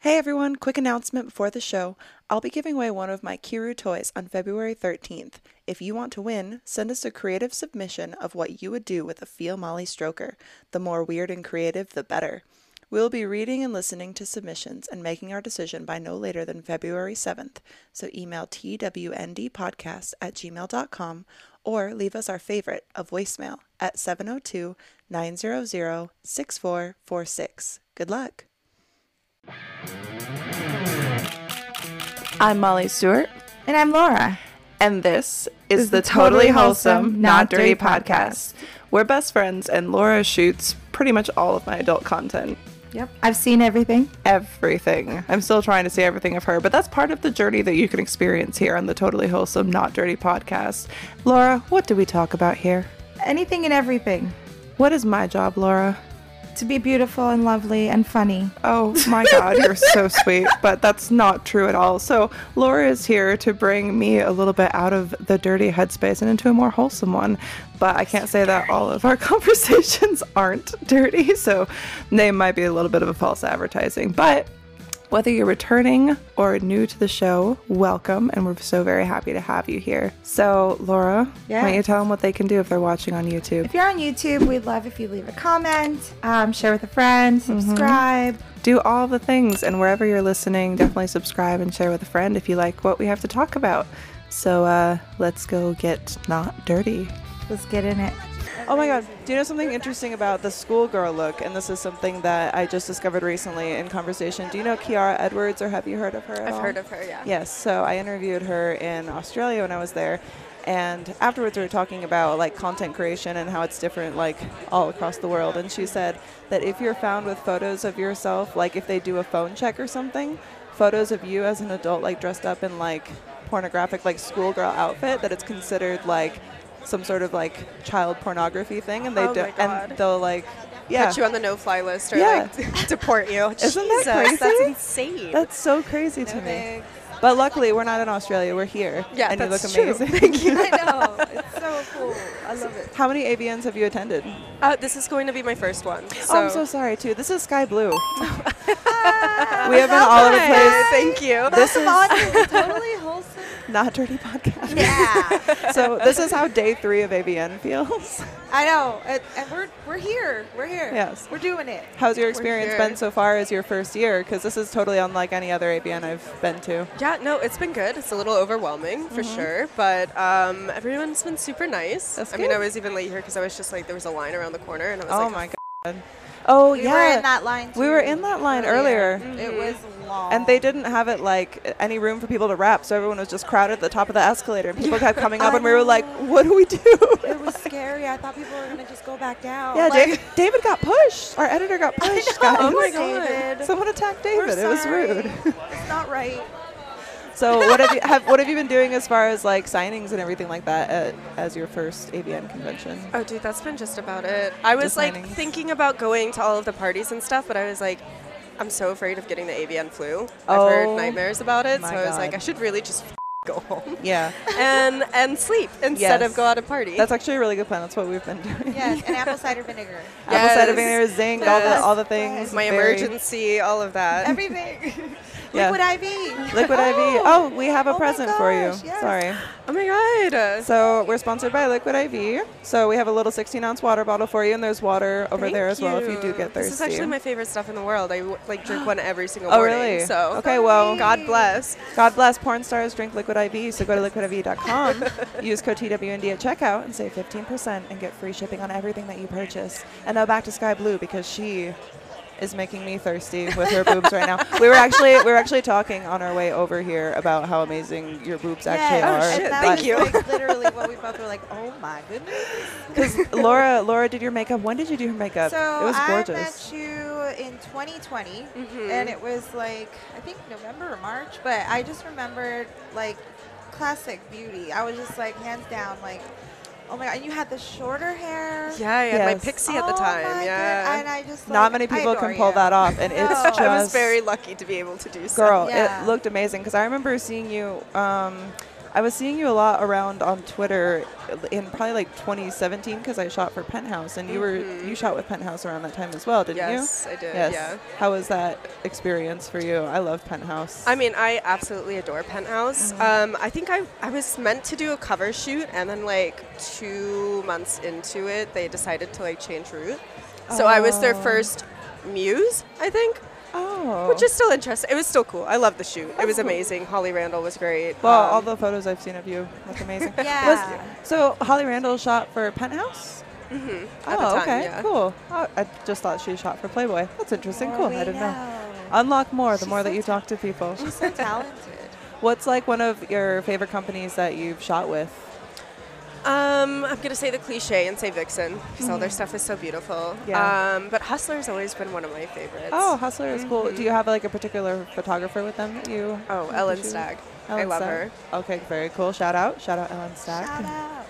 Hey everyone, quick announcement before the show. I'll be giving away one of my Kiru toys on February 13th. If you want to win, send us a creative submission of what you would do with a Feel Molly stroker. The more weird and creative, the better. We'll be reading and listening to submissions and making our decision by no later than February 7th. So email twndpodcast at gmail.com or leave us our favorite, a voicemail at 702 900 6446. Good luck. I'm Molly Stewart, And I'm Laura. and this is is the the Totally Totally Wholesome, Wholesome, Not Not Dirty Dirty podcast. We're best friends, and Laura shoots pretty much all of my adult content. Yep. I've seen everything. Everything. I'm still trying to see everything of her, but that's part of the journey that you can experience here on the Totally Wholesome, Not Dirty podcast. Laura, what do we talk about here? Anything and everything. What is my job, Laura? To be beautiful and lovely and funny. Oh my God, you're so sweet, but that's not true at all. So, Laura is here to bring me a little bit out of the dirty headspace and into a more wholesome one. But I can't say that all of our conversations aren't dirty, so they might be a little bit of a false advertising. But whether you're returning or new to the show, welcome, and we're so very happy to have you here. So, Laura, why don't you Yes. tell them what they can do if they're watching on YouTube? If you're on YouTube, we'd love if you leave a comment, um, share with a friend, Mm-hmm. subscribe. do all the things. And wherever you're listening, definitely subscribe and share with a friend if you like what we have to talk about. So uh, let's go get not dirty. Let's get in it. Oh my God. Do you know something interesting about the schoolgirl look? And this is something that I just discovered recently in conversation. Do you know Kiara Edwards or have you heard of her? At I've all? heard of her, yeah. Yes, so I interviewed her in Australia when I was there, and afterwards we were talking about like content creation and how it's different like all across the world. And she said that if you're found with photos of yourself, like if they do a phone check or something, photos of you as an adult like dressed up in like pornographic like schoolgirl outfit, that it's considered like some sort of like child pornography thing, and they Oh do, my and God. they'll like yeah. Put you on the no-fly list or Yeah. like deport you. Isn't that Jesus, that's crazy? insane. That's so crazy to me. thanks. But luckily, we're not in Australia. We're here. yeah, and that's you look true. amazing. I know. It's so cool. I love it. How many AVNs have you attended? Uh, this is going to be my first one. So. Oh, I'm so sorry too. This is sky blue. we have been all over the place. Thank you. This is totally wholesome. not dirty podcast. yeah. So this is how day three of AVN feels. I know. And, and we're, we're here. We're here. Yes. We're doing it. How's your experience here. been so far as your first year? Because this is totally unlike any other AVN I've been to. yeah, no, it's been good. It's a little overwhelming for sure, but um, everyone's been super nice. That's I mean, I good. was even late here because I was just like, there was a line around the corner, and I was Oh like, my god. Oh We yeah. were in that line. We were in that line earlier. Mm-hmm. It was long. And they didn't have it like any room for people to rap, so everyone was just crowded at the top of the escalator, and people kept coming up, I and we were know. like, "What do we do?" It was scary. I thought people were going to just go back down. Yeah, Like, David, David got pushed. Our editor got pushed, guys. Oh my David. Someone attacked we're David. It was sorry. rude. It's not right. So what have you have what have you been doing as far as like signings and everything like that at, as your first AVN convention? Oh, dude, that's been just about it. I was Just like signings. thinking about going to all of the parties and stuff, but I was like, I'm so afraid of getting the AVN flu. I've Oh heard nightmares about it, so my I was like, God. I should really just f- go home Yeah, and and sleep instead Yes. of go out and party. that's actually a really good plan. That's what we've been doing. Yes. And apple cider vinegar. Apple cider Yes. vinegar, zinc, all the Yes. all the things. my very- emergency, all of that. Everything. Yeah. Liquid IV. Liquid IV. Oh, we have a my present for you. gosh, yes. Sorry. oh my god. So we're sponsored by Liquid IV. So we have a little 16 ounce water bottle for you, and there's water over Thank there as well if you do get thirsty. This is actually my favorite stuff in the world. I like drink one every single Oh, morning. really? So Okay, well- God bless. God bless porn stars drink liquid IV, so go to liquidiv.com, use code TWND at checkout and save 15% and get free shipping on everything that you purchase. And now back to Sky Blue because she is making me thirsty with her boobs right now. We were actually we were actually talking on our way over here about how amazing your boobs actually Oh, are. shit, And that thank was, you. Like, literally, what we both were like, oh my goodness. Because Laura Laura did your makeup. When did you do her makeup? So it was I gorgeous. Mm-hmm. met you in 2020, and it was like I think November or March, but I just remembered like classic beauty. I was just like hands down, like oh my god. And you had the shorter hair. Yeah, I had my Yes. pixie at the Oh time. my yeah. good- and I just Not like, many I people adore can pull you. that off, and No. it's just I was very lucky to be able to do so. girl Yeah. it looked amazing because i remember seeing you um, I was seeing you a lot around on Twitter in probably like 2017 because I shot for Penthouse, and you were you shot with Penthouse around that time as well, didn't you? Mm-hmm. Yes, I did, Yes. yeah. How was that experience for you? I love Penthouse. I mean, I absolutely adore Penthouse. Mm-hmm. Um, I think I, I was meant to do a cover shoot, and then like two months into it, they decided to like change route. So I was their Oh. first muse, I think, oh, which is still interesting. It was still cool. I loved the shoot. It was Oh. amazing. Holly Randall was great. well, Um, all the photos I've seen of you look amazing. Was- Yeah. so Holly Randall shot for Penthouse. Mm-hmm. At the Oh, time, okay, yeah. cool. Oh, I just thought she shot for Playboy. That's interesting. Oh, cool. we I didn't know. Unlock more the She's more so that you talk to people. She's so talented. What's like one of your favorite companies that you've shot with? Um, I'm gonna say the cliche and say Vixen because all their stuff is so beautiful. Mm-hmm. Yeah. Um, but Hustler's always been one of my favorites. Oh, Hustler is cool. Do you have like a particular photographer with them that you? Mm-hmm. Oh, you Ellen shoot with? Stagg. I Ellen love Stagg. her. Okay, very cool. Shout out, shout out Ellen Stagg. Shout out.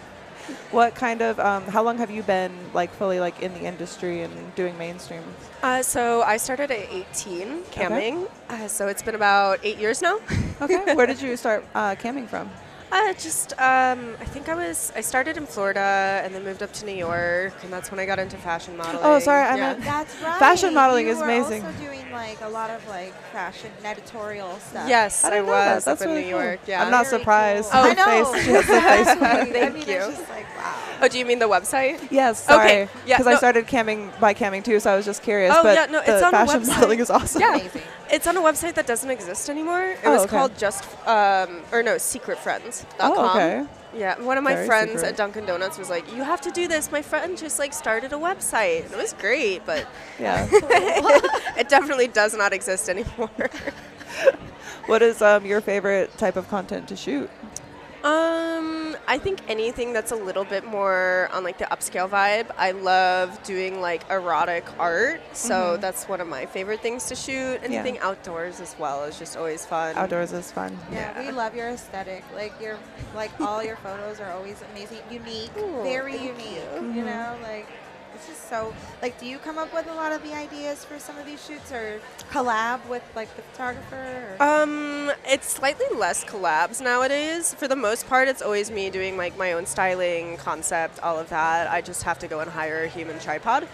What kind of? Um, how long have you been like fully like in the industry and doing mainstream? Uh, so I started at 18 camming. Uh, so it's been about eight years now. Okay, where did you start uh, camming from? uh, just um, I think I was I started in Florida and then moved up to New York and that's when I got into fashion modeling. Oh, sorry, I meant- That's right. Fashion modeling You is were amazing. also doing like a lot of like fashion and editorial stuff. Yes, I I, didn't know that. was That's up in really New cool. York. Yeah. I'm not Very surprised. cool. The I know. face- she has the face for it. I mean, Thank It's you. just like wow. Oh, do you mean the website? Yes, sorry. Okay, yeah, Because I no. started camming by camming too, so I was just curious. Oh, but yeah, no, the it's on the fashion website. modeling is awesome. Yeah. Amazing. It's on a website that doesn't exist anymore. It Oh, was okay. called just um, or no secretfriends.com. Oh, okay. Yeah, one of my Very friends secret. at Dunkin' Donuts was like, "You have to do this." My friend just like started a website. And it was great, but Yeah. it definitely does not exist anymore. what is um, your favorite type of content to shoot? um, I think anything that's a little bit more on like the upscale vibe. I love doing like erotic art, so Mm-hmm. that's one of my favorite things to shoot. Anything outdoors as well is just always fun. Outdoors is fun. Yeah, Yeah. we love your aesthetic. Like your, like all your photos are always amazing, unique, Ooh, very thank unique. You. know, like it's just so. Like, do you come up with a lot of the ideas for some of these shoots, or collab with like the photographer? Or? Um, it's slightly less collabs nowadays. For the most part, it's always me doing like my own styling, concept, all of that. I just have to go and hire a human tripod.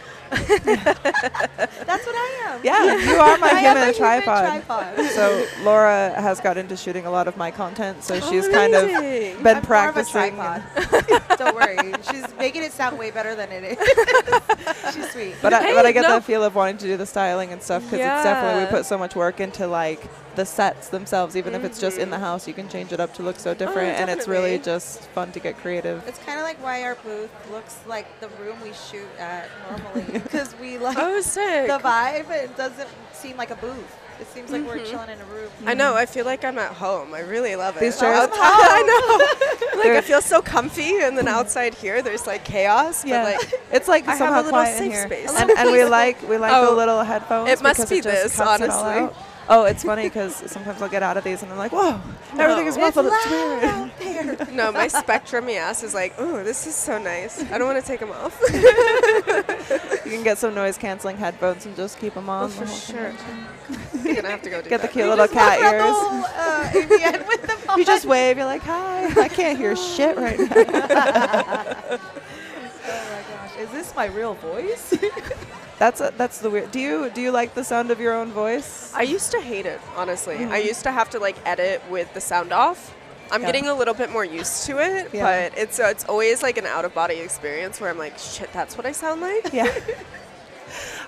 That's what I am. Yeah, you are my I am a human human tripod. tripod. So Laura has got into shooting a lot of my content, so she's kind of Amazing. been I'm practicing. More of a tripod. Don't worry, she's making it sound way better than it is. she's sweet. But I, Hey, but I get no. that feel of wanting to do the styling and stuff because it's definitely we Yeah. put so much work into like the sets themselves. Even if it's just in the house, you can change it up to look so different, and it's really definitely. just fun to get creative. It's kind of like why our booth looks like the room we shoot at normally, because we like Oh, sick! the vibe. It doesn't seem like a booth. It seems like Mm-hmm. we're chilling in a room. I know. I feel like I'm at home. I really love it. These chairs- Out- I know. like I feel so comfy, and then outside here, there's like chaos. yeah, But like, it's like I have somehow a little quiet in safe here, space. and, and we like we like the Oh, little headphones. it must because be just this, cuts it all honestly. out. Oh, it's funny because sometimes I'll get out of these and I'm like, whoa, everything is No. muffled. It's, loud weird. out there. no, my spectrum ass is like, oh, this is so nice. I don't want to take them off. You can get some noise canceling headphones and just keep them on. the for whole sure. time. You're gonna have to go do Get the that. cute little cat ears. ears. Uh, AVN with them on. You just wave. You're like, hi. I can't hear shit right now. Oh my gosh, is this my real voice? That's a, that's the weird. Do you do you like the sound of your own voice? I used to hate it, honestly. I used to have to like edit with the sound off. Mm-hmm. I'm Yeah. getting a little bit more used to it, Yeah. but it's uh, it's always like an out of body experience where I'm like, shit, that's what I sound like. Yeah.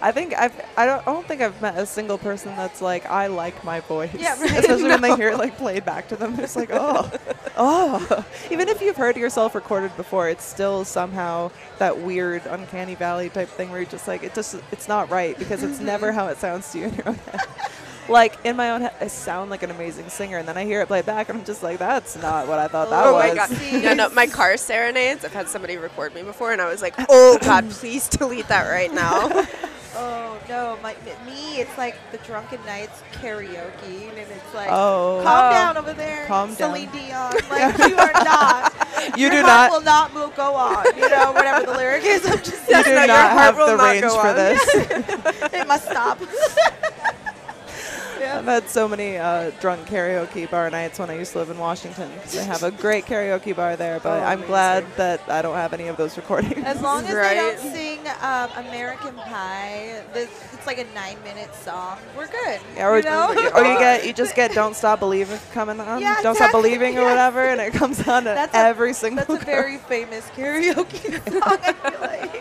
I think I've I don't I don't think I've met a single person that's like I like my voice. Yeah, right. Especially when they hear it like played back to them. It's like oh oh. Even if you've heard yourself recorded before, it's still somehow that weird uncanny valley type thing where you're just like it just it's not right because it's never how it sounds to you in your own head. Like in my own head, I sound like an amazing singer, and then I hear it played back, and I'm just like, that's not what I thought that oh was. my god. Jeez. No, no, my car serenades. I've had somebody record me before and I was like, "Oh god, please delete that right now." oh no, my, me, it's like the Drunken Nights karaoke, and it's like, Oh. calm Oh. down over there, Calm down. Celine Dion. Like you are not. You Your do heart not- Will not move. Go on. You know, whatever the lyric is. I'm just you like, do your not heart have will the not range go for on. this. it must stop. I've had so many uh, drunk karaoke bar nights when I used to live in Washington because they have a great karaoke bar there. But Oh, I'm glad amazing. that I don't have any of those recordings. As long as they Right. don't sing um, American Pie, this, it's like a nine-minute song. We're good. Yeah, or, you know? or you get you just get don't stop believing coming on, Yeah, don't stop exactly. believing or whatever, and it comes on at That's a- every single. That's a car. very famous karaoke song. I feel like.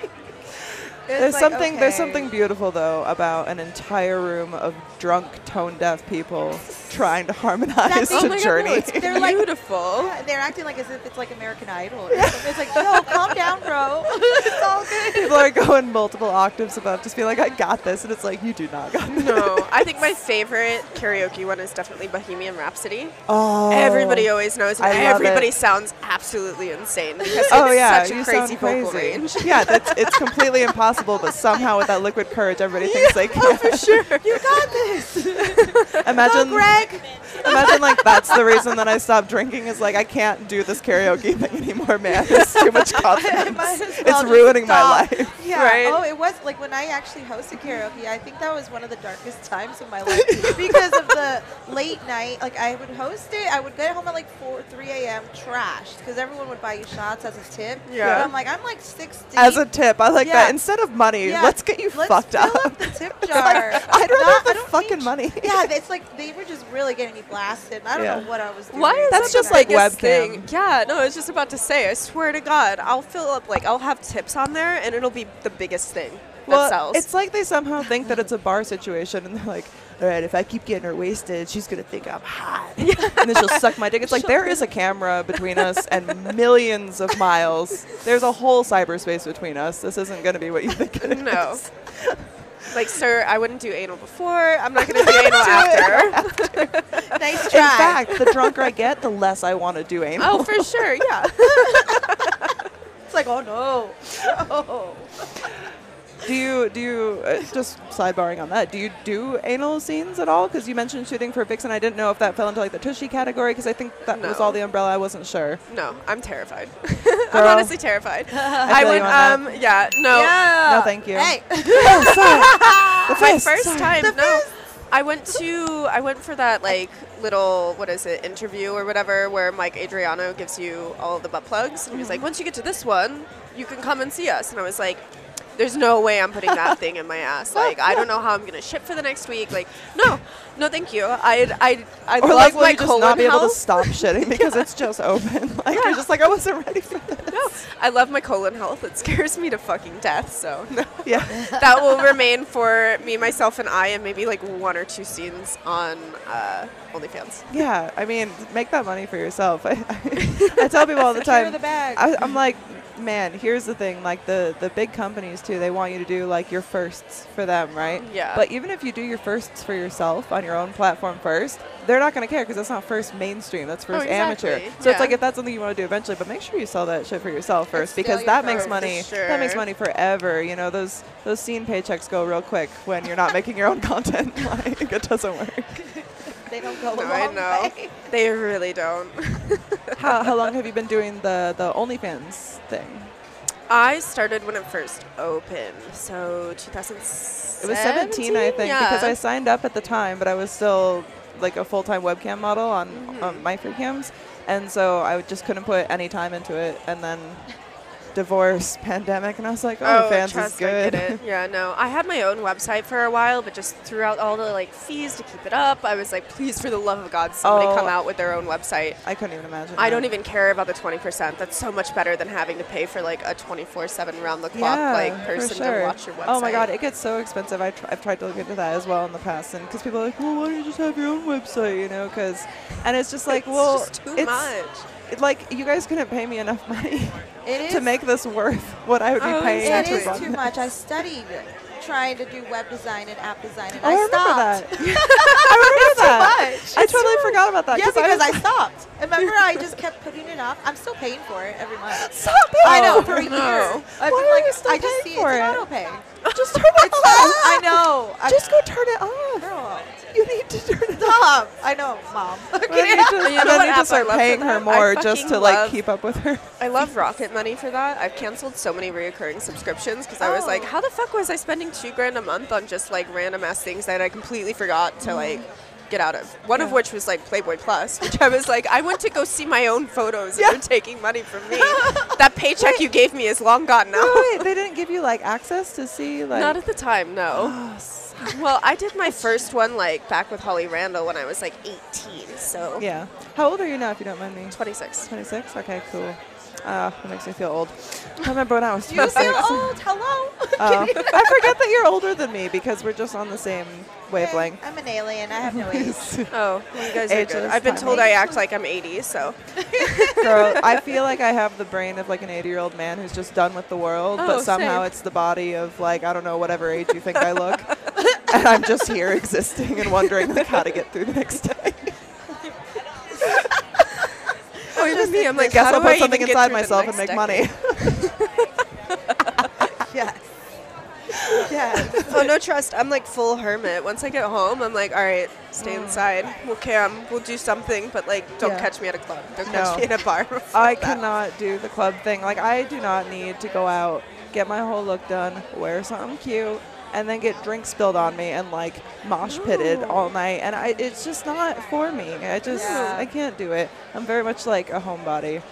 It's there's like, something there's okay. something beautiful though about an entire room of drunk tone deaf people trying to harmonize That's- to Oh my God, no, Journey. it's They're like- beautiful. Yeah, They're acting like as if it's like American Idol. Or something. It's like, no, calm down, bro. it's all good. people are going multiple octaves above, just being like, "I got this," and it's like, "You do not got this." no, I think my favorite karaoke one is definitely Bohemian Rhapsody. Oh, Everybody always knows. And I love everybody it. sounds absolutely insane because Oh it's yeah, such a you crazy sound vocal crazy. range. Yeah, that's, it's completely impossible, but somehow with that liquid courage, everybody thinks they can. For sure. You got this. Go, Imagine Greg. Imagine like that's the reason that I stopped drinking is like I can't do this karaoke thing anymore, man. It's too much I confidence. might as well It's just ruining my stop. life. Yeah. Right. Oh, it was like when I actually hosted karaoke. I think that was one of the darkest times of my life because of the late night. Like I would host it. I would get home at like four, three a.m. Trashed because everyone would buy you shots as a tip. Yeah. And I'm like, I'm like six. As a tip, I like Yeah. that. Instead of money, Yeah, let's get you let's fucked fill up. up the tip jar. I'd rather Not- have I the don't fucking need- money. yeah, it's like they were just really getting me blasted. and I don't Yeah. know what I was doing. Why is That's that just the like biggest webcam. thing? Yeah, no, I was just about to say. I swear to God, I'll fill up like I'll have tips on there, and it'll be the biggest thing that Well, sells. it's like they somehow think that it's a bar situation, and they're like, "All right, if I keep getting her wasted, she's gonna think I'm hot, and then she'll suck my dick." It's like there is a camera between us and millions of miles. There's a whole cyberspace between us. This isn't gonna be what you think. it is. no. Like, sir, I wouldn't do anal before. I'm not going to do anal after. Nice In try. fact, the drunker I get, the less I want to do anal. Oh, for sure. Yeah. it's like, oh no. no. Do you do you uh, just sidebarring on that? Do you do anal scenes at all? Because you mentioned shooting for Vixen. I didn't know if that fell into like the tushy category. Because I think that was No. all the umbrella. I wasn't sure. No, I'm terrified. Girl. I'm honestly terrified. I, feel you went. on Um. Yeah. No. Yeah. No, thank you. Hey. oh, sorry. The My fist, first sorry. time. The no. fist. I went to I went for that like little what is it interview or whatever where Mike Adriano gives you all the butt plugs and he Mm-hmm. was like once you get to this one you can come and see us and I was like there's no way I'm putting that thing in my ass like I don't know how I'm gonna ship for the next week like no no thank you I I I Or love like, will my you just colon not be able to health. stop shitting because it's just open? Like you're just like I wasn't ready for this. No, I love my colon health. It scares me to fucking death. So no. Yeah. that will remain for me, myself, and I, and maybe like one or two scenes on uh, OnlyFans. Yeah, I mean, make that money for yourself. I, I, I tell people all the Secure time. the bag. I, I'm like, man, here's the thing. Like the the big companies too, they want you to do like your firsts for them, right? Yeah. But even if you do your firsts for yourself on your own platform first, they're not gonna care because that's not first mainstream. That's first amateur. exactly. So it's like Yeah. if that's something you want to do eventually, but make sure you sell that shit for yourself first still because your that makes first, for money. That makes sure. money forever. You know those those scene paychecks go real quick when you're not making your own content. like it doesn't work. They don't go No, a I long know way. they really don't. how, how long have you been doing the the OnlyFans thing? I started when it first opened, so 2017. It was 17, I think, yeah. because I signed up at the time, but I was still like a full time webcam model on Mm-hmm. um, my free cams, and so I just couldn't put any time into it. And then divorce, pandemic, and I was like, oh, fans is trust, I good. get it. Yeah, no. I had my own website for a while, but just throughout all the like fees to keep it up, I was like, please, for the love of God, somebody Oh. come out with their own website. I couldn't even imagine. I don't that. even care about the 20%. That's so much better than having to pay for like a 24/7 round the clock Yeah, like for person sure. to watch your website. Oh my god, it gets so expensive. I tr- I've tried to look into that as well in the past, and because people are like, well, why don't you just have your own website, you know? Because, and it's just like, it's well, just too it's- much. it- like you guys couldn't pay me enough money It is to make this worth what I would be Oh, paying. It to is run too this. much. I studied trying to do web design and app design, and Oh, I, I, remember that. stopped. I remember that. much. I totally forgot about that. Yeah, because was I stopped. And Remember, I just kept putting it off. I'm still paying for it every month. stop it. I know for a year. no. Oh, Why I've been are like, you still I just paying see for it's it? an auto pay. Just turn it It's off. I know. I, Just go turn it off. girl, You need to turn it off. stop. I know, mom. I Okay. need to, You know I what need app I to start love for paying her that? more I just fucking to like love- keep up with her. I love Rocket Money for that. I've canceled so many reoccurring subscriptions because I was like, Oh. Mm. how the fuck was I spending two grand a month on just like random ass things that I completely forgot to like get out of. One of Yeah. which was like Playboy Plus, which I was like, I want to go see my own photos and you're taking money from me. that paycheck you gave me is long gone now. Oh, wait, they didn't give you like access to see like. Not at the time, no. Oh, s- well, I did my first one like back with Holly Randall when I was like 18, so yeah. How old are you now, if you don't mind me? 26. 26. Okay, cool. Uh, that makes me feel old. I remember when I was You 26. feel old. Hello. Oh. I forget that you're older than me because we're just on the same wavelength. I'm an alien. I have no age. Oh, well, you guys are Age good. is I've been fine. told I act like I'm 80, so Girl, I feel like I have the brain of like an 80 year old man who's just done with the world, Oh, but somehow same. it's the body of like, I don't know, whatever age you think I look. and I'm just here existing and wondering like how to get through the next day. Oh, even me. I'm I like, guess how I'll do put I even something get inside through the myself and make next money. decade? yes. Yes. oh no, trust. I'm like full hermit. Once I get home, I'm like, all right, stay inside. We'll cam. We'll do something, but like, don't Mm. Yeah. catch me at a club. No. Don't catch me in a bar. I cannot do the club thing. Like I do not need to go out, get my whole look done, wear something cute, and then get drinks spilled on me and like mosh pitted all night. And I, it's just not for me. I just Yeah. I can't do it. I'm very much like a homebody.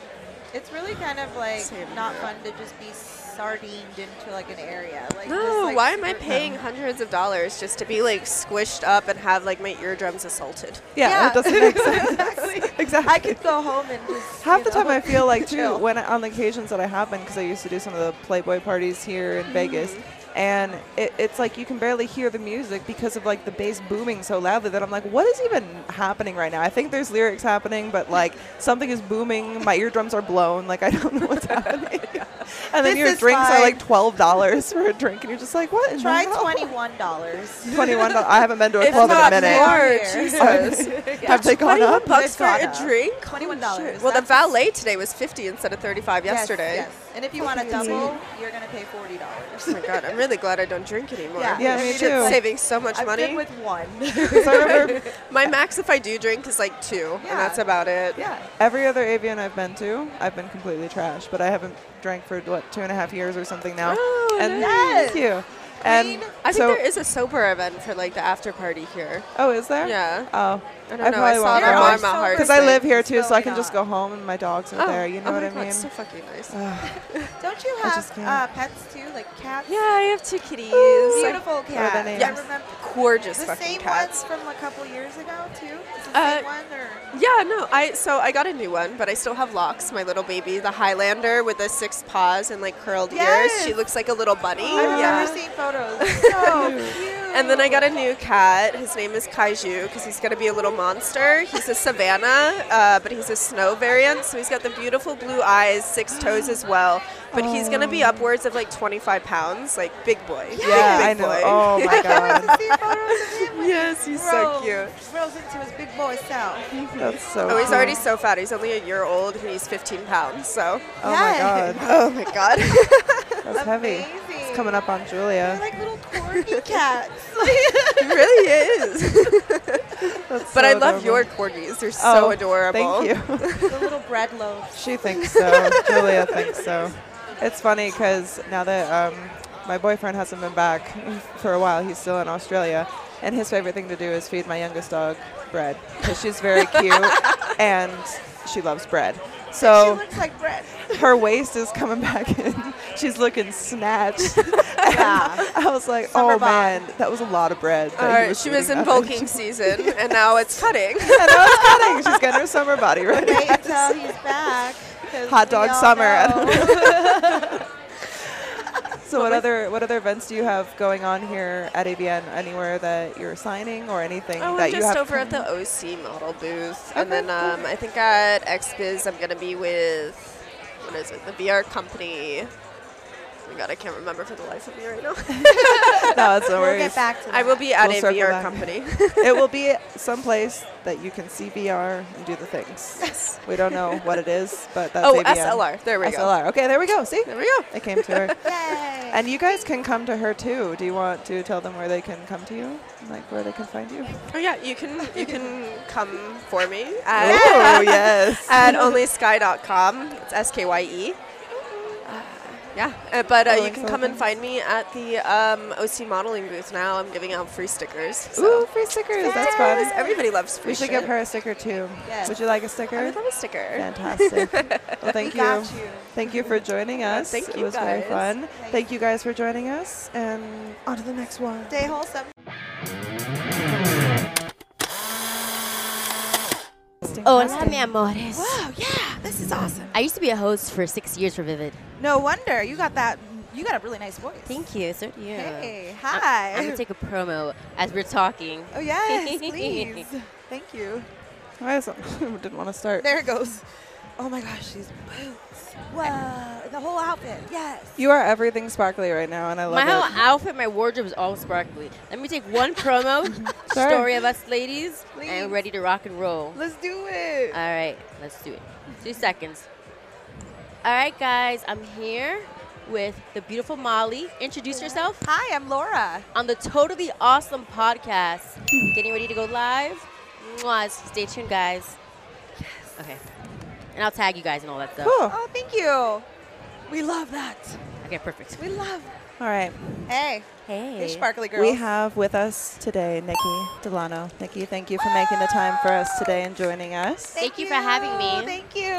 It's really kind of like Same not here. fun to just be sardined into like an area. Like, just, No, like, why am I super- paying hundreds of dollars just to be like squished up and have like my eardrums assaulted? Yeah, Yeah. it doesn't make sense. exactly. exactly. I could go home and just Half you the time, know, I feel like too chill. when I- on the occasions that I have been, because I used to do some of the Playboy parties here in Vegas, Mm-hmm. and it, it's like you can barely hear the music because of like the bass booming so loudly that I'm like, what is even happening right now? I think there's lyrics happening, but like something is booming. My eardrums are blown. Like I don't know what's happening. and then This your is drinks are fine. like twelve dollars for a drink, and you're just like, what? in the Try hell? twenty-one dollars. Twenty-one. dollars. I haven't been to a If club in a not minute. more, Yeah. Jesus. Have they gone 21 up? bucks They've for gone a up. drink? Twenty-one dollars. Well, the valet today was 50 instead of 35 yesterday. Yes, And if you want a Fucking double, you're gonna pay forty dollars. Oh my god, I'm really glad I don't drink anymore. Yeah. Yeah, me Shit, too. Saving so much I'm money. good with one. 'Cause I remember My max, if I do drink, is like two, Yeah. and that's about it. yeah. Every other avian I've been to, I've been completely trashed, but I haven't drank for what two and a half years or something now. Oh, and nice. thank you. Queen. And I so, think there is a sober event for like the after party here. oh, is there? Yeah. Oh, I don't I know. I probably saw won't it on go. Mama Sober Heart. because I live here It's too, so I can probably just not. go home and my dogs are oh, there. You know oh what my I God, mean? Uh, it's so fucking nice. Ugh, Don't you I have just can't. uh, pets too, like cats? yeah, I have two kitties. Beautiful Are cats. they I names? remember gorgeous the fucking same cats. ones from a couple years ago too. Is the Uh, same one or? Yeah, no, I so I got a new one, but I still have locks. My little baby, the Highlander with the six paws and like curled Yes. ears. She looks like a little bunny. I've yeah. never seen photos. So cute. And then I got a new cat. His name is Kaiju because he's going to be a little monster. He's a Savannah, uh, but he's a snow variant. So he's got the beautiful blue eyes, six toes as well. But he's going to be upwards of like 25 pounds, like big boy. Big, yeah, big I know. boy. Oh my god, See photos of him when yes, he he's so grows- cute. Grows into his big boy self. that's so. Oh, he's cute. already so fat. He's only a year old and he's 15 pounds. So, Oh Yes. my oh my God. god, that's heavy. Amazing. It's coming up on They're Julia. like little corgi cats. he really is. That's But so I love adorable. your corgis. They're so Oh, adorable. Thank you. the little bread loaves. She thinks so. Julia thinks so. It's funny because now that um, my boyfriend hasn't been back for a while, he's still in Australia, and his favorite thing to do is feed my youngest dog bread because she's very cute and she loves bread. She So looks like bread. her waist is coming back in. She's looking snatched. Yeah. I was like, Summer oh bod. man, that was a lot of bread. that All he right, was she was eating in up." bulking season and now it's cutting. And I was kidding. She's getting her summer body ready. Wait until he's back. 'cause Hot we dog all summer. I know. So what other what other events do you have going on here at ABN? Anywhere that you're signing or anything Oh, that I'm you just have? over at the OC model booth, and Okay, then um, I think at XBiz I'm gonna be with what is it? The VR company. Oh my god, I can't remember for the life of me right now. no, it's no We'll worries. get back to that. I will be at We'll a circle VR back. company. it will be someplace that you can see VR and do the things. We don't know what it is, but that's oh, ABN. SLR. There we go. SLR. Okay, there we go. See, There we go. I came to her. Yay. And you guys can come to her too. Do you want to tell them where they can come to you, like where they can find you? Oh yeah, you can you can come for me at Oh yes. at onlysky.com. It's S K Y E. Yeah, uh, but uh, Totally you can come and something. find me at the um, OC modeling booth now. I'm giving out free stickers. So. Ooh, free stickers. That's Because fun. Everybody loves free We should shit. give her a sticker too. Yes. Would you like a I sticker? would love a sticker. Fantastic. well, thank we got you. you. Thank you for joining us. thank it you, was very guys. fun. Thanks. Thank you guys for joining us, and on to the next one. Stay wholesome. Hola, mi amores. Wow, yeah, this is awesome. I used to be a host for six years for Vivid. No wonder you got that. You got a really nice voice. Thank you. So do you. Hey, I'm- hi. I'm, gonna take a promo as we're talking. oh yes, please. Thank you. Why is it- didn't want to start. There it goes. Oh my gosh, these boots. Wow, the whole outfit. Yes. You are everything sparkly right now, and I love my it. whole outfit, my wardrobe is all sparkly. Let me take one promo Sure. story of us ladies, Please. and we're ready to rock and roll. Let's do it. All right, let's do it. Two seconds. All right, guys, I'm here with the beautiful Molly. Introduce yourself Hi, I'm Laura. on the Totally Awesome podcast. Getting ready to go live. Mwah. Stay tuned, guys. Okay. And I'll tag you guys and all that stuff. cool. All Oh, thank you. We love that. Okay, perfect. We love. right. Hey, Hey. hey, sparkly girls. We have with us today Nikki Delano. Nikki, thank you for making the time for us today and joining us. Thank you for having me. Thank you.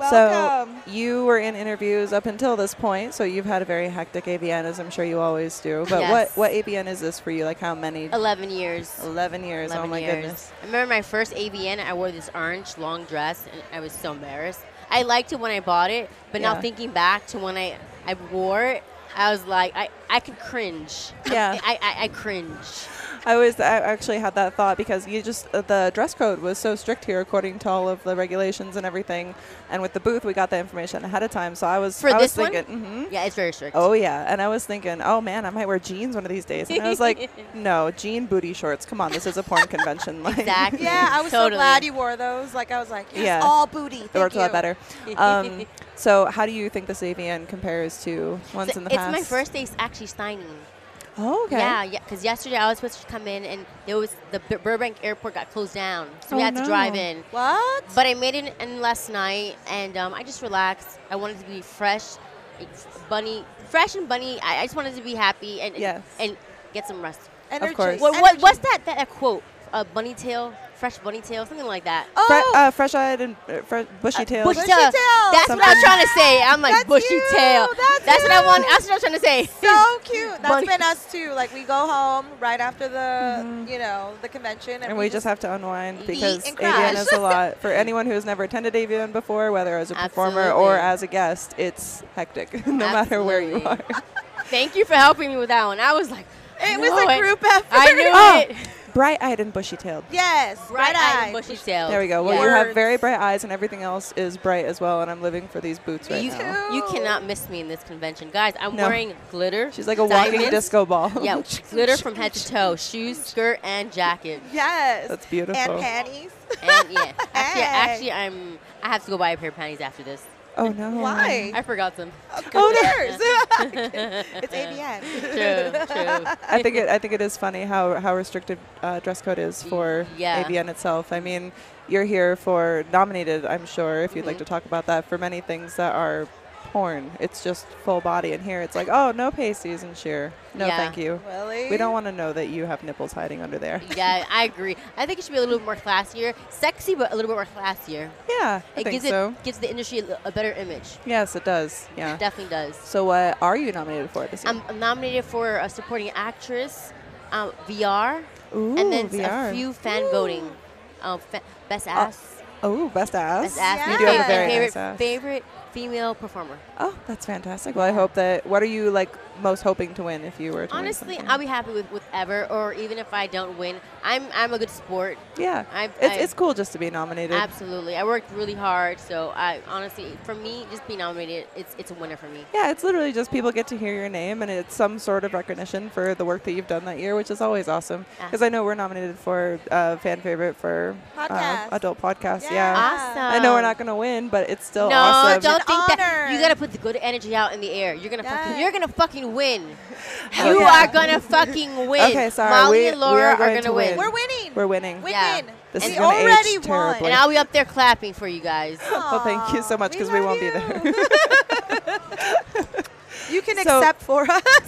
Welcome. So you were in interviews up until this point, so you've had a very hectic ABN, as I'm sure you always do. But Yes. what what ABN is this for you? Like how many? 11 years. Eleven years. 11 oh my years. goodness. I remember my first ABN, I wore this orange long dress, and I was so embarrassed. I liked it when I bought it, but Yeah. now thinking back to when I, I wore it, I was like, I, I could cringe. Yeah. I, I, I cringe. I was I actually had that thought because you just uh, the dress code was so strict here according to all of the regulations and everything. And with the booth, we got the information ahead of time. So I was For I this was one? thinking, mhm. Yeah, it's very strict. Oh yeah, and I was thinking, oh man, I might wear jeans one of these days. And I was like, no, jean booty shorts. Come on, this is a porn convention. Like, Exactly. yeah, I was so Totally. glad you wore those. Like I was like, yes, Yeah. all booty. Thank It worked a lot you. better. Um, so, how do you think this AVN compares to ones So in the it's past? my first day actually signing. Oh, okay. Yeah, yeah. Because yesterday I was supposed to come in, and there was the B- Burbank Airport got closed down, so we Oh, had no. to drive in. What? But I made it in last night, and um, I just relaxed. I wanted to be fresh, it's bunny, fresh and bunny. I, I just wanted to be happy and and- Yes. and, get some rest. Energy. course. What, what, Energy. what's that, that that quote? A bunny tail, fresh bunny tail, something like that. Oh, Fre- uh, fresh-eyed and uh, fre- bushy tailed. Bushy Bushy tail. tail. That's what I'm Something. trying to say. I'm like That's bushy you. tail. That's what I want. you. That's what I'm trying to say. so cute. That's Bunny. been us too. Like we go home right after the you know the convention, and, Mm-hmm. and we just have to unwind Eat because and AVN crash. is a lot. For anyone who has never attended AVN before, whether as a performer or Absolutely. as a guest, it's hectic no matter where you are. Absolutely. Thank you for helping me with that one. I was like, I It was know a group effort. I knew Oh. it. Bright-eyed and bushy-tailed. Yes, Bright eyed, eye. and bushy tail. There we go. Well, Oh, Yeah. you have Words. very bright eyes, and everything else is bright as well. And I'm living for these boots Me right you, now. too. you cannot miss me in this convention, guys. I'm No. wearing glitter. She's like a walking diamonds. disco ball. Yeah, glitter from head to toe, shoes, skirt, and jacket. Yes. That's beautiful. And panties. And yeah, actually, Hey. actually, I'm. I have to go buy a pair of panties after this. oh no. Why? I forgot them. Who cares? it's ABN. True, true. I think it. I think it is funny how how restrictive uh, dress code is for yeah. ABN itself. I mean, you're here for nominated. I'm sure if you'd Mm-hmm. like to talk about that for many things that are porn. It's just full body, and here it's like, oh, no pasties and sheer. No, Yeah. thank you. Really? We don't want to know that you have nipples hiding under there. Yeah, I agree. I think it should be a little bit more classier, sexy, but a little bit more classier. Yeah, I it think gives so. it gives the industry a, li- a better image. yes, it does. Yeah. It definitely does. Um, so what are you nominated for this year? I'm I'm nominated for a supporting actress, um, VR, Ooh, and then s- VR. a few fan voting, um, fa- best ass, oh, best ass. best ass, You and do have a favorite, very favorite, nice ass. favorite female performer. Oh, that's fantastic. Well, I hope that. What are you like most hoping to win if you were? to win Honestly, something? I'll be happy with whatever, or even if I don't win, I'm I'm a good sport. Yeah, I- it's, I- it's cool just to be nominated. Absolutely, I worked really hard, so I honestly, for me, just being nominated, it's it's a winner for me. yeah, it's literally just people get to hear your name, and it's some sort of recognition for the work that you've done that year, which is always awesome. Yeah. Because I know we're nominated for uh, fan favorite for uh, Podcast. adult podcast. Yeah, Yeah. Awesome. Uh, I know we're not gonna win, but it's still no, awesome. don't It's an think that. honor. You gotta put the good energy out in the air. You're gonna fucking, Yes. you're gonna fucking win. Okay. You are gonna fucking win. Okay, sorry, Molly we- and Laura we are are, going gonna to win. win. We're winning. We're winning. Win Yeah. win. This we is gonna age already won. terribly. And I'll be up there clapping for you guys. Well, thank you so much We because we, love won't be you. there. You can So- accept for us.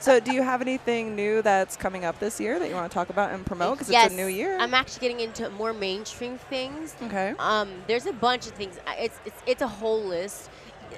So, do you have anything new that's coming up this year that you want to talk about and promote? Because yes, it's a new year. I'm actually getting into more mainstream things. okay. Um, there's a bunch of things. I- It's it's, it's a whole list.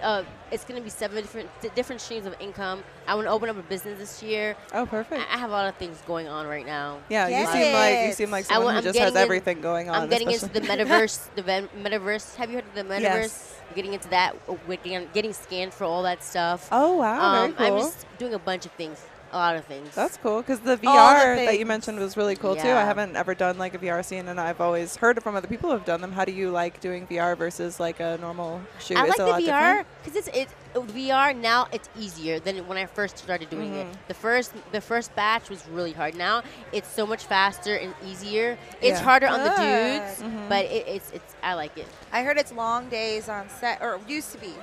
Uh, it's going to be seven different di- different streams of income. I want to open up a business this year. Oh, I, perfect. I have a lot of things going on right now. Yeah, you Get seem like you it. seem like I someone want- who I'm just has getting in- everything going on. I'm getting into especially- the metaverse. the ven- metaverse. Have you heard of the metaverse? Yes. I'm getting into that. uh, with Getting, getting scanned for all that stuff. Oh wow, um, very I'm cool. just doing a bunch of things. A lot of things. That's cool because the All VR the that you things. mentioned was really cool too. I Yeah. haven't ever done like a VR scene, and I've always heard from other people who've done them. How do you like doing VR versus like a normal shoot? I Is like it a the lot VR different? because it's it VR now it's easier than when I first started doing it. Mm-hmm. The first the first batch was really hard. Now it's so much faster and easier. It's Yeah. Mm-hmm. harder on the Good. dudes, but it, it's it's I like it. I heard it's long days on set, or it used to be,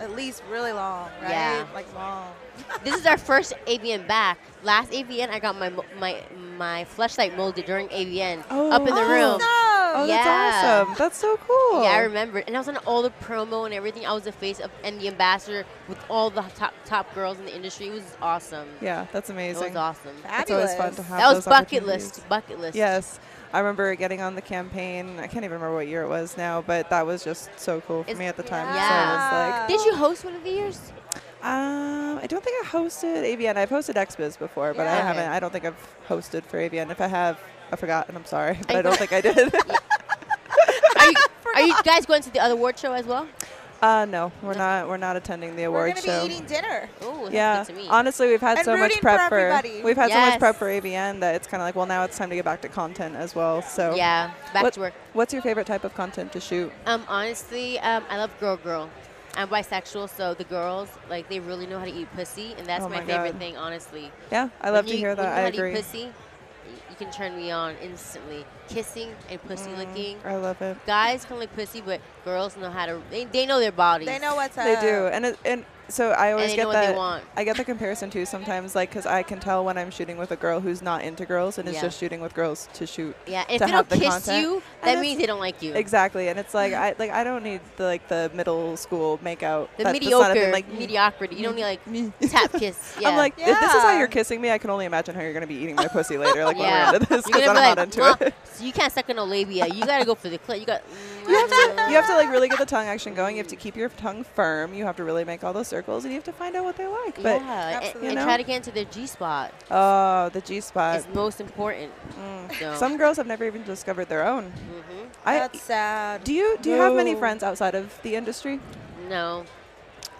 at least really long, right? Yeah. Like long. this is our first AVN back. Last AVN I got my mo- my my flashlight molded during AVN up in the Oh. room. Oh, No. Yeah. that's awesome. That's so cool. Yeah, I remember. And I was on all the promo and everything. I was the face of and the ambassador with all the top top girls in the industry. It was awesome. Yeah, that's It amazing. was awesome. It's always fun to Fabulous. have that those was bucket opportunities. list. Bucket list. Yes. I remember getting on the campaign. I can't even remember what year it was now, but that was just so cool for It's- me at the time. yeah. So Did you host one of the years? I was like, um, I don't think I hosted AVN. I've hosted XBiz before, but I Yeah. haven't. I don't think I've hosted for AVN. If I have, I forgot, and I'm sorry, but I, I don't think I did. Are you, are you guys going to the other award show as well? uh, no, we're not. We're not attending the We're award gonna show. be eating dinner. Oh, yeah, that's good to me. honestly, we've had And so much rooting for prep for, everybody. we've had so much Yes. prep for AVN that it's kind of like, well, now it's time to get back to content as well. So yeah, back What- to work. What's your favorite type of content to shoot? Um, honestly, um, I love girl girl. I'm bisexual, so the girls like they really know how to eat pussy, and that's Oh my, my favorite God. thing, honestly. Yeah, I love When to you- hear when that. you I know how agree. To eat pussy, y- you can turn me on instantly. Kissing and pussy Mm. licking. I love it. Guys can lick pussy, but girls know how to. They, they know their bodies. They know what's up. They do, and it, and so I always they get know what they that. want. I get the comparison too sometimes, like because I can tell when I'm shooting with a girl who's not into girls and is Yeah. just shooting with girls to shoot. Yeah, and if to they have don't the kiss content. you, And that it's- means they don't like you. Exactly, and it's like I like I don't need the like the middle school makeout. The That- that's not a mediocre, thing, like mediocrity. You don't need like tap kiss. Yeah. I'm like, if this is how Yeah. you're kissing me, I can only imagine how you're gonna be eating my pussy later. Like when yeah. we're into this, You're because I'm gonna be not like, into "Mwah." it. So you can't suck on a labia. You gotta go for the clit. You got. You have to, you have to like really get the tongue action going. You have to keep your tongue firm. You have to really make all those circles, and you have to find out what they like. But yeah, and- and, Absolutely. You know? try to get into their G spot. oh, the G spot. It's most important. So, mm. Some girls have never even discovered their own. Mm-hmm. I That's sad. do you do you have many No. friends outside of the industry? no,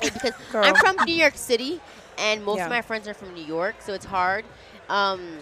And because Girl. I'm from New York City, and most Yeah. of my friends are from New York, so it's hard. Um,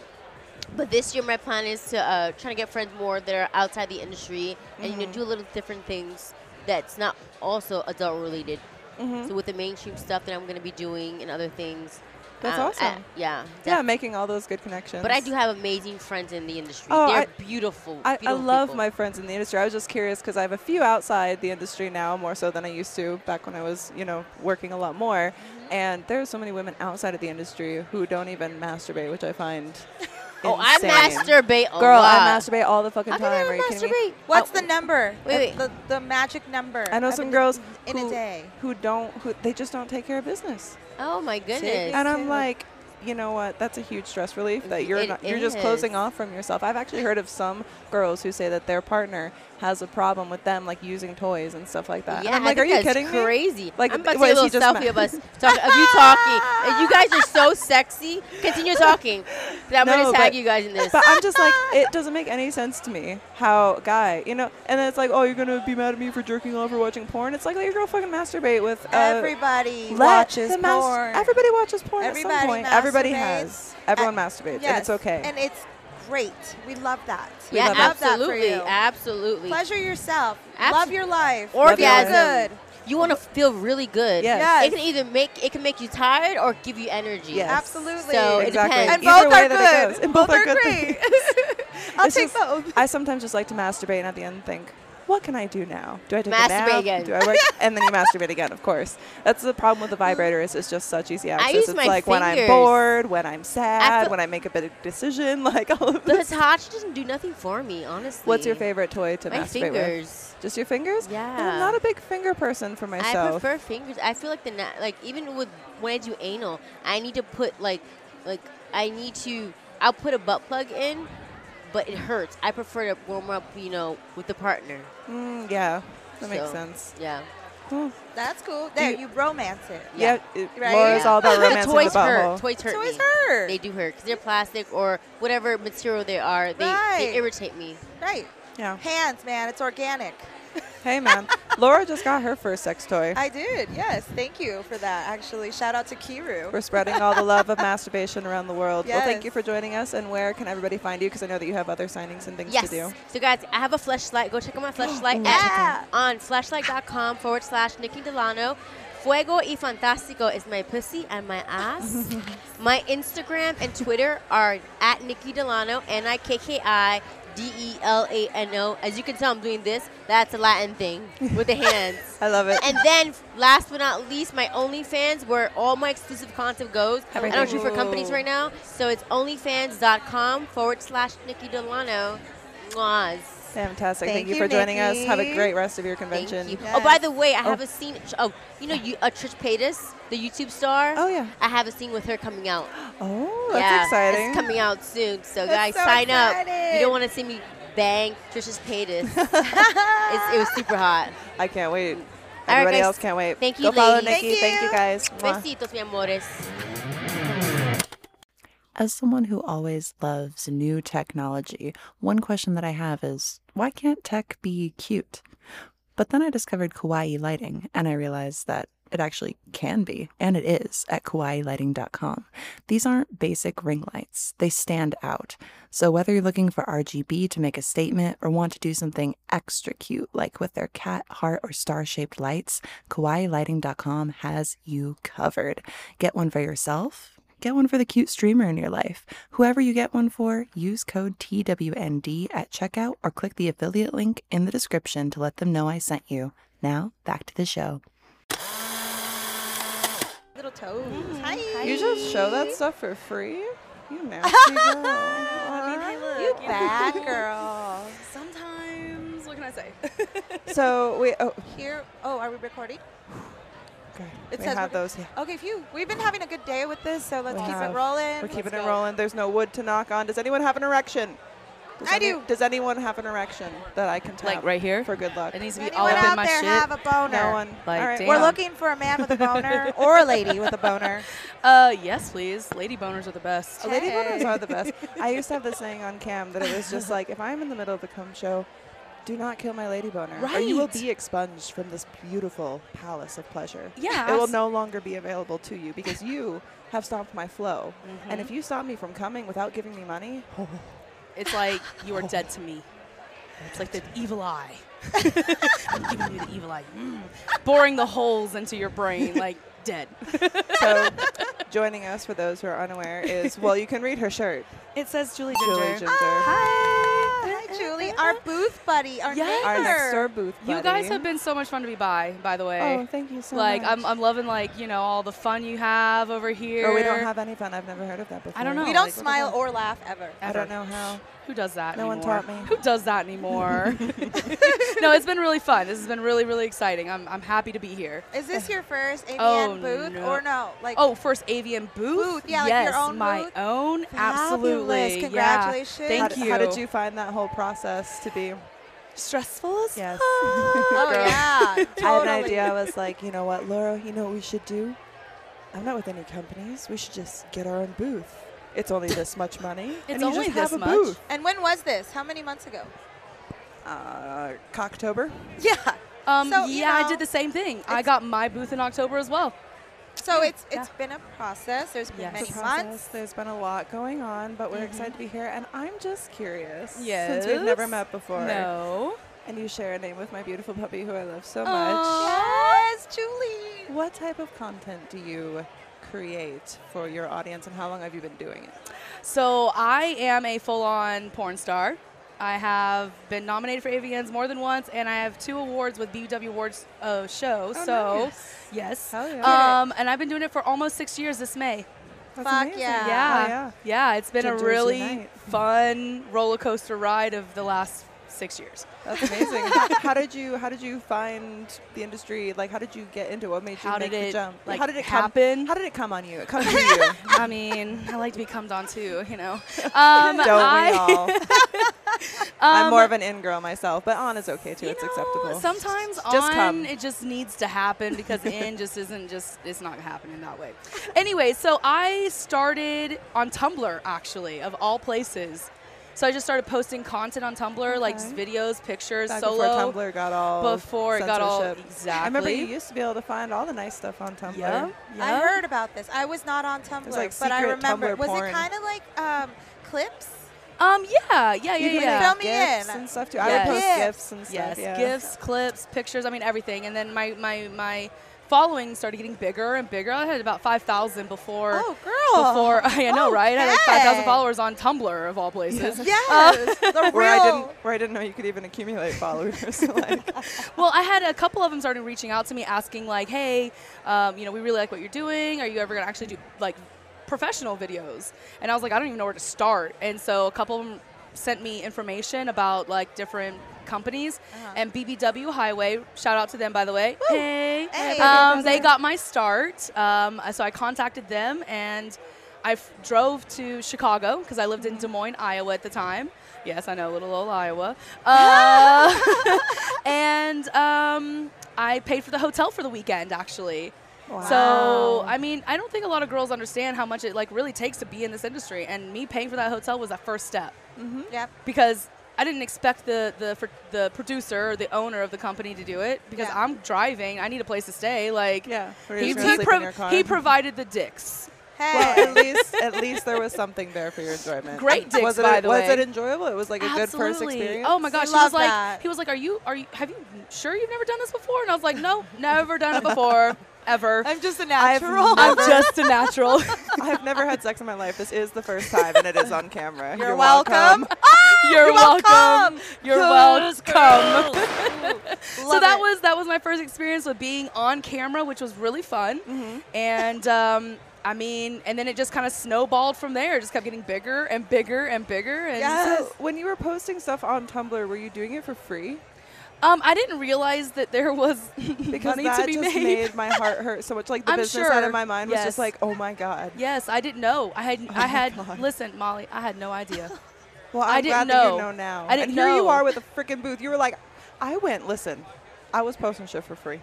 but this year, my plan is to uh, try to get friends more that are outside the industry, and Mm-hmm. you know, do a little different things that's not also adult related. Mm-hmm. So with the mainstream stuff that I'm going to be doing and other things. That's um, I- awesome. yeah. Yeah, def- making all those good connections. But I do have amazing friends in the industry. Oh, They're I- beautiful. I, I beautiful love people. my friends in the industry. I was just curious because I have a few outside the industry now more so than I used to back when I was, you know, working a lot more. Mm-hmm. And there are so many women outside of the industry who don't even masturbate, which I find. Oh, I insane. masturbate a Girl, lot. I masturbate all the fucking I time. Are you masturbate. kidding me? What's Oh, the number? Wait, The, the, the magic number. I know of some a- girls in who, a day. who don't who they just don't take care of business. Oh my goodness. And I'm too. like, you know what? That's a huge stress relief that you're It not, you're just closing is. off from yourself. I've actually heard of some girls who say that their partner has a problem with them like using toys and stuff like that. Yeah, and I'm I like, think are you that's kidding me? crazy. Like, Like, I'm about to what, take a is he little just selfie ma- of us talk, of you talking. And you guys are so sexy. Continue talking. That I'm No, gonna tag but- you guys in this. But I'm just like, it doesn't make any sense to me how guy, you know, and then it's like, oh, you're gonna be mad at me for jerking off or watching porn. It's like, let your girl fucking masturbate with uh, Everybody let watches the mas- porn. Everybody watches porn at Everybody some point. Everybody masturbates. has. Everyone Uh, masturbates, and Yes, it's okay. And it's great. We love that. we yeah, love that. absolutely, Love that absolutely. for you. Pleasure yourself. Abs- love your life. Love your Orgasm. life. Good. You want to feel really good. Yes. Yes. It can either make it can make you tired or give you energy. Yes. Absolutely. So it Exactly. depends. And Either both way are that it good. goes. And both are good great. I'll It's take just- both. I sometimes just like to masturbate and at the end think, what can I do now? Do I take Masturbate a nap? again. Do I work? and then you masturbate again, of course. That's the problem with the vibrator is it's just such easy access. use it's my like when I'm fingers. bored, when I'm sad, feel- when I make a big decision, like all of The this. Hitachi doesn't do nothing for me, honestly. What's your favorite toy to My masturbate with? fingers. Just your fingers? Yeah. I'm not a big finger person for myself. I prefer fingers. I feel like the na- like even with when I do anal, I need to put like like I need to. I'll put a butt plug in, but it hurts. I prefer to warm up, you know, with the partner. Mm, yeah, that makes So, sense. Yeah. Oh, That's cool. There, you romance it. yeah, Yeah. it- Right? Laura's Yeah. all about the romance in the toys hurt. butthole. Toys hurt. It's always me. her. They do hurt because they're plastic or whatever material they are. They, Right. they irritate me. Right. Yeah. Hands, man. It's organic. Hey, man. Laura just got her first sex toy. I did. Yes. Thank you for that. Actually, shout out to Kiru. We're spreading all the love of masturbation around the world. Well, thank Yes. you for joining us. And where can everybody find you? Because I know that you have other signings and things Yes. to do. So, guys, I have a flashlight. Go check out my flashlight Yeah. at, on flashlight.com forward slash Nikki Delano. Fuego y Fantástico is my pussy and my ass. my Instagram and Twitter are at Nikki Delano, N I K K I D E L A N O. As you can tell, I'm doing this. That's a Latin thing with the hands. I love it. And then, last but not least, my OnlyFans, where all my exclusive content goes. I don't Everything. shoot for companies right now, so it's OnlyFans.com forward slash Nikki Delano. Mwahs. Fantastic. Thank, Thank you you, for joining us. Have a Nikki. great rest of your Thank convention. you. Yes. Oh, by the way, I Oh. have a scene. Oh, you know, you, uh, Trish Paytas, the YouTube star. Oh, yeah. I have a scene with her coming out. Oh, that's yeah, exciting. It's coming out soon, so That's guys, so sign up. exciting. You don't want to see me bang Trish's Paytas. it's, it was super hot. I can't wait. right, Everybody guys. else can't wait. Thank you, Go follow ladies. Nikki. Thank Thank you, you. guys. Mwah. Besitos, mi amores. As someone who always loves new technology, one question that I have is why can't tech be cute? But then I discovered Kawaii Lighting and I realized that it actually can be, and it is at kawaiilighting.com. These aren't basic ring lights, they stand out. So whether you're looking for RGB to make a statement or want to do something extra cute, like with their cat, heart, or star shaped lights, kawaiilighting.com has you covered. Get one for yourself. Get one for the cute streamer in your life. Whoever you get one for, use code TWND at checkout or click the affiliate link in the description to let them know I sent you. Now, back to the show. Little toes. Hi. You just show that stuff for free? You nasty girl. You bad girl. Sometimes, what can I say? so we oh Here. Oh, are we recording? It we says had we're- those. Yeah. Okay, phew. We've been having a good day with this, so let's We keep have. it rolling. We're keeping Let's it go. rolling. There's no wood to knock on. Does anyone have an erection? Does I any- do. Does anyone have an erection that I can tap Like right here? for good luck? It needs to be all Anyone up in out my there shit. have a boner? no one. Like, All right. We're Damn. looking for a man with a boner or a lady with a boner. uh, yes, please. Lady boners are the best. Oh, Lady boners are the best. I used to have this saying on cam that it was just like, if I'm in the middle of a cum show, do not kill my lady boner, or you will Right. be expunged from this beautiful palace of pleasure. Yeah, it will abs- no longer be available to you because you have stopped my flow. Mm-hmm. And if you stop me from coming without giving me money, It's like you Oh. are dead to me. It's like the evil eye. I'm giving you the evil eye. Mm. Boring the holes into your brain, like dead. so joining us for those who are unaware is well, you can read her shirt, It says Julie Julie Ginger. Ah, Ginger. Hi, Julie, our booth buddy, our Yes. Our neighbor. next door booth. You guys buddy. have been so much fun to be by, by the way. Oh, thank you so like much. I'm, I'm loving like you know all the fun you have over here. Or we don't have any fun. I've never heard of that before. I don't know. we don't Like, what the smile hell? or laugh ever. I don't know how. Who does that? No one anymore? taught me. Who does that anymore? no, it's been really fun. This has been really, really exciting. I'm, I'm happy to be here. Is this your first ABN Oh, booth no. or no? Like Oh, first avian Booth, booth. yeah, like your yes, own my booth? own. Absolutely. Fabulous. yeah. Congratulations. how, Thank d- you. how did you find that whole process to be? Stressful as Yes. Oh, yeah, totally. I had an idea. I was like, you know what, Laura, you know what we should do? I'm not with any companies. We should just get our own booth. It's only this much money. and you only just this have a much? booth. And when was this? How many months ago? Uh, Cocktober. Yeah. Um, So, you yeah, know, I did the same thing. I got my booth in October as well. So it's Yeah. it's been a process. There's been Yes. many The months. process, there's been a lot going on, but we're excited to be here. And I'm just curious. Since we've never Mm-hmm. Yes. met before. No. And you share a name with my beautiful puppy who I love so much. Yes, Julie. What type of content do you create for your audience and how long have you been doing it? So I am a full-on porn star. I have been nominated for AVNs more than once, and I have two awards with BUW Awards uh, show. Oh, so, nice. yes. Hell yeah. Um, and I've been doing it for almost six years this May. That's Fuck amazing. yeah. yeah. Oh, yeah. Yeah, it's been Gingers a really unite. fun roller coaster ride of the last six years. That's amazing. how, how did you how did you find the industry? Like how did you get into it? What made you How make did the it, jump? like, how did it Come, happen? how did it come on you? It comes to you. I mean, I like to be cummed on too, you know. Um, Don't I, we all? I'm um, more of an in girl myself, but on is okay too. you it's know, acceptable. Sometimes Just on come. it just needs to happen because in just isn't just it's not happening that way. Anyway, so I started on Tumblr actually of all places. So I just started posting content on Tumblr, like just videos, pictures, Back solo. before Tumblr got all before it got all- censorship. I remember you exactly. used to be able to find all the nice stuff on Tumblr. Yeah, yeah. I heard about this. I was not on Tumblr, like, but I secret remember. Tumblr was porn. it kind of like um, clips? Um, yeah, yeah, You yeah, can yeah. film like me gifts in. and stuff too. I would post Yes. gifts and stuff. Yes, yeah. gifts, clips, pictures. I mean everything. And then my my my following started getting bigger and bigger. I had about five thousand before. Oh, girl. Before I know, right? I had like five Okay. thousand followers on Tumblr of all places. Yes, the real. Where I didn't where I didn't know you could even accumulate followers. so, like, Well, I had a couple of them started reaching out to me asking like, "Hey, um, you know, we really like what you're doing. Are you ever gonna actually do like professional videos?" And I was like, "I don't even know where to start." And so a couple of them sent me information about like different companies and BBW Highway. Shout out to them, by the way. Hey, Hey. Um, they got my start. Um, so I contacted them and. I f- drove to Chicago because I lived in Des Moines, Iowa at the time. Yes, I know, little old Iowa. Uh, and um, I paid for the hotel for the weekend, actually. So, I mean, I don't think a lot of girls understand how much it like really takes to be in this industry. And me paying for that hotel was that first step Mm-hmm. Yep. because I didn't expect the the fr- the producer or the owner of the company to do it because Yeah. I'm driving. I need a place to stay. Like, yeah. We're he, just gonna he, sleep in prov- your car. he provided the dicks. Hey. Well, at least at least there was something there for your enjoyment. Great And dicks, was it, by the was way. it enjoyable? It was like a good first experience. Oh my We gosh, he love was like, that. he was like, "Are you? Are you? Have you sure you've never done this before?" And I was like, "No, never done it before, ever. I'm just a I've natural. never- just a natural." I've never had sex in my life. This is the first time, and it is on camera. You're welcome. You're, welcome. You're welcome. so Love that it. was that was my first experience with being on camera, which was really fun. And um, I mean, and then it just kind of snowballed from there. It just kept getting bigger and bigger and bigger. And So when you were posting stuff on Tumblr, were you doing it for free? um, I didn't realize that there was Because money that to be just made. made my heart hurt so much. Like the I'm business side of sure. my mind was just Yes. like, oh my god. Yes, I didn't know. I had my I had God. listen, Molly, I had no idea. Well, I'm I didn't glad that you know. know now. I didn't and here you know. are with a freaking booth. You were like, I went. Listen, I was posting shit for free.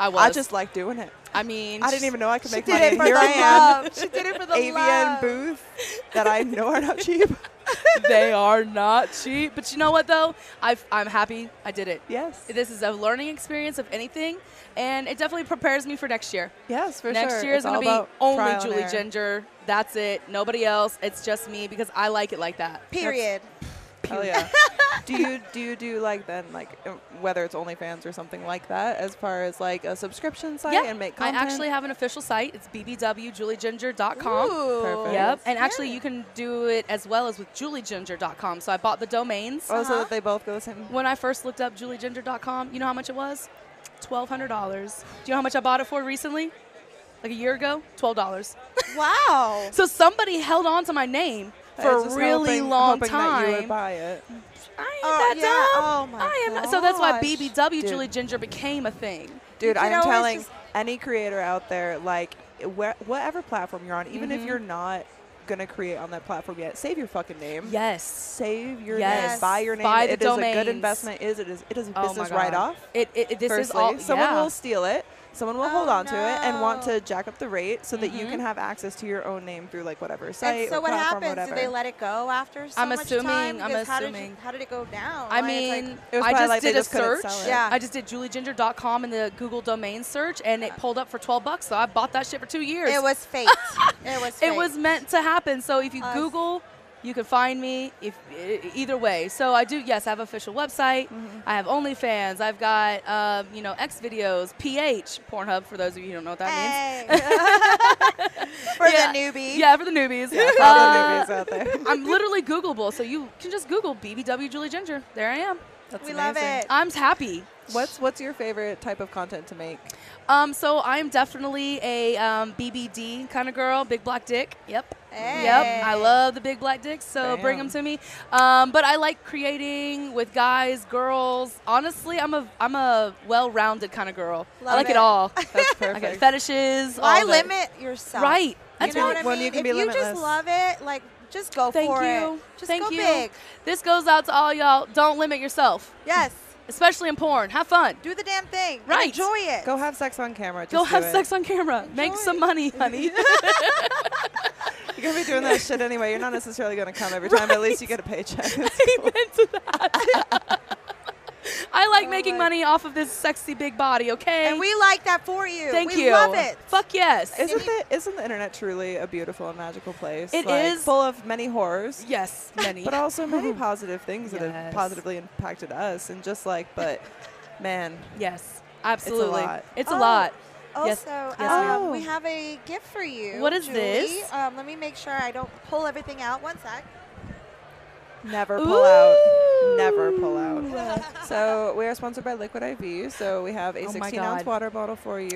I was I just like doing it. I mean I didn't even know I could She make did money. it and for the here I am. love. She did it for the AVN love. booth that I know are not cheap. they are not cheap. But you know what though? i I'm happy I did it. Yes. This is a learning experience of anything and it definitely prepares me for next year. Yes, for next sure. year is It's all gonna be about trial only and Julie error. Ginger. That's it. Nobody else. It's just me because I like it like that. Period. Hell Oh, yeah. do you do you do like then like uh, whether it's OnlyFans or something like that as far as like a subscription site Yeah, and make I content? Oh, actually have an official site. It's bbwjulieginger.com. Perfect. Yep. And actually, you can do it as well as with julieginger.com. So I bought the domains. Oh, so that they both go the same. When I first looked up julieginger.com, you know how much it was? $1,200. Do you know how much I bought it for recently? Like a year ago? $12. Wow. So somebody held on to my name I for was a just really hoping, long hoping time. That you would buy it. I ain't Oh, that yeah. dumb. Oh, my I am not- So that's why gosh. BBW Dude. Julie Ginger became a thing. Dude, You I am know, it's telling just- any creator out there, like where, whatever platform you're on, even Mm-hmm. if you're not gonna create on that platform yet, save your fucking name. Yes. Save your name. Yes. Buy your name. Buy the It is a good domains. investment. It Is it is it is a Oh my business God. write off. It, it, it- this Firstly, is all. someone yeah. will steal it. Someone will hold Oh, on to it and want no. to jack up the rate so that you Mm-hmm. can have access to your own name through like whatever site. And so or what platform, happens? Whatever. Did they let it go after so I'm much assuming- time? I'm Because How did, you, assuming. how did it go down? I Like, it's mean, It was I probably just like they did a just couldn't search. sell it. Yeah. I just did julieginger.com in the Google domain search, and it pulled up for 12 bucks. So I bought that shit for two years. like, it was fate. it was. It fate. was meant to happen. So if you Us. Google You can find me if e- either way. So I do. Yes, I have official website. I have OnlyFans. I've got um, you know X videos, PH Pornhub for those of you who don't know what that means. For Yeah. the newbie. Yeah, for the newbies. Uh, out there. I'm literally Googleable, so you can just Google BBW Julie Ginger. There I am. That's We love amazing. it. I'm happy. What's what's your favorite type of content to make? Um, so I'm definitely a um, BBD kind of girl, big black dick. Yep. Yep. I Hey. love the big black dicks, so bring 'em bring Damn. them to me. Um, but I like creating with guys, girls. Honestly, I'm a I'm a well-rounded kind of girl. I Love like it, it. all. That's I got perfect. fetishes. Why all of it. limit yourself? Right. You That's know what right. I When mean? you can if be you just limitless. love it, like just go Thank for you. it. Just Thank go you. big. This goes out to all y'all. Don't limit yourself, Yes. especially in porn. Have fun. Do the damn thing. and Right. Enjoy it. Go have sex on camera. Just do Go have it. sex on camera. Make Enjoy. some money, honey. You're gonna be doing that shit anyway. You're not necessarily gonna come every time, but at least you get a paycheck. Amen to that. I like Oh making my- money off of this sexy big body, okay? And we like that for you. Thank we you. love it. Fuck yes. isn't the isn't the internet truly a beautiful and magical place? It It is is. full of many horrors. yes, many. But also many positive things that Yes. have positively impacted us and just like but man, yes, absolutely. lot. It's a Oh. lot. Also, Yes- yes, ma'am. um, we have a gift for you. What is Julie. this? Um, let me make sure I don't pull everything out. One sec. never pull out. Never pull Ooh. out. So we are sponsored by Liquid IV. So we have a Oh my 16 ounce God. water bottle for you.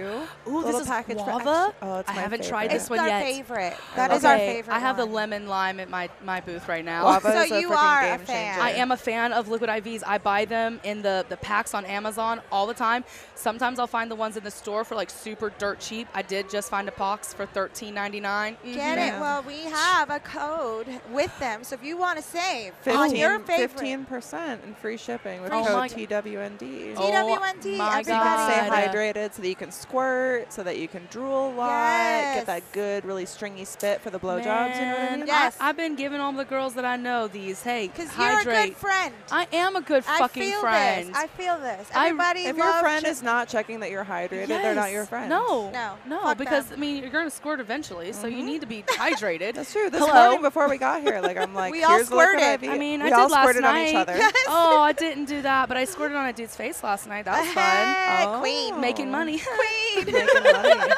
Ooh, this Little is package for guava? extra- oh, it's I my haven't tried favorite. this it's one our yet. favorite. That love is our it. Okay, favorite. I have the one. lemon lime at my, my booth right now. Guava So is a you freaking are a game fan. changer. I am a fan of liquid IVs. I buy them in the, the packs on Amazon all the time. Sometimes I'll find the ones in the store for like super dirt cheap. I did just find a box for Mm-hmm. $13.99. Get Mhm. it? Well, we have a code with them, so if you want to save on 15, your favorite, 15% and free shipping with Oh my- code TWND. Oh TWND, my So you can everybody. stay God. hydrated so that you can squirt, so that you can drool a lot, Yes. get that good, really stringy spit for the blowjobs. You know what I Man, mean? Yes. I, have been giving all the girls that I know these. Hey, because you're a hydrate. good friend. I am a good I fucking feel friend. this. I feel this. I- Everybody If your loves friend Ju- is not checking that you're hydrated, they're not your Yes. friend. No, No, no, fuck because them. I mean you're gonna squirt eventually, so Mm-hmm. you need to be hydrated. That's true. This Hello? morning before we got here, like I'm like, We all here's the liquid squirted. IV. I mean, we I did all last squirted on each night. other. oh, I didn't do that, but I squirted on a dude's face last night. That was fun. Hey, Oh. Queen. Making money. Queen. Making money.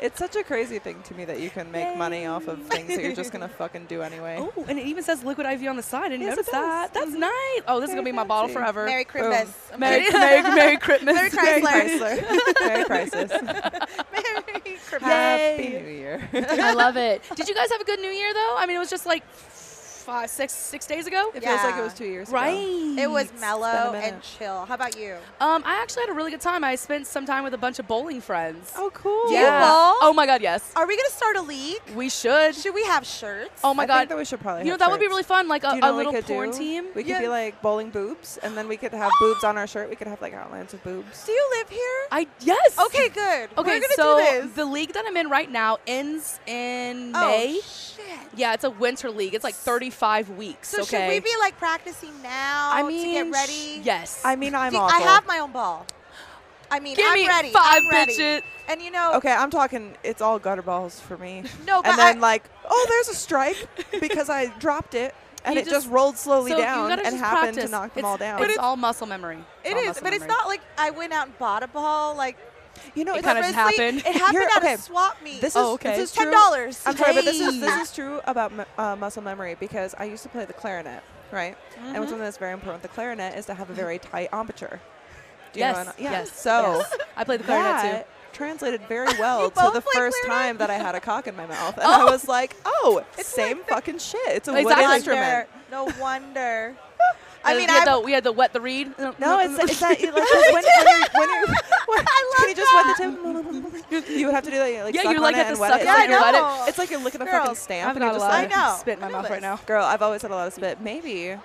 It's such a crazy thing to me that you can make money off of things that you're just gonna fucking do anyway. Oh, and it even says liquid IV on the side. I didn't Yes, it notice does. Mm-hmm. that. That's nice. Oh, this is Very gonna be my bottle fancy. forever. Merry Boom. Christmas. I'm Oh. Merry, kidding. Merry, Merry Christmas. Merry Merry Chrysler. Chrysler. Merry crisis. Merry Christmas. Happy New Year. I love it. Did you guys have a good New Year though? I mean, it was just like five, six, six days ago, It feels like Yeah. it was two years right? ago. It was mellow and minute. chill. How about you? Um, I actually had a really good time. I spent some time with a bunch of bowling friends. Oh, cool. Do you bowl? Oh my God, yes. Are we gonna start a league? We should. Should we have shirts? Oh my I God. think that we should probably. you know have that would be shirts. really fun, like a, Do you know a what little we could porn do? team. We could Yeah. be like bowling boobs, and then we could have boobs on our shirt. We could have like outlines of boobs. Do you live here? I yes. okay, good. Okay, We're gonna so do this. the league that I'm in right now ends in oh May. shit. Yeah, it's a winter league. It's like 35 weeks. So okay. should we be like practicing now I mean, to get sh- ready? Yes. I mean, I'm See, awful. I have my own ball. I mean, Give I'm me ready. five I'm ready. bitches. And you know, Okay, I'm talking. It's all gutter balls for me. no, but and then I, like, oh, there's a strike because I dropped it, and You it just just- rolled slowly so you down gotta and just happened practice. to knock them It's- all down. It's all muscle memory. it all is, muscle but it's memory. not like I went out and bought a ball. Like you know, it it's kinda honestly- just happened. It happened You're- at okay, a swap meet. This is Oh, okay. this is ten true. dollars. I'm sorry, but this is this Hey. is true about mu- uh, muscle memory because I used to play the clarinet, right? Mm-hmm. And what's something that's very important with the clarinet is to have a very tight embouchure. Do you know Yes. what I'm- yeah. Yes. So yes. I played the clarinet too. that translated very well to both the play first clarinet? time that I had a cock in my mouth, and I was like, "Oh, same fucking shit. It's a Exactly. wood instrument." No wonder. I Uh, mean, we had, I the, we had the wet the reed. No, it's it's that you like 'cause when, when you when you when, can you just wet the tip? You would have to do that. You, like, yeah, suck you're like on it at the and wet suck it. it. It's like Yeah, you're- I let it. know. It's like you're looking at a Girls, fucking stamp. I've and you're got a just lot like, I know. of spit in my I know mouth right this. now. Girl, I've always had a lot of spit. Maybe,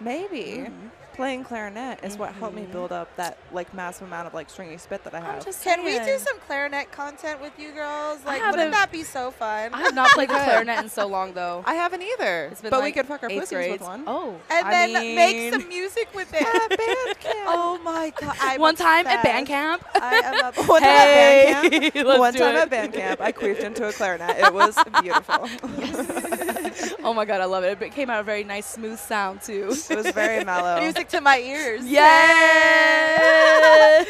maybe playing clarinet is what helped me build up that like massive amount of like stringy spit that I have. can we do some clarinet content with you girls? Like, haven't- wouldn't that be so fun? I have not played the clarinet in so long though. I haven't either. It's been but we like could fuck our eighth pussies grades. with one. Oh, and I then make mean- some music with it. Bandcamp. oh my my god! I'm One time at band obsessed. camp. I am up. One time Hey, at band camp. let's One do time it. at band camp, I queefed into a clarinet. It was beautiful. Oh my god, I love it. It came out a very nice, smooth sound too. It was very mellow. Music to my ears. Yeah, I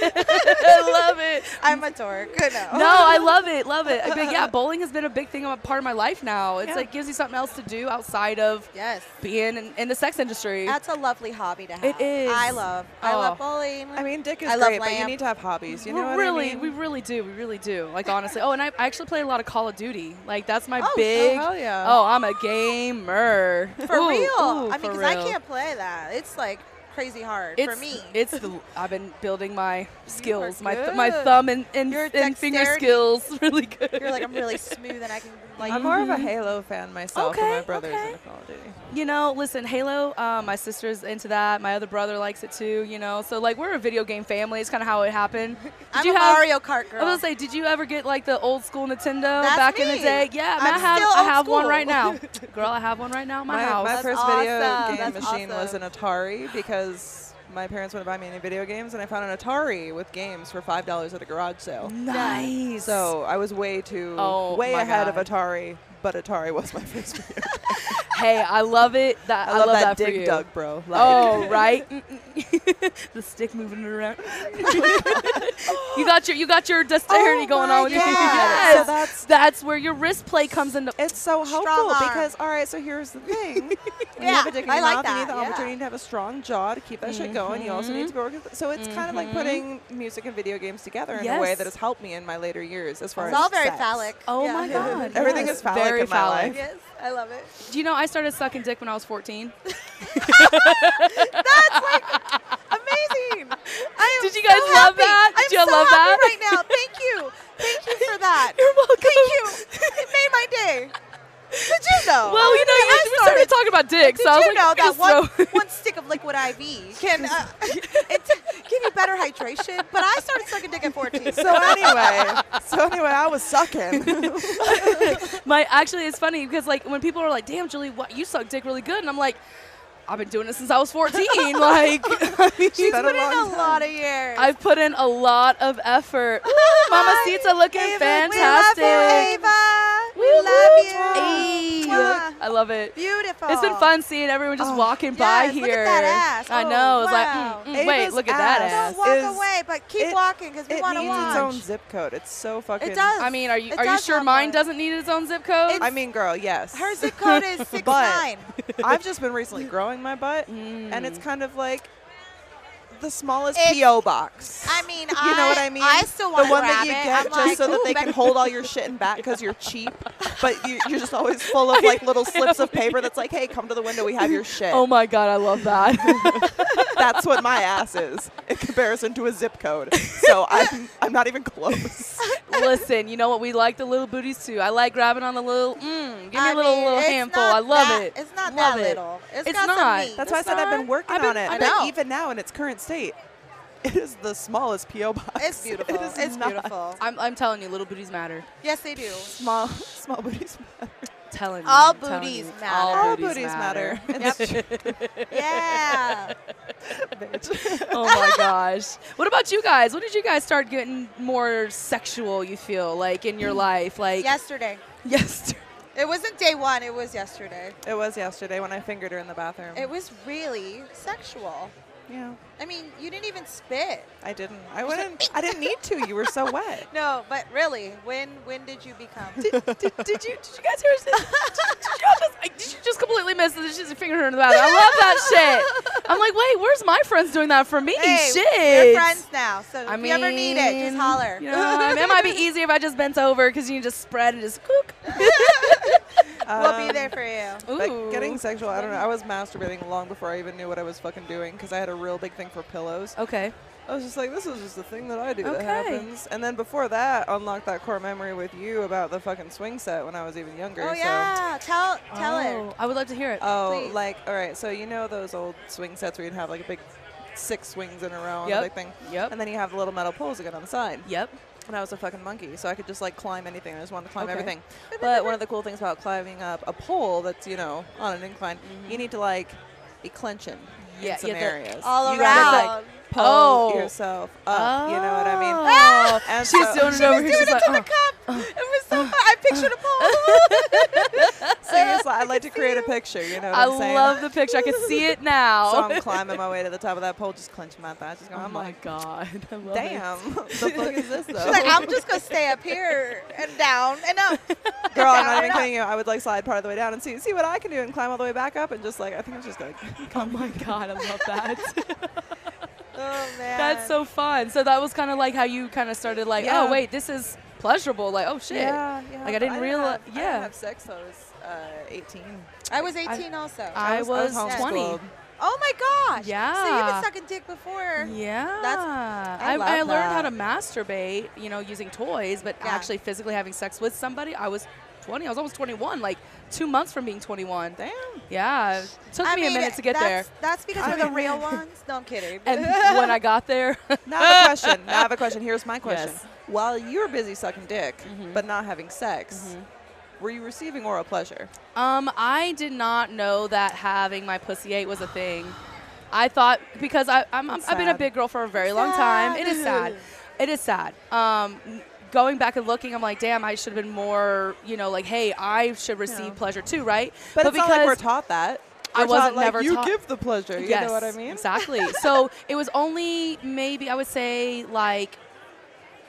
love it. I'm a dork. No. No, I love it, love it. But yeah, bowling has been a big thing, a part of my life now. It's Yeah. like gives you something else to do outside of Yes. being in, in the sex industry. That's a lovely hobby to have. It is. I love. I Oh. love bowling. I mean, Dick is I love great, but you lamp. need to have hobbies. You know what really, I mean? we really do, we really do. Like honestly, oh, and I, I actually play a lot of Call of Duty. Like that's my Oh, oh, big. hell yeah. Oh, I'm a gamer for Ooh, real. ooh, I mean, for I real. can't play that. It's like crazy hard It's for me. it's the I've been building my skills, my th- good. my thumb and and, Your and finger dexterity. skills really good. You're like I'm really smooth and I can like. I'm more of a Halo fan myself, and my mm-hmm. Okay, brother's okay. into Call of Duty. You know, listen, Halo, uh, my sister's into that. My other brother likes it too, you know. So, like, we're a video game family. It's kind of how it happened. Did I'm you a have, Mario Kart girl. I was going to say, did you ever get, like, the old school Nintendo That's back in the me. day? Yeah, I'm I have, still I old have one school. right now. Girl, I have one right now in my, My, house. my That's first video awesome. game That's machine was awesome. an Atari because my parents wouldn't buy me any video games, and I found an Atari with games for five dollars at a garage sale. nice. So I was way too Oh, way my ahead God. of Atari, but Atari was my first video. hey, I love it. That, I, love, that, for dig you. dug, bro. Like, Oh, right. Mm-mm. the stick moving it around. you got your you got your dexterity Oh going my on with your God. yes. So that's- that's where your wrist play comes into It's so Strong helpful arm. because all right, so here's the thing: when you Yeah, have a dick in I your like mouth, you need that, the yeah. Mm-hmm. opportunity to have a strong jaw to keep that shit going. You also need to be working. So it's kind of like putting music and video games together in a way Yes. that has helped me in my later years, as far it's as all very sex. phallic. Oh Yeah. my god. Everything yes. is phallic Very in my phallic. life. yes, I love it. Do you know I started sucking dick when I was 14? Amazing. I am Did you guys so love happy. that? I'm Did you so love happy that? right now. Thank you. Thank you for that. You're welcome. Thank you. It made my day. Did you know? Well, you know, I you we started started- talking about dick, Did so I was you like, know I'm that just one, throw- one stick of liquid IV can uh, it give you better hydration? But I started sucking dick at 14. So anyway, so anyway, I was sucking. my actually it's funny because like when people are like, "Damn, Julie, what you suck dick really good," and I'm like, "I've been doing this since I was 14." like, I mean, She's been put a in a long lot of years. I've put in a lot of effort. Mamacita looking We love you, fantastic. Ava. We Woo, woo. love you. Ayy. Mwah. I love it. Beautiful. It's been fun seeing everyone just walking by Oh. yes, here. look at that ass. I Oh, know. It's wow. like, mm, mm, wait, Ava's look at that ass. ass. Don't walk is- away, but keep it- walking because we it want to needs watch. its own zip code. It's so fucking. It does. I mean, are you It are you does sure have mine one. doesn't need its own zip code? It's- I mean, girl, yes. Her zip code is six nine. I've just been recently growing my butt, and Mm. it's kind of like the smallest It's- PO box. I mean, You know what I mean? I still the want one to that you it. get I'm just like, so that ooh, they but can hold all your shit in back because you're cheap, but you, you're just always full of like little slips of paper that's like, hey, come to the window, we have your shit. oh my god, I love that. That's what my ass is in comparison to a zip code. So I'm, I'm not even close. Listen, you know what? We like the little booties too. I like grabbing on the little. Mm, give me I a little mean, little it's handful. not I love that- it. It's not Love that it. little. It's got some not. meat. That's why I said I've been working I've been- on it. I but know. even now, in its current state, it is the smallest PO box. It's beautiful. It is it's not beautiful. I'm, I'm telling you, little booties matter. Yes, they do. Small, small booties. matter. Telling you. All telling booties you, matter. All booties, matter. Yeah. oh my gosh. What about you guys? When did you guys start getting more sexual, you feel like, in your life? Like, yesterday. yes. It wasn't day one. It was yesterday. It was yesterday when I fingered her in the bathroom. It was really sexual. yeah, I mean, you didn't even spit. I didn't. I wouldn't. I didn't need to. You were so wet. No, but really, when when did you become? did, did you did you guys hear us? Did, did, did, y'all just, like, did you just completely miss it? She's fingering her in the bathroom. I love that shit. I'm like, wait, where's my friends doing that for me? hey, shit. we're friends now. So if I mean, you ever need it, just holler. You know, I mean, it might be easier if I just bent over because you can just spread and just cook. we'll be there for you. Ooh. Like getting sexual, I don't know. I was masturbating long before I even knew what I was fucking doing because I had a real big thing for pillows. okay. I was just like, this is just the thing that I do that Okay. happens. And then before that, unlocked that core memory with you about the fucking swing set when I was even younger. Oh so. yeah, tell tell oh, I would love to hear it. Oh, Please. like all right. So you know those old swing sets where you'd have like a big six swings in a row and Yep. a big thing. Yep. And then you have the little metal poles that go on the side. yep. And I was a fucking monkey, so I could just like climb anything. I just wanted to climb Okay. everything. But one of the cool things about climbing up a pole that's you know on an incline, you need to like be clenching Yeah, in some Mm-hmm. yeah, the- areas. it all you around. Gotta, like, pull Oh. yourself up. You know what I mean? Oh. And She's so- doing it over here. She's like, oh. It was so fun. I pictured a pole. Seriously, I'd like to create a picture. You know what I I'm saying? love the picture. I can see it now. So I'm climbing my way to the top of that pole, just clenching my thighs, just going, oh I'm my like, god. I love it. damn, what the fuck is this though? She's like, I'm just gonna stay up here and down and up. Girl, I'm not down and even up. kidding you. I would like slide part of the way down and see see what I can do and climb all the way back up and just like I think I'm just like Oh my god, I love that. Oh man. That's so fun. So that was kind of like how you kind of started like, Yeah. oh wait, this is pleasurable. Like, oh shit. yeah, yeah. Like, I but didn't reala- have- I didn't yeah. have sex till I was uh, 18. I was 18 also. I I was was, 20. homeschooled. oh my gosh. So you've Yeah. been sucking dick before. Yeah. I I, love I learned how that. to masturbate, you know, using toys, but Yeah. actually physically having sex with somebody, I was 20. I was almost 21, like two months from being 21. Damn. Yeah. It took I me mean, a minute to get there. that's, That's because I we're the mean- real ones. No, I'm kidding. And when I got there, Now I have a question. Now I have a question. Here's my question. Yes. Mm-hmm. While you were busy sucking dick but not having sex, were you receiving oral pleasure? Um, I did not know that having my pussy ate was a thing. I thought because I, I'm, I'm I've been a sad. big girl for a very long time. It is sad. It is sad. Um, n- going back and looking, I'm like, damn, I should have been more. You know, like, hey, I should receive pleasure too, right? But, it's not like we're taught that. I We're taught, wasn't like, never you taught- give the pleasure. You know what I mean? Exactly. so it was only maybe I would say like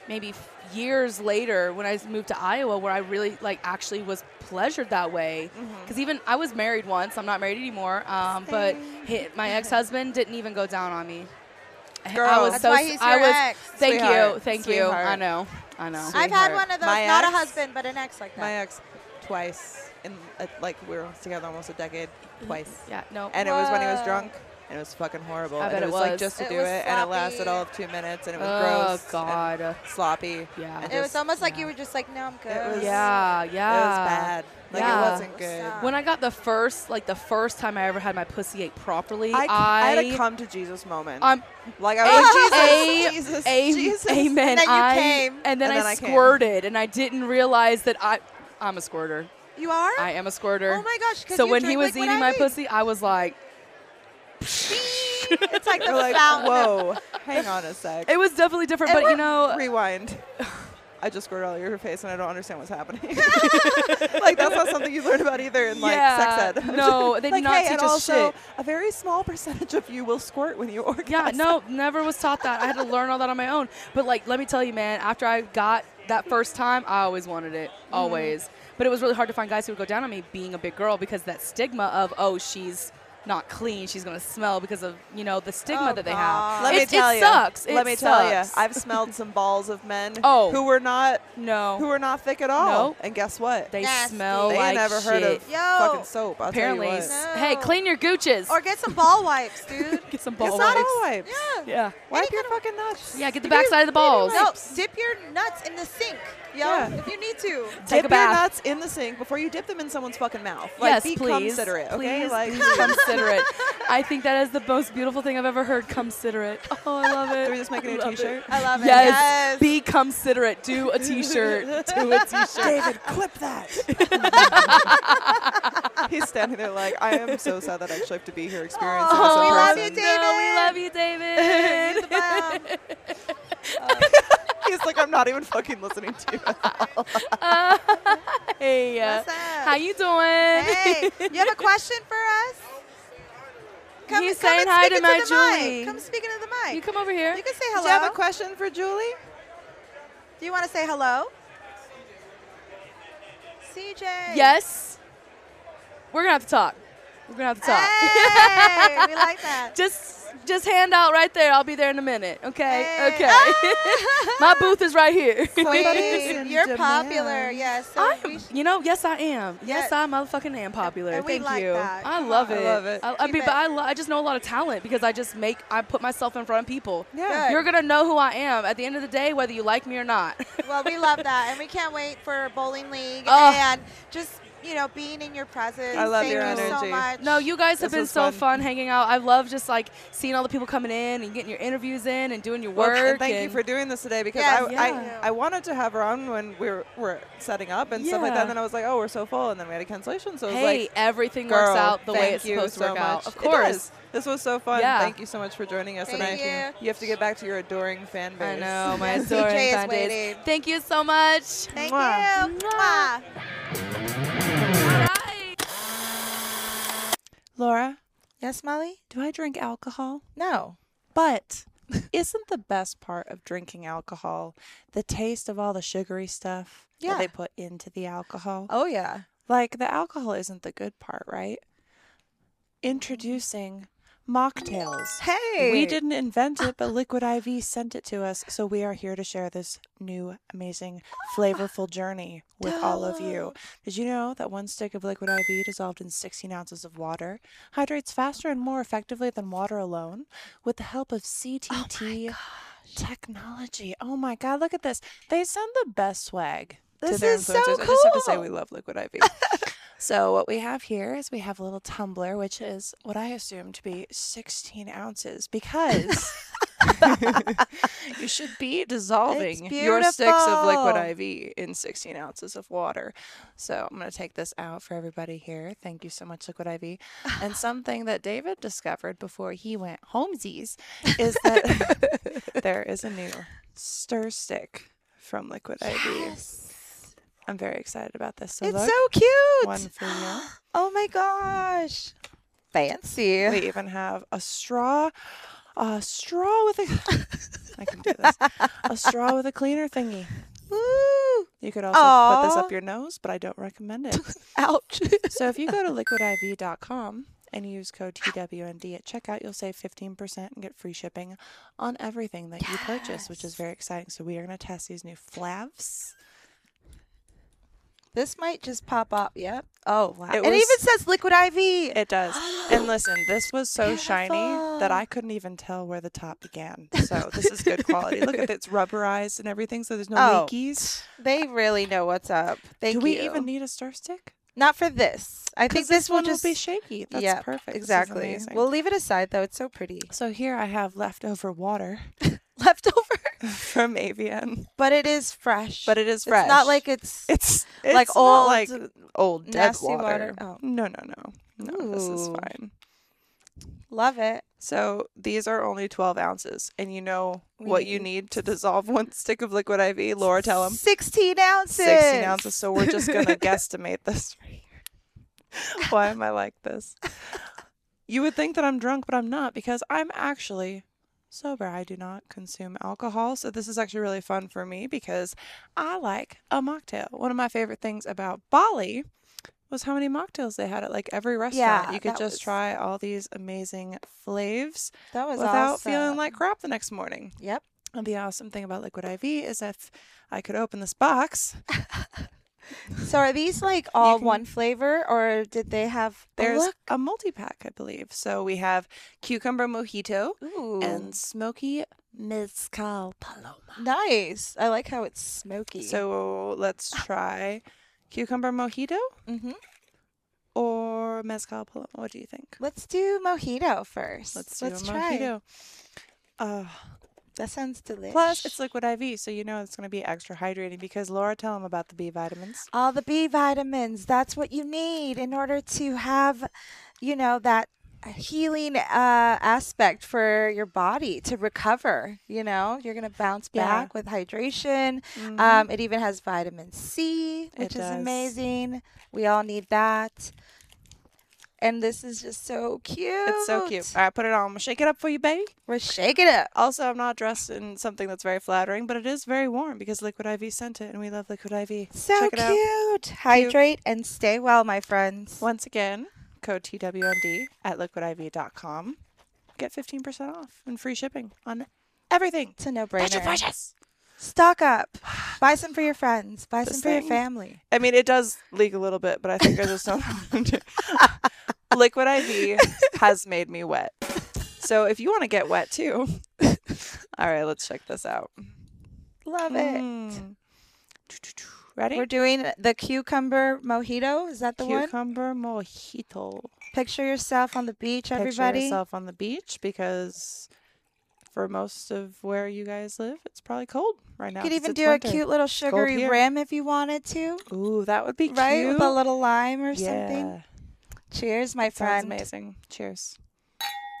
maybe f- years later when I s- moved to Iowa where I really like actually was pleasured that way. Mm-hmm. Because even I was married once. I'm not married anymore. Um, but hi my ex-husband didn't even go down on me. I- I Girl. was That's so. why s- he's I your was. ex. Thank you. Sweetheart. Thank Sweetheart. you. I know. I know. I've had Sweetheart. one of those, My not a ex- husband, but an ex like that. My ex twice, and uh, like we were together almost a decade, twice. Yeah. No. And it was when he was Whoa. drunk, and it was fucking horrible. I and bet it it was, like was. just to It do was it, and it lasted sloppy. all of two minutes, and it was Oh, gross, and God. sloppy. Yeah. and it was just- almost like yeah. you were just like, no, I'm good. was- yeah. Yeah. It was bad. Like Yeah. it wasn't good. Stop. When I got the first, like the first time I ever had my pussy ate properly, I, I, c- I had a come to Jesus moment. I'm like I was A- like, Jesus, a- Jesus, Jesus. And amen. then you I, came. and then And I then I came. squirted, and I didn't realize that I, I'm a squirter. You are? I am a squirter. Oh my gosh. 'cause So you when he drink was like what eating I my eat. pussy, I was like, It's like the We're like, fountain. whoa, hang on a sec. it was definitely different, And but we're- you know, Rewind. I just squirted all over your face and I don't understand what's happening. like that's not something you learn about either in yeah, like sex ed. no, they like did not hey, teach and us also shit. a very small percentage of you will squirt when you orgasm. Yeah, no, never was taught that. I had to learn all that on my own. But like, let me tell you, man, after I got that first time, I always wanted it, Mm-hmm. always. But it was really hard to find guys who would go down on me being a big girl because that stigma of oh, she's not clean, she's gonna smell because of you know the stigma Oh, that they God. have. Let me it, tell it you. sucks. It Let me tell you. sucks. I've smelled some balls of men Oh. who were not no, who were not thick at all. No. And guess what? they Nasty. smell They like never shit. heard of Yo. fucking soap. I'll Apparently, tell you s- what. No. hey, clean your gooches. Or get some ball wipes, dude. get some It's ball not wipes. all wipes. Yeah. Yeah, Wipe your fucking nuts. yeah, get the backside of the balls. No, dip your nuts in the sink, yo, Yeah. if you need to. Take dip a bath. your nuts in the sink before you dip them in someone's fucking mouth. Like, yes, be please. considerate, okay? Please, like, be considerate. I think that is the most beautiful thing I've ever heard. Considerate. Oh, I love it. Can we just make a new Love it. T-shirt? I love it. Yes, Yes. be considerate. Do a T-shirt. Do a T-shirt. David, clip that. He's standing there like, I am so sad that I actually have to be here experiencing we this in love person. you, David. No, we love you, David. You're the bomb. He's like, I'm not even fucking listening to you. hey, uh, What's up? how you doing? Hey, you have a question for us? Come, He's come saying and hi speak to into my the Julie. Mic. Come speaking to the mic. you come over here. You can say Do hello. you have a question for Julie? Do you want to say hello? CJ. yes. We're gonna have to talk. We're gonna have to talk. Hey, we like that. Just, just hand out right there. I'll be there in a minute. Okay. Hey. Okay. Ah. My booth is right here. Somebody's in Queen, you're demand. popular. Yes. so I we am, sh- you know, yes, I am. Yes, Yeah. I motherfucking am popular. And we Thank like you. that. I Come love on. it. I love it. I, I Keep mean, it. but I, lo- I just know a lot of talent because I just make, I put myself in front of people. Yeah. Good. You're gonna know who I am at the end of the day, whether you like me or not. well, we love that, and we can't wait for bowling league Oh. and just you know, being in your presence. I love Thank your you so energy. much. No, you guys have This been was so fun. fun. hanging out. I love just like seeing all the people coming in and getting your interviews in and doing your work. and thank you and- for doing this today because Yes, I, yeah. I, I wanted to have her on when we were, were setting up and stuff like that. Yeah. And then I was like, oh, we're so full. And then we had a cancellation. So I was Hey, like, everything girl, works out the way thank it's you supposed to so work much. out. Of It course. does. This was so fun. Yeah. Thank you so much for joining us. and Thank I, you. you have to get back to your adoring fan I base. know, my Yes, adoring CJ is fan days. waiting. Thank you so much. Thank Mwah. you. Mwah. Laura, Yes, Molly? do I drink alcohol? No. But isn't the best part of drinking alcohol the taste of all the sugary stuff Yeah. that they put into the alcohol? Oh, yeah. Like the alcohol isn't the good part, right? Introducing mocktails. Hey. We didn't invent it, but Liquid IV sent it to us, so we are here to share this new, amazing, flavorful journey with all of you. Did you know that one stick of Liquid IV dissolved in 16 ounces of water hydrates faster and more effectively than water alone with the help of Oh CTT technology? Oh my God, look at this. They send the best swag to This their is so influencers. I just have to say cool. we love Liquid IV. So what we have here is we have a little tumbler, which is what I assume to be 16 ounces because you should be dissolving your sticks of liquid IV in 16 ounces of water. So I'm going to take this out for everybody here. Thank you so much, Liquid IV. And something that David discovered before he went homesies is that there is a new stir stick from Liquid IV. I'm very excited about this. So It's look, so cute. one for you. Oh my gosh. Fancy. We even have a straw, a straw with a. I can do this. A straw with a cleaner thingy. Woo. You could also put this Aw. up your nose, but I don't recommend it. Ouch. so if you go to liquidiv.com and use code TWND at checkout, you'll save 15% and get free shipping on everything that you purchase, which is very exciting. So we are going to test these new flavs. this might just pop up. Yep. Oh, wow. It It, was- even says liquid IV. It does. and listen, this was so shiny that I couldn't even tell where the top began. So this is good quality. Look at it, it's rubberized and everything, so there's no Oh. leakies. they really know what's up. Thank Do you. we even need a stir stick? Not for this. I think 'Cause this, will one just will be shaky. That's Yep, perfect. This is Exactly. amazing. We'll leave it aside though. It's so pretty. so here I have leftover water Leftover. from Avian, But it is fresh. but it is fresh. It's not like it's, it's, it's like not old like old nasty water. Oh, No, no, no, no. This is Ooh. fine. love it. So these are only 12 ounces, and you know what you need to dissolve one stick of liquid IV. Laura, tell them. 16 ounces. 16 ounces. So we're just going to guesstimate this. right here. Why am I like this? You would think that I'm drunk, but I'm not because I'm actually sober. I do not consume alcohol. So this is actually really fun for me because I like a mocktail. One of my favorite things about Bali was how many mocktails they had at like every restaurant. Yeah, you could that just was- try all these amazing flaves That was without awesome. feeling like crap the next morning. Yep. And the awesome thing about liquid IV is if I could open this box, So are these like all can- one flavor or did they have oh, There's look. a multi pack, I believe. So we have cucumber mojito Ooh. and smoky mezcal paloma. nice. I like how it's smoky. So let's try cucumber mojito Mhm. or mezcal paloma. What do you think? let's do mojito first. Let's do a try. mojito. Uh, That sounds delicious. plus, it's liquid IV, so you know it's going to be extra hydrating because Laura, tell them about the B vitamins. all the B vitamins. That's what you need in order to have, you know, that healing uh, aspect for your body to recover. You know, you're going to bounce Yeah. Mm-hmm. back with hydration. Ah, Um, it even has vitamin C, which is does. amazing. We all need that. And this is just so cute. It's so cute. All right, put it on. I'm going to shake it up for you, baby. We're shaking it. Also, I'm not dressed in something that's very flattering, but it is very warm because Liquid IV sent it, and we love Liquid IV. So Check it cute. out. Hydrate and stay well, my friends. Once again, code TWMD at liquidiv.com. Get 15% off and free shipping on everything. It's a no brainer. Yes. Stock up. Buy some for your friends. Buy some This for your thing- family. I mean, it does leak a little bit, but I think I just don't. Liquid IV has made me wet. So if you want to get wet too, all right, let's check this out. Love it. Mm. Ready? Mm. We're doing the cucumber mojito. Is that the one? Cucumber mojito. Picture yourself on the beach, everybody. Picture yourself on the beach because for most of where you guys live, it's probably cold right now. you could 'cause even it's do winter. a cute little sugary here. rim if you wanted to, Ooh, that would be right? cute. With a little lime or yeah. something. Cheers, my Sounds friend. amazing. Cheers.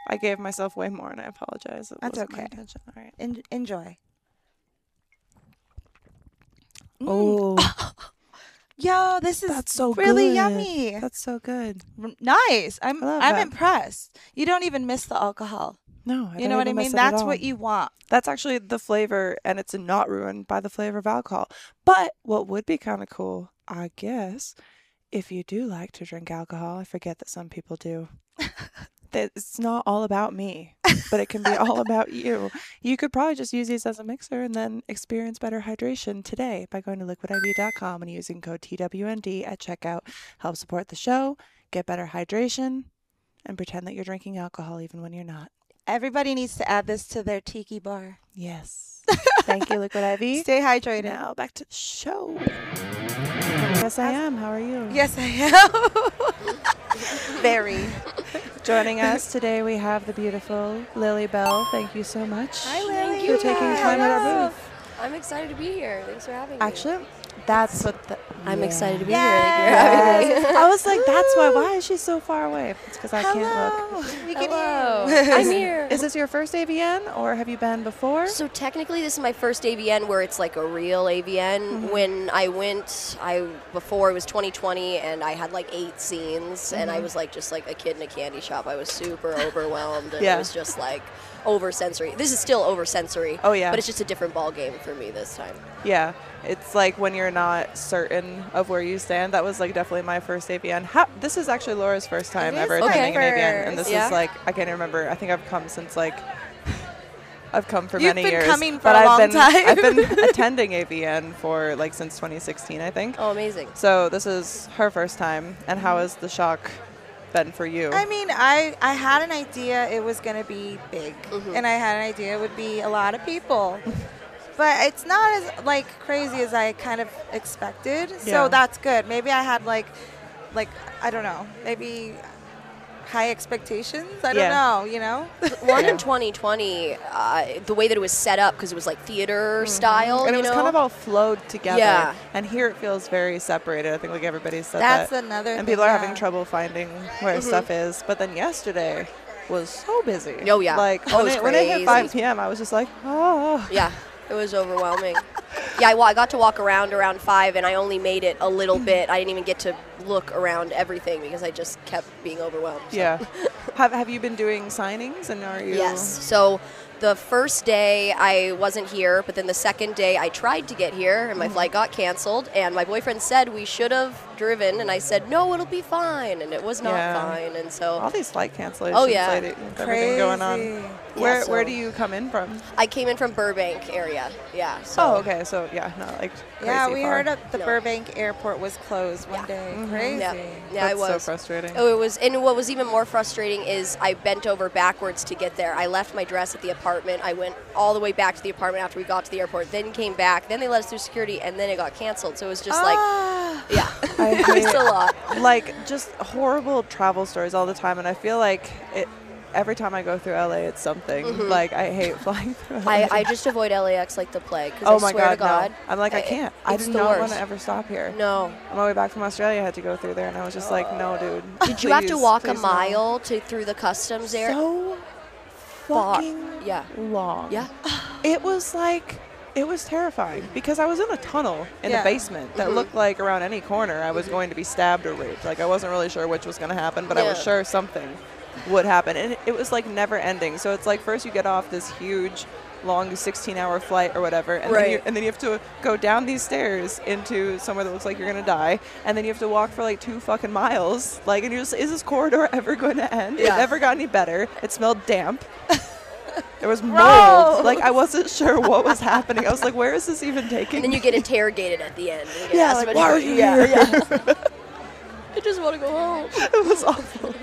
I gave myself way more, and I apologize. It That's wasn't my okay. intention. All right. En- enjoy. Mm. Oh, Yo, this is that's so really good. yummy. That's so good. R- nice. I'm I love I'm that. impressed. You don't even miss the alcohol. No, I you don't know what I even miss mean? it at That's what all. you want. That's actually the flavor, and it's not ruined by the flavor of alcohol. But what would be kind of cool, I guess, if you do like to drink alcohol, I forget that some people do. that it's not all about me, but it can be all about you. You could probably just use these as a mixer and then experience better hydration today by going to liquidiv.com and using code TWND at checkout. Help support the show, get better hydration, and pretend that you're drinking alcohol even when you're not. Everybody needs to add this to their tiki bar. Yes. Thank you, Liquid IV. Stay hydrated. Now back to the show. Yes, I am. How are you? Yes, I am. Very. Joining us today, we have the beautiful Lily Bell. Thank you so much. Hi, Lily. for taking time at Hello. our booth. I'm excited to be here. Thanks for having me. Actually, that's what the. I'm Yeah. excited to be here. Thank you for having me. Yes. I was like, that's why. Why is she so far away? It's because I can't look. We can Hello. hear you. I'm here. Is this your first AVN, or have you been before? So technically, this is my first AVN where it's like a real AVN. When I went, I before it was 2020, and I had like eight scenes, and I was like just like a kid in a candy shop. I was super overwhelmed, and Yeah. it was just like over sensory. This is still over sensory. Oh, yeah. but it's just a different ball game for me this time. Yeah, it's like when you're not certain of where you stand. That was like definitely my first AVN. How, this is actually Laura's first time It ever is my attending an AVN, and first. this Yeah. is like I can't remember. I think I've come since like I've come for You've many been years, coming for but a I've long been time. I've been attending AVN for like since 2016, I think. Oh, amazing. So this is her first time, and how has the shock been for you? I mean, I, I had an idea it was going to be big, and I had an idea it would be a lot of people. but it's not as like crazy as I kind of expected. Yeah. So that's good. Maybe I had like like I don't know, maybe high expectations. Yeah. I don't know, you know. One in 2020, uh, the way that it was set up because it was like theater style. Mm-hmm. and Oh, you it was know? kind of all flowed together. Yeah. And here it feels very separated. I think like everybody said that. That's another and thing, people are yeah. having trouble finding where Mm-hmm. stuff is. But then yesterday was so busy. Oh, yeah. Like Oh, when, it was it, when it hit crazy. 5 p.m., I was just like, oh. Yeah, it was overwhelming. yeah, I, wa- I got to walk around around five, and I only made it a little Mm-hmm. bit. I didn't even get to look around everything because I just kept being overwhelmed. so. Yeah. have Have you been doing signings? And are you? Yes. So the first day I wasn't here, but then the second day I tried to get here, and my Mm-hmm. flight got canceled. And my boyfriend said we should have driven, and I said no, it'll be fine, and it was not Yeah. fine. And so All these flight cancellations. Oh, yeah. lady, with everything going on. Crazy. Where Yeah, Where so- do you come in from? I came in from Burbank area. Yeah. So Oh, okay. So yeah, not like. yeah, crazy we far. heard that the No. Burbank airport was closed one Yeah. day. Mhm. Crazy. Yeah. Yeah, I That's was. so frustrating. Oh, it was. And what was even more frustrating is I bent over backwards to get there. I left my dress at the apartment. I went all the way back to the apartment after we got to the airport. Then came back. Then they let us through security, and then it got canceled. So it was just Ah, like, yeah, I it was hate- a lot. like just horrible travel stories all the time and i feel like it every time i go through la it's something like i hate flying through LA. Mm-hmm. I, I just avoid LAX like the plague. 'cause oh I my swear god, to God, no i'm like i it- can't i it's do the not want worst. to ever stop here No. on my way back from australia i had to go through there and i was just like no dude Did you have to please, walk a please, no." mile to through the customs there? so Far. fucking Yeah. long Yeah. it was like it was terrifying because I was in a tunnel in Yeah. the basement Mm-hmm. that looked like around any corner I was going to be stabbed or raped. Like I wasn't really sure which was going to happen, but I was Yeah. sure something would happen. And it- it was like never ending. So it's like first you get off this huge long 16 hour flight or whatever and, then you, Right. and then you have to go down these stairs into somewhere that looks like you're gonna die and then you have to walk for like two fucking miles like and you're just is this corridor ever going to end Yeah. it never got any better it smelled damp there was mold. Gross. Like I wasn't sure what was happening. I was like, where is this even taking? And then you get interrogated at the end. and you get yeah, asked like, about why your- are you yeah, here? yeah. I just want to go home. it was awful.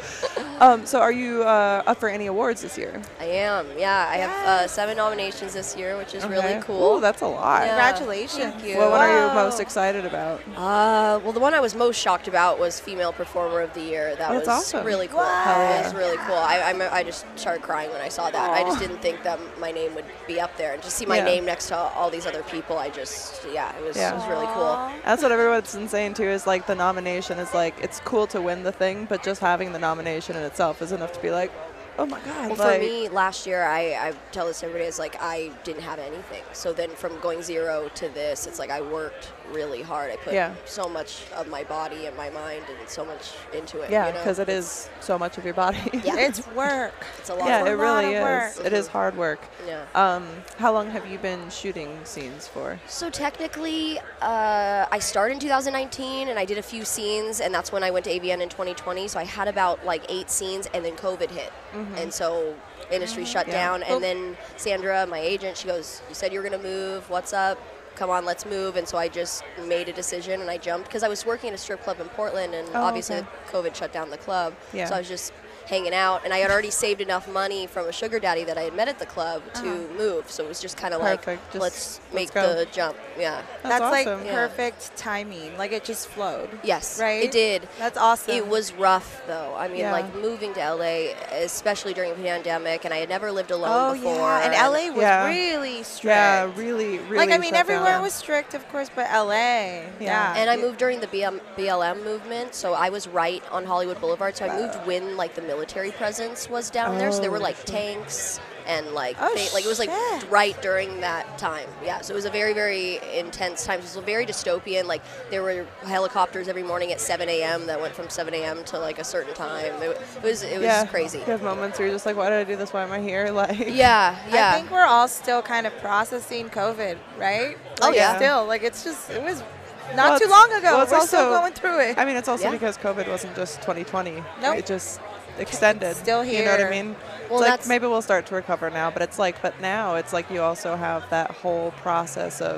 Um, so, are you uh, up for any awards this year? I am. Yeah, I have uh, seven nominations this year, which is really Okay. cool. Ooh, that's a lot. Yeah. Congratulations. Thank you. What one are you Wow. most excited about? Uh, well, the one I was most shocked about was Female Performer of the Year. That That's was awesome. really cool. Hell That was yeah. really cool. I, I, me- I just started crying when I saw that. I just didn't think that my name would be up there. And to see my Yeah. name next to all these other people, I just, yeah, it was, Yeah. it was really cool. That's what everyone's been saying too. Is like the nomination is like it's cool to win the thing, but just having the nomination in itself is enough to be like, oh my god. Well, like, for me, last year, I, I tell this to everybody, it's like I didn't have anything. So then from going zero to this, it's like I worked really hard. I put Yeah. so much of my body and my mind and so much into it. yeah, you know? because it is so much of your body. Yeah. It's work. It's a lot Yeah, of it work. lot really of is. work. It is hard work. yeah. Um, how long have you been shooting scenes for? So technically, uh, I started in 2019 and I did a few scenes, and that's when I went to AVN in 2020. So I had about like eight scenes, and then COVID hit, and so industry Mm-hmm. Mm, shut Yeah. down. Well- And then Sandra, my agent, she goes, "You said you were gonna move. What's up? Come on, let's move." And so I just made a decision and I jumped because I was working at a strip club in Portland, and Oh, obviously okay. COVID shut down the club. Yeah. So I was just hanging out, and I had already saved enough money from a sugar daddy that I had met at the club Uh-huh. to move. So it was just kind of like, Perfect. Just let's let's make go. the jump. Yeah. That's, awesome. like Yeah. perfect timing. Like it just flowed. Yes. Right? It did. That's awesome. It was rough though. I mean, Yeah. like moving to LA, especially during the pandemic, and I had never lived alone Oh before. yeah, and LA was Yeah. really strict. Yeah, really, really. like I mean, shut everywhere down. was strict, of course, but LA. Yeah. And uh, I moved during the BM, BLM movement, so I was right on Hollywood Boulevard. So I moved when like the military presence was down there. So there were Oh, like tanks and like Oh, thi- like it was like shit. right during that time. Yeah. So it was a very very intense time. So it was very dystopian. Like there were helicopters every morning at 7 a.m. that went from 7 a.m. to like a certain time. It, wa- it was it was yeah. crazy. You have moments where you're just like, why did I do this? Why am I here? Like, Yeah. Yeah. I think we're all still kind of processing COVID, right? Oh, Like, yeah. Still, like it's just it was Well, not too it's- long ago. well, we're it's also- still going through it. I mean, it's also Yeah. because COVID wasn't just 2020. Nope. It just extended. still You know what I here. mean? Well, it's like that's- maybe we'll start to recover now, but it's like, but now it's like you also have that whole process of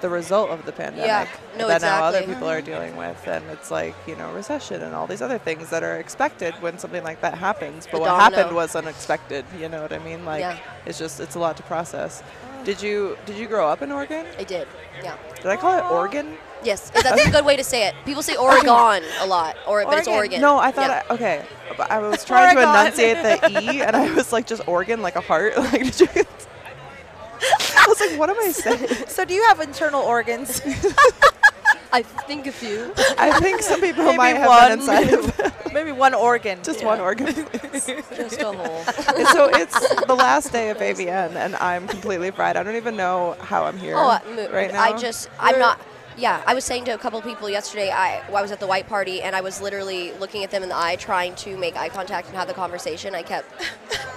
the result of the pandemic No, that now other exactly. people are dealing with, and it's like you know recession and all these other things that are expected when something like that happens. But The what domino. happened was unexpected. You know what I mean? Like Yeah. Oh. it's just it's a lot to process. Did you did you grow up in Oregon? I did. Yeah. Did I call Uh, it Oregon? Yes, that's a good way to say it. People say Oregon a lot, or but it's Oregon. No, I thought Yeah. I, okay. But I was trying to enunciate the e, and I was like just Oregon, like a heart. Like did you? I was like, what am I saying? so do you have internal organs? I think a few. I think some people might have one. been inside of them. Maybe one organ. just one organ. please. Just a whole. And so it's the last day of AVN, and I'm completely fried. I don't even know how I'm here Oh, I, mo- right now. I just, I'm not. Yeah, I was saying to a couple people yesterday. I, I was at the white party, and I was literally looking at them in the eye, trying to make eye contact and have the conversation. I kept,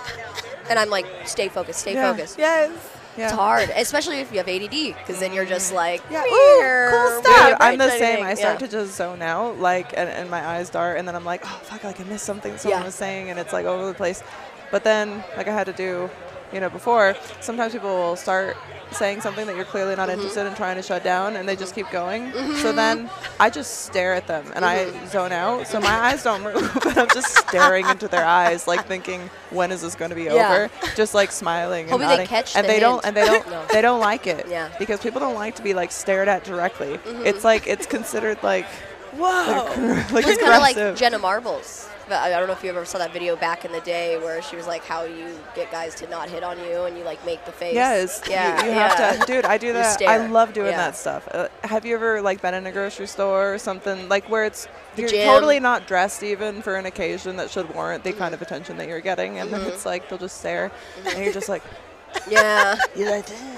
and I'm like, stay focused, stay Yeah. focused. Yes. yeah. It's hard, especially if you have ADD, because then you're just like, Yeah. Ooh, "Here, cool we Dude, stuff. haven't I'm the written same. anything." I start Yeah. to just zone out, like, and, and my eyes dart, and then I'm like, oh fuck, like I missed something someone Yeah. was saying, and it's like all over the place. But then, like I had to do, you know, before. Sometimes people will start saying something that you're clearly Mm-hmm. not interested in trying to shut down, and they just keep going. So then I just stare at them and Mm-hmm. I zone out. So my eyes don't move, but I'm just staring into their eyes, like thinking, when is this going to be Yeah. over? Just like smiling and Hoping they nodding. catch and the they don't. hint. And they don't. No. They don't like it. Yeah. Mm-hmm. Because people don't like to be like stared at directly. It's like it's considered like Whoa. like Well, it's kind of like aggressive. Jenna Marbles. But I I don't know if you ever saw that video back in the day where she was like, "How you get guys to not hit on you, and you like make the face." Yes. Yeah. You, you have to, dude. I do that. I stare. love doing Yeah. that stuff. Uh, have you ever like been in a grocery store or something like where it's you're gym. Mm-hmm. totally not dressed even for an occasion that should warrant the kind of attention that you're getting, and then it's like they'll just stare, and you're just like, yeah. you're like, "Ugh."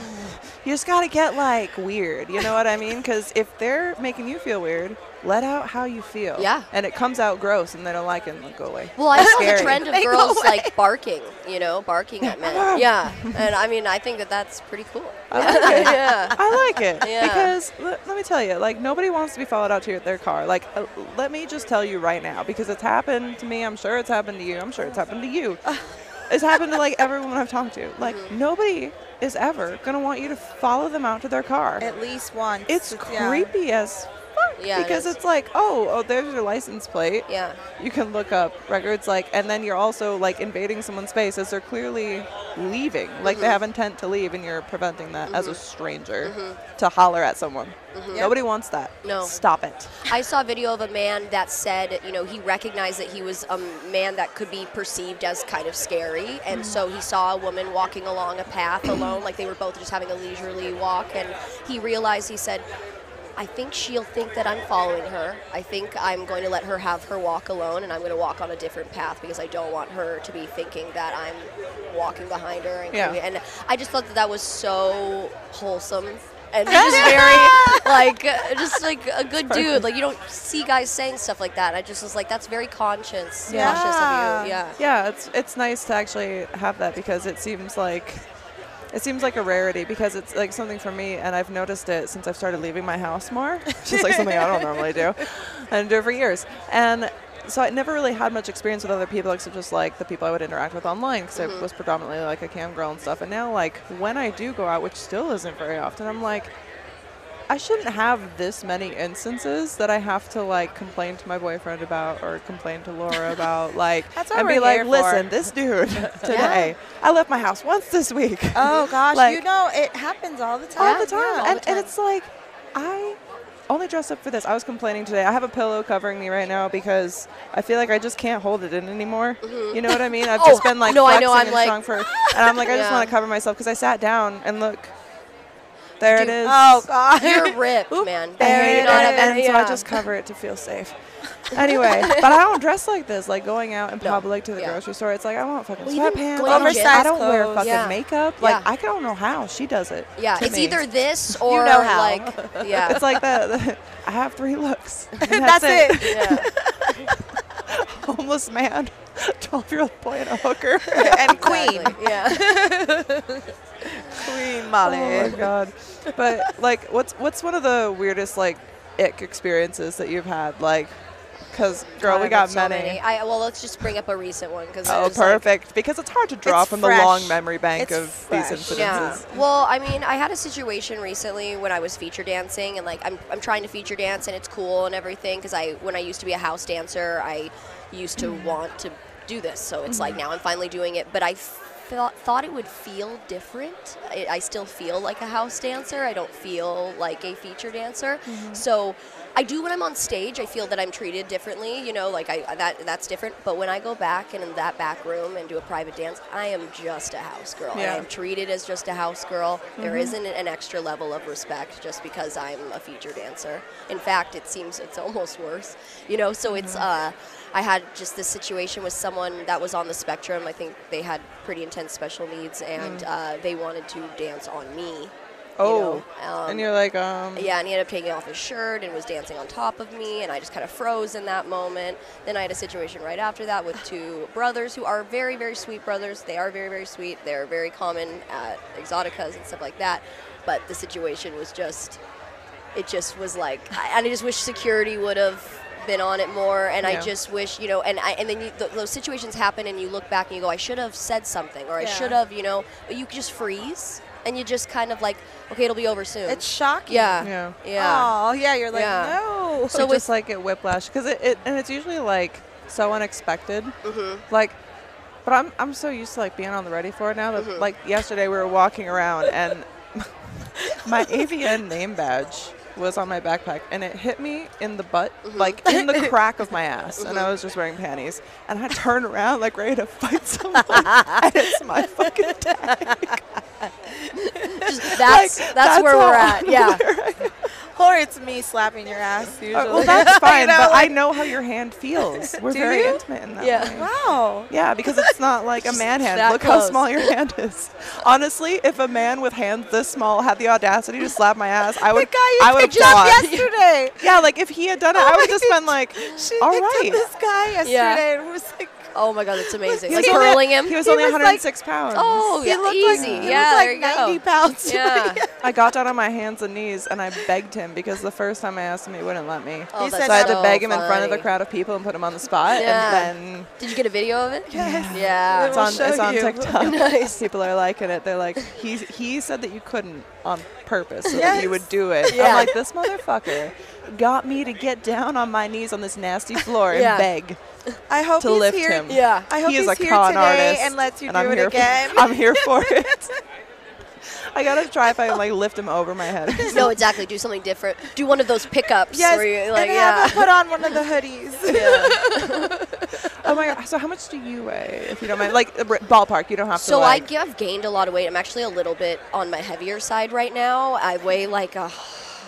you just gotta get like weird. You know what I mean? Because if they're making you feel weird, let out how you feel. Yeah. And it comes out gross, and they don't like it, and like, go away. Well, I It's saw scary. the trend of girls like barking. You know, barking at men. Yeah. And I mean, I think that that's pretty cool. I like it. yeah. I like it Yeah. because l- let me tell you, like nobody wants to be followed out to your- their car. Like, uh, let me just tell you right now because it's happened to me. I'm sure it's happened to you. I'm sure it's happened to you. it's happened to like everyone I've talked to. Like Mm-hmm. nobody is ever gonna want you to follow them out to their car. At least once. it's Yeah. creepy as fuck. Yeah, it because is. it's like, oh, oh, there's your license plate. Yeah. You can look up records like, and then you're also like invading someone's space as they're clearly leaving, like they have intent to leave, and you're preventing that as a stranger to holler at someone. Nobody wants that. No. Stop it. I saw a video of a man that said, you know, he recognized that he was a man that could be perceived as kind of scary. And so he saw a woman walking along a path alone, like they were both just having a leisurely walk. And he realized, he said, I think she'll think that I'm following her. I think I'm going to let her have her walk alone and I'm going to walk on a different path because I don't want her to be thinking that I'm walking behind her. And, Yeah. and I just thought that that was so wholesome and just very like uh, just like a good dude. Like you don't see guys saying stuff like that. I just was like, that's very conscience, Yeah. conscious of you. Yeah. Yeah, it's it's nice to actually have that because it seems like it seems like a rarity because it's like something for me and I've noticed it since I've started leaving my house more. It's just like something I don't normally do. I didn't do it for years. And so I never really had much experience with other people except just like the people I would interact with online because I Mm-hmm. was predominantly like a cam girl and stuff. And now like when I do go out, which still isn't very often, I'm like I shouldn't have this many instances that I have to like complain to my boyfriend about or complain to Laura about, like, That's what and be we're like, here for. listen, this dude today, I left my house once this week, Oh gosh, Like- you know it happens all the time. all the time, and, and it's like, I only dress up for this. I was complaining today. I have a pillow covering me right now because I feel like I just can't hold it in anymore. You know what I mean? I've just Oh, been like no, I flexing know, I'm and like- strong for, and I'm like, I just Yeah. want to cover myself because I sat down and look, there it is. oh god. You're ripped, man. I hate You it, don't have and any- so I yeah. just cover it to feel safe. anyway, but I don't dress like this. Like going out in public to the Yeah. grocery store, it's like I want fucking Well, even sweatpants. going to I gym- don't wear clothes. fucking Yeah. makeup. Like Yeah. I don't know how she does it. yeah, to it's me. either this or know how. like yeah. It's like the, the- I have three looks. and That's, it. yeah. Homeless man, twelve-year-old boy, and a hooker. and queen, Exactly. Yeah. queen Oh my Molly. god! But like, what's what's one of the weirdest like ick experiences that you've had? Like, because girl, we I've got had so I, well, let's just bring up a recent one because Oh, perfect. because it's hard to draw It's from fresh. the long memory bank It's of fresh. these incidences. Yeah. Well, I mean, I had a situation recently when I was feature dancing, and like I'm, I'm trying to feature dance, and it's cool and everything. Because I, when I used to be a house dancer, I used to want to do this. So it's like now I'm finally doing it, but I thought thought it would feel different. I, I still feel like a house dancer. I don't feel like a feature dancer. So. I do when I'm on stage. I feel that I'm treated differently, you know, like I that that's different. But when I go back and in that back room and do a private dance, I am just a house girl. And Yeah. I'm treated as just a house girl. There isn't an extra level of respect just because I'm a feature dancer. In fact, it seems it's almost worse, you know. So it's uh, I had just this situation with someone that was on the spectrum. I think they had pretty intense special needs, and uh, they wanted to dance on me. Oh, you know, um, and you're like, um, yeah, and he ended up taking off his shirt and was dancing on top of me, and I just kind of froze in that moment. Then I had a situation right after that with two brothers who are very, very sweet brothers. They are very, very sweet. They're very common at exoticas and stuff like that. But the situation was just, it just was like, I, and I just wish security would have been on it more and Yeah. i just wish you know and i and then you, th- those situations happen and you look back and you go i should have said something or i Yeah. should have you know but you just freeze and you just kind of like okay it'll be over soon It's shocking. yeah. Yeah. Yeah. Oh yeah, you're like Yeah. no. so just like it whiplash because it, it and it's usually like so unexpected Mm-hmm. like but i'm i'm so used to like being on the ready for it now Mm-hmm. that like yesterday we were walking around and my avn name badge was on my backpack and it hit me in the butt Mm-hmm. like in the crack of my ass and i was just wearing panties and i turned around like ready to fight someone and it's my fucking tag Just- that's, that's where how we're at. Yeah. Or it's me slapping your ass usually. Uh, well that's fine know, but like- i know how your hand feels we're Do very you? intimate in that Yeah. way. wow. Yeah, because it's not like a man hand. that Look how close. small your hand is. Honestly, if a man with hands this small had the audacity to slap my ass, I would. The guy you I would picked up applaud. yesterday. Yeah, like if he had done it, Oh I my would just been like, She all picked right. up this guy yesterday Yeah. and was like, Oh my god, it's amazing. He like was only- curling him. He was He only was like- 106 pounds. oh, He yeah, looked like- easy. he looked yeah, like there you go. 90 pounds. Yeah. I got down on my hands and knees and I begged him because the first time I asked him, he wouldn't let me. Oh, He that's said so I had to so beg him in front of a funny. crowd of people and put him on the spot. Yeah. And then Did you get a video of it? Yes. Yeah. it's will on, show it's on you. TikTok. People are liking it. They're like, he, he said that you couldn't on purpose so that you would do it. I'm Yeah. like, this motherfucker got me to get down on my knees on this nasty floor and Yeah. beg. I hope to he's lift here. him. Yeah. I hope he is he's a here con today artist and lets you and do I'm it here again. For, I'm here for it. I gotta try if I can like lift him over my head. No, exactly. Do something different. Do one of those pickups Yes, where you like, and yeah. have him put on one of the hoodies. Oh my god! So how much do you weigh, if you don't mind? Like a br- ballpark, you don't have to. So I like, g- I've gained a lot of weight. I'm actually a little bit on my heavier side right now. I weigh like a.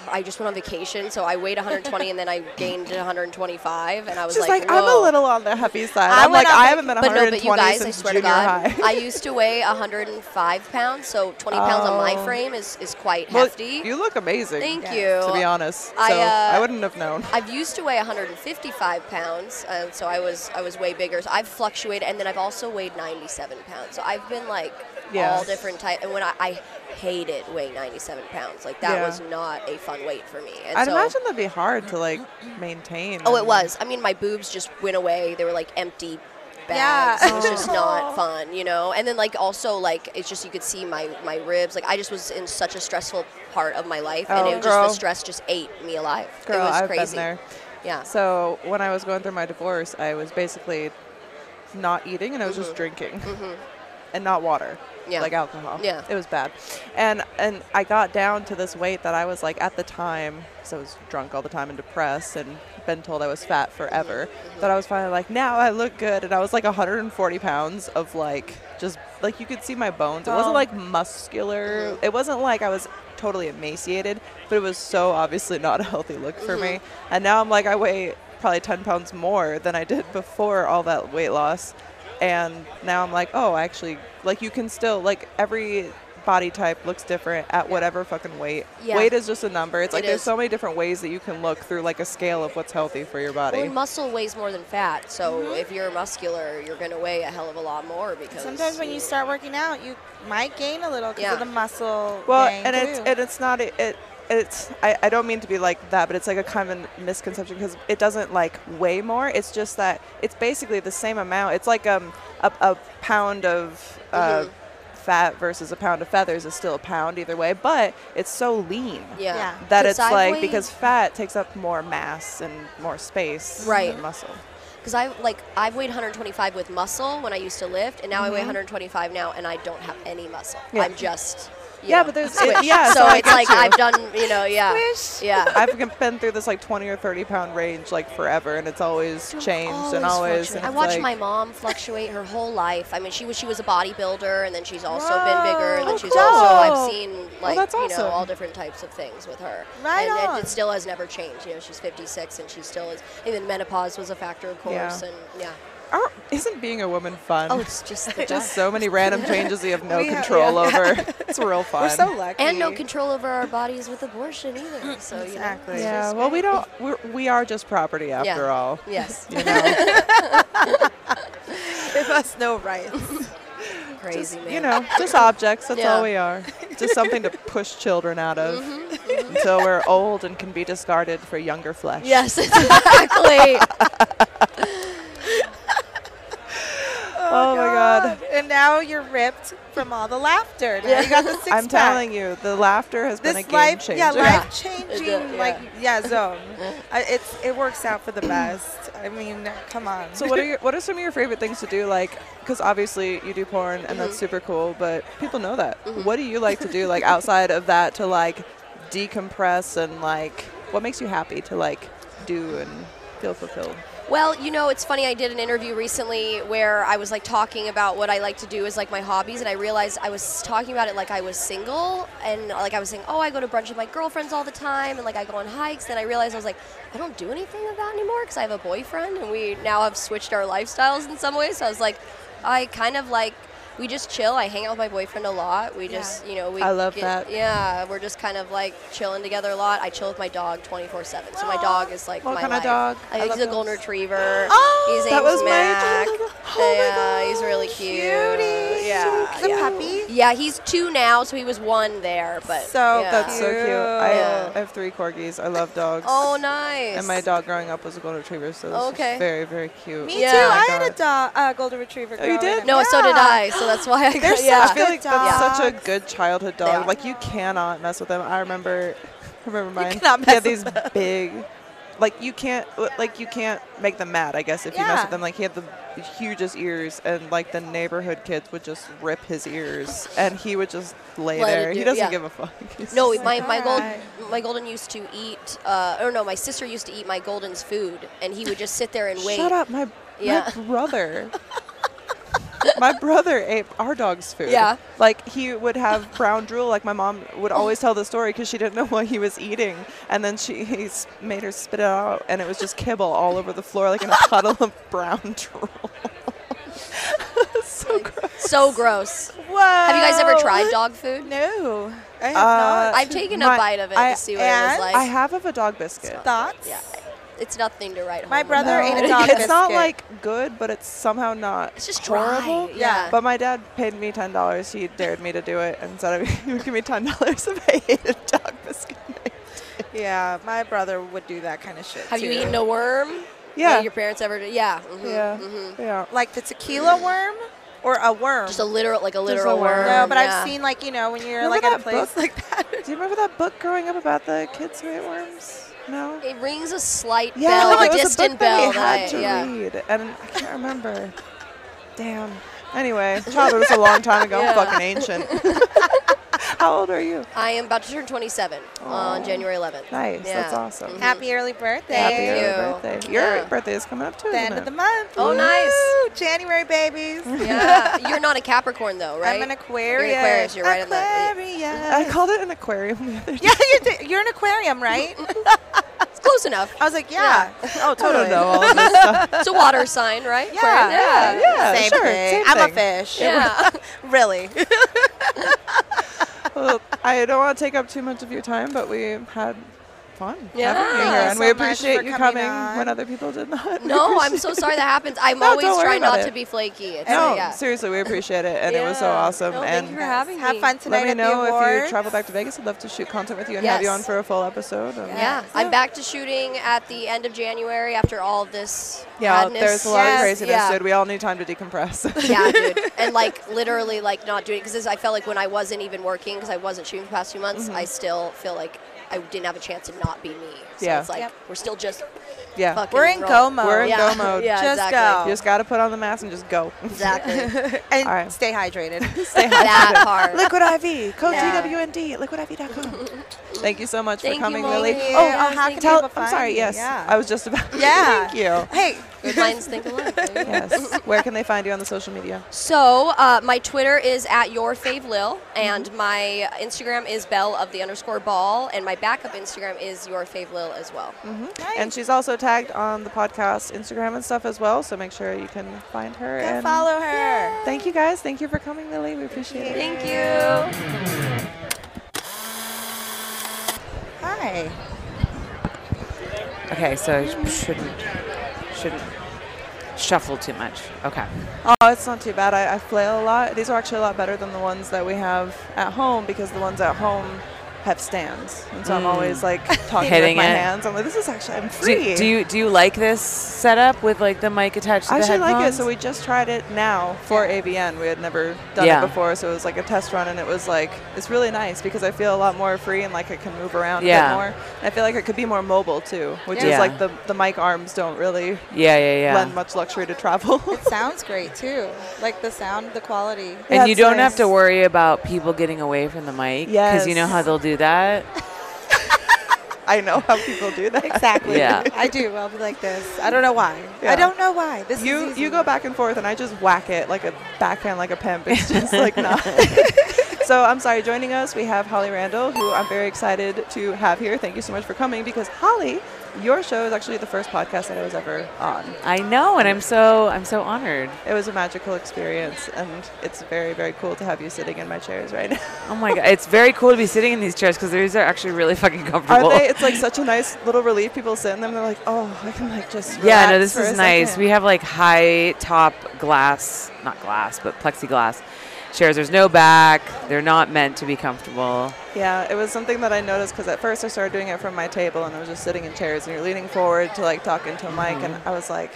I just went on vacation, so I weighed 120 and then I gained 125, and I was She's like, like, I'm a Whoa. little on the heavy side. I I'm went like, on I vac- haven't been but no, 120 but you guys, I since swear to junior God, high. I used to weigh 105 pounds, so 20 pounds on my Oh. frame is, is quite Well, hefty. You look amazing. Thank To you. be honest, so I, uh, I wouldn't have known. I've used to weigh 155 pounds, and so I was I was way bigger. So I've fluctuated, and then I've also weighed 97 pounds. So I've been like Yeah. all different types. And when I, I hated weighing 97 pounds, like that Yeah. was not a fun weight for me. And I'd so, imagine that'd be hard to like maintain. Oh, it and- was. I mean, my boobs just went away. They were like empty bags. Yeah. It was Oh. just not fun, you know. And then like also like it's just you could see my my ribs. Like I just was in such a stressful part of my life, and Oh, it was just girl. the stress just ate me alive. Girl, it was I've crazy. been there. Yeah. So when I was going through my divorce, I was basically not eating and I was Mm-hmm. just drinking and not water. Yeah. Like alcohol. Yeah. It was bad. And and I got down to this weight that I was like at the time because I was drunk all the time and depressed and been told I was fat forever. Mm-hmm. That I was finally like, now I look good and I was like 140 pounds of like just like you could see my bones. It wasn't Oh. like muscular. Mm-hmm. It wasn't like I was totally emaciated, but it was so obviously not a healthy look for me. Mm-hmm. And now I'm like I weigh probably 10 pounds more than I did before all that weight loss and now I'm like, oh, actually, like you can still like every body type looks different at whatever fucking weight. Yeah. Weight is just a number. It's like It there's is. so many different ways that you can look through like a scale of what's healthy for your body. Mm-hmm. Well, and muscle weighs more than fat, so if you're muscular, you're going to weigh a hell of a lot more because Sometimes when you start working out, you might gain a little because Yeah. of the muscle. well, gain, and it's too. and it's not it. it it's I, I don't mean to be like that but it's like a kind of a misconception because it doesn't like weigh more it's just that it's basically the same amount it's like um a, a pound of uh, Mm-hmm. fat versus a pound of feathers is still a pound either way but it's so lean yeah, Yeah. that 'Cause it's I've like weighed- because fat takes up more mass and more space Right. than muscle. because I like I've weighed 125 with muscle when I used to lift, and now I weigh 125 now, and I don't have any muscle. Mm-hmm. Yeah. I'm just you Yeah, know, but there's squish. it- yeah, so, so I it's get like you. I've done you know yeah yeah I've g- been through this like 20 or 30 pound range like forever, and it's always changed and always. fluctuate. And I it's watched like, my mom fluctuate her whole life. I mean, she was she was a bodybuilder, and then she's also been bigger, and then Oh, she's also cool. I've seen like that's you know awesome. all different types of things with her. Right and, on. and it still has never changed. You know, she's 56, and she still is. And then menopause was a factor, of course, Yeah. and yeah. Aren't- isn't being a woman fun? Oh, it's just the just best. so many random changes you have no We have- control over. It's real fun. We're so lucky. and no control over our bodies with abortion either. So you know, Exactly. it's yeah. just Well, we great. don't. We're, we are just property after Yeah. all. Yes, You know. Give us no rights. crazy man. you know, just objects. That's all Yeah. we are. Just something to push children out of until we're old and can be discarded for younger flesh. Yes, exactly. Oh, my God. And now you're ripped from all the laughter. Now you got the 6 I'm telling you, the laughter has This been a game life, changer. yeah, Yeah. life changing, It did, like yeah, zone. I, it's it works out for the best. I mean, come on. So what are your, what are some of your favorite things to do? Like, because obviously you do porn and that's super cool, but people know that. What do you like to do, like outside of that, to like decompress and like what makes you happy to like do and feel fulfilled? Well, you know, it's funny. I did an interview recently where I was like talking about what I like to do as like my hobbies, and I realized I was talking about it like I was single, and like I was saying, oh, I go to brunch with my girlfriends all the time, and like I go on hikes. Then I realized I was like, I don't do anything of that anymore because I have a boyfriend, and we now have switched our lifestyles in some ways. So I was like, I kind of like we just chill. I hang out with my boyfriend a lot. We just, you know, we. I love that. Yeah, we're just kind of like chilling together a lot. I chill with my dog 24 7. So my dog is like What my kind of life. dog? I I think he's love a golden dogs. retriever. Oh, he's that was my Mac. dog. Oh my yeah, he's God, really cute. Cutie. Yeah, He's a yeah. puppy. Yeah, he's two now, so he was one there, but So yeah. That's so cute. I, Yeah. I have three corgis. I love dogs. Oh, nice. And my dog growing up was a golden retriever, so this Okay. is very, very cute. Me Yeah. too. Oh my I had a dog, uh, golden retriever. Oh, you growing did? up. No, so did Yeah. I. So that's why I got They're so yeah. I feel Good like that's such a dogs. good childhood They are. dog. Like you cannot mess with them. I remember, I remember mine. cannot He mess had these big, like you can't, uh, like you can't make them mad. I guess if you mess Yeah. with them, like he had the hugest ears, and like the neighborhood kids would just rip his ears, and he would just lay Let it there. do- he doesn't yeah. give a fuck. He's No, just my like, my, alright. gold, my golden used to eat, uh, or no, my sister used to eat my golden's food, and he would just sit there and wait. Shut up, my Yeah. my brother. my brother ate our dog's food. Yeah. Like he would have brown drool. Like my mom would always tell the story because she didn't know what he was eating, and then she he s- made her spit it out, and it was just kibble all over the floor, like in a puddle of brown drool. so gross. So gross. Whoa. Have you guys ever tried dog food? No, I have Uh, not. I've taken a my- bite of it I- to see what it was and like. I have of a dog biscuit. Thoughts? yeah, it's nothing to write home. My brother about. ate a dog it's not biscuit. like good, but it's somehow not It's just dry. horrible. Yeah. But my dad paid me ten dollars. He dared me to do it, and said he would give me ten dollars if I ate a dog biscuit. Yeah, my brother would do that kind of shit. have you too. eaten a worm? Yeah. Did your parents ever? do- Yeah. Mm-hmm, mhm, yeah. mhm. Yeah. like the tequila worm or a worm? Just a literal, like a a literal worm. worm. no, but yeah. I've seen like you know when you're Remember like at that a place book? like that. Do you remember that book growing up about the kids who ate worms? No. It rings a slight Yeah, bell, like it a was a distant book that bell. we had right, to yeah. read, and I can't remember. Damn. Anyway, childhood was a long time ago. Yeah. I'm fucking ancient. How old are you? I am about to turn 27 on January 11th. Nice. That's Yeah. awesome. Happy early birthday! Happy Thank early you. birthday. Your Yeah. birthday is coming up too. The isn't end of it? the month. Oh, nice. Woo, January babies. Yeah, you're not a Capricorn though, right? I'm an Aquarius. Aquarius, you're right on that. I Aquarius. called it an aquarium the other day. Yeah, you did. you're an aquarium, right? It's close enough. I was like, yeah. Oh, I totally. don't know all this stuff. It's a water sign, right? Yeah, yeah, yeah, Same sure, thing. same I'm a thing. fish. Yeah. really. Well, I don't want to take up too much of your time, but we had fun. Yeah. having you Thank here, you and so we much for appreciate you coming coming on. when other people did not. We No, I'm appreciate so it. sorry that happens. I'm No, always don't worry trying about not it. to be flaky. It's No, like, yeah. seriously, we appreciate it, and it was so Yeah. awesome. No, thank and you for having Have me. fun tonight let me at know the if you awards. travel back to Vegas. I'd love to shoot content with you and have you Yes. on for a full episode. and- Yeah. Yeah. I'm back to shooting at the end of January after all of this Yeah, madness. there's a lot Yes, of craziness, yeah. dude. We all need time to decompress. yeah, dude. And like literally, like not doing because I felt like when I wasn't even working because I wasn't shooting for the past few months, Mm-hmm. I still feel like I didn't have a chance to not be me. So Yeah. it's like Yep. we're still just yeah. fucking. We're in roll. go mode. We're in yeah. go mode. yeah, Just You exactly. just got to put on the mask and just go. Exactly. and All right. stay hydrated. Stay high. that part. Liquid IV. Code Yeah. TWND. LiquidIV.com. Thank you so much Thank for you, coming, Molly. Lily. Thank you. Oh, Yeah, um, how can tell, people I'm find sorry. you? Yes, Yeah. I was just about. Yeah. Thank you. hey, Good minds think alike. baby. Yes. Where can they find you on the social media? So uh, my Twitter is at your fave lil, and my Instagram is bell of the underscore ball, and my backup Instagram is your fave lil as well. And she's also tagged on the podcast Instagram and stuff as well. So make sure you can find her. go and follow her. Thank you guys. Thank you for coming, Lily. We appreciate it. Thank you. Hi. Okay, so I shouldn't shouldn't shuffle too much. Okay. Oh, it's not too bad. I, I flail a lot. These are actually a lot better than the ones that we have at home because the ones at home have stands, and so I'm always like talking with Hitting my it. hands. I'm like, this is actually I'm free. Do, do you do you like this setup with like the mic attached to I the actually headphones? like it. So we just tried it now for ABN. We had never done Yeah. it before, so it was like a test run, and it was like it's really nice because I feel a lot more free and like I can move around Yeah. a bit more. And I feel like it could be more mobile too, which Yeah. is like the the mic arms don't really yeah, yeah, yeah. lend much luxury to travel. Sounds great too. Like the sound, the quality. and Yeah, you it's don't nice. have to worry about people getting away from the mic because you know Yes. how they'll do that. I know how people do that. Exactly. Yeah. I do. I'll be like this. I don't know why. I Yeah. don't know why. This You is you go back and forth, and I just whack it like a backhand, like a pimp. It's just like not. So I'm sorry, joining us, we have Holly Randall, who I'm very excited to have here. Thank you so much for coming because Holly, your show is actually the first podcast that I was ever on. I know, and I'm so I'm so honored. It was a magical experience, and it's very, very cool to have you sitting in my chairs right now. Oh my god, it's very cool to be sitting in these chairs because these are actually really fucking comfortable. Are they? It's like such a nice little relief. People sit in them, they're like, oh, I can like just. yeah, no, relax this for is a nice. second." We have like high top glass, not glass, but plexiglass chairs. There's no back. They're not meant to be comfortable. Yeah, it was something that I noticed because at first I started doing it from my table and I was just sitting in chairs and you're leaning forward to like talk into a mic Mm-hmm. and I was like,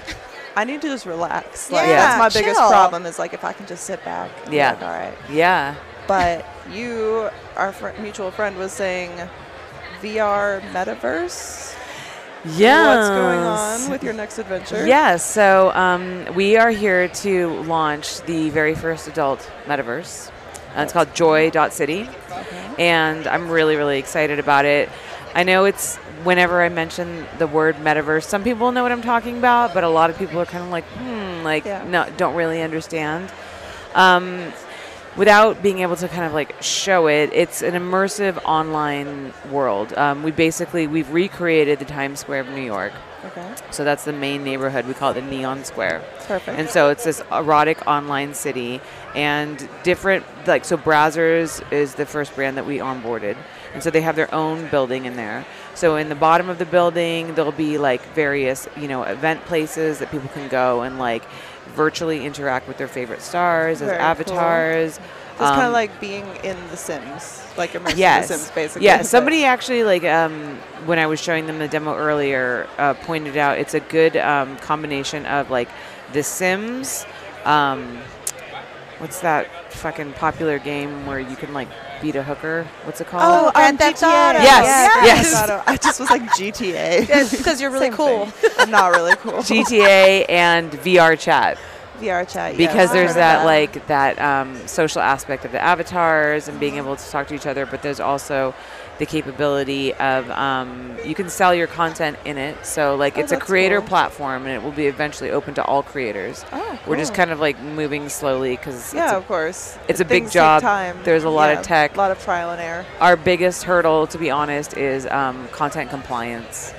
I need to just relax. Like Yeah, that's my biggest chill. problem is like if I can just sit back. and be Yeah. like, all right. Yeah. But you, our fr- mutual friend, was saying VR metaverse. Yeah. What's going on with your next adventure? Yes, so um, we are here to launch the very first adult metaverse. Uh, it's called Joy.City, and I'm really, really excited about it. I know it's whenever I mention the word metaverse, some people know what I'm talking about, but a lot of people are kind of like, hmm, like, Yeah. no, don't really understand. Um, without being able to kind of like show it it's an immersive online world um, we basically we've recreated the times square of new york Okay. so that's the main neighborhood. We call it the Neon Square. Perfect. And so it's this erotic online city and different, like, so Brazzers is the first brand that we onboarded. And so they have their own building in there. So in the bottom of the building, there'll be like various, you know, event places that people can go and like virtually interact with their favorite stars as Very cool. avatars. It's kind Um, of like being in The Sims, like immersed yes. in The Sims, basically. Yeah, but- somebody actually like um, when I was showing them the demo earlier uh, pointed out it's a good um, combination of like The Sims. Um, what's that fucking popular game where you can like beat a hooker? What's it Oh, called? um, Grand Theft GTA. Auto. Yes, Grand yes. Theft Auto. I just was like GTA. because you're really Same cool. thing. I'm not really cool. GTA and VR chat. VR chat. yes, because I've heard there's of that like that um, social aspect of the avatars and being able to talk to each other but there's also the capability of um, you can sell your content in it so like it's a Oh, that's creator cool. platform and it will be eventually open to all creators Oh, we're just cool. kind of like moving slowly because Yeah, of course. it's a big Things take job. time. There's a lot of Yeah, tech. A lot of trial and error. our biggest hurdle to be honest is um, content compliance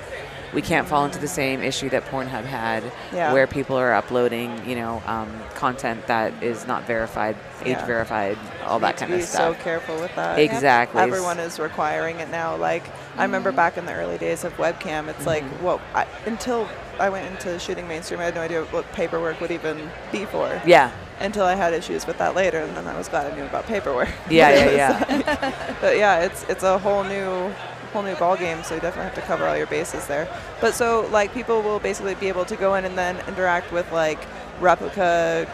we can't fall into the same issue that Pornhub had, Yeah. where people are uploading, you know, um, content that is not verified, age Yeah. verified, all You that need kind to of be stuff. so careful with that. Exactly. Everyone is requiring it now. Like I remember back in the early days of webcam, it's like Mm-hmm. what I, until I went into shooting mainstream, I had no idea what paperwork would even be for. Yeah, Until I had issues with that later, and then I was glad I knew about paperwork. yeah, yeah, It's yeah. But yeah, it's it's a whole new whole new ball game, so you definitely have to cover all your bases there. But so like people will basically be able to go in and then interact with like replica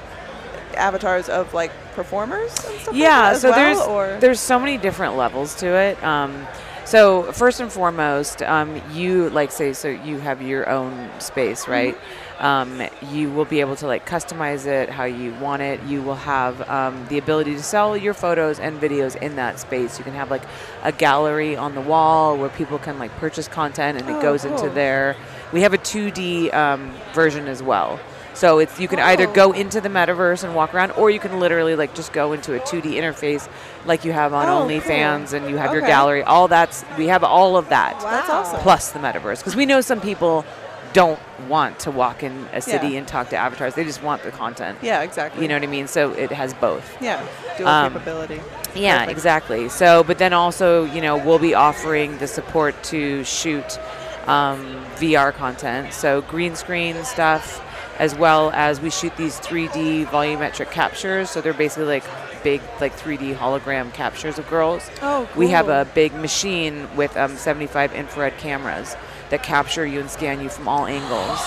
avatars of like performers and stuff like that yeah as so well, there's or there's so many different levels to it um, so first and foremost um, you like say so you have your own Mm-hmm. space right um, you will be able to like customize it how you want it you will have um, the ability to sell your photos and videos in that space you can have like a gallery on the wall where people can like purchase content and it Oh, goes into cool. their we have a 2d um, version as well so it's you can either go into the metaverse and walk around, or you can literally like just go into a 2D interface, like you have on Oh, OnlyFans, and you have your Okay. gallery. All that's we have all of that. That's awesome. Plus the metaverse, because we know some people don't want to walk in a city Yeah. and talk to avatars. They just want the content. yeah, exactly. You know what I mean? So it has both. yeah, dual Um, capability. Yeah, Perfect. exactly. So, but then also, you know, we'll be offering the support to shoot um, VR content, so green screen stuff, as well as we shoot these 3D volumetric captures. So they're basically like big, like 3D hologram captures of girls. Oh, We have cool. a big machine with um, 75 infrared cameras that capture you and scan you from all angles.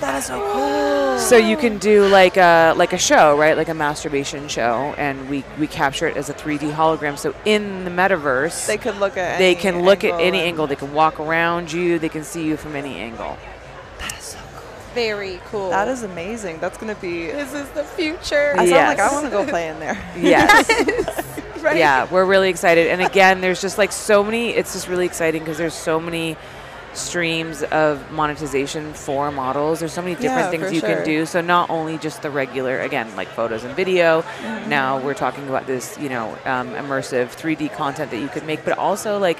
That is so cool. So you can do like a like a show, right? Like a masturbation show, and we we capture it as a 3D hologram. So in the metaverse, They could look at they any can look at any and- angle. They can walk around you. They can see you from any angle. Very cool. That is amazing. That's gonna be. This is the future. I sound like I Yes. want to go play in there. Yes. Yeah, we're really excited. And again, there's just like so many. It's just really exciting because there's so many streams of monetization for models. There's so many different Yeah, things for you sure. can do. So not only just the regular, again, like photos and video. Mm-hmm. Now we're talking about this, you know, um, immersive 3D content that you could make, but also like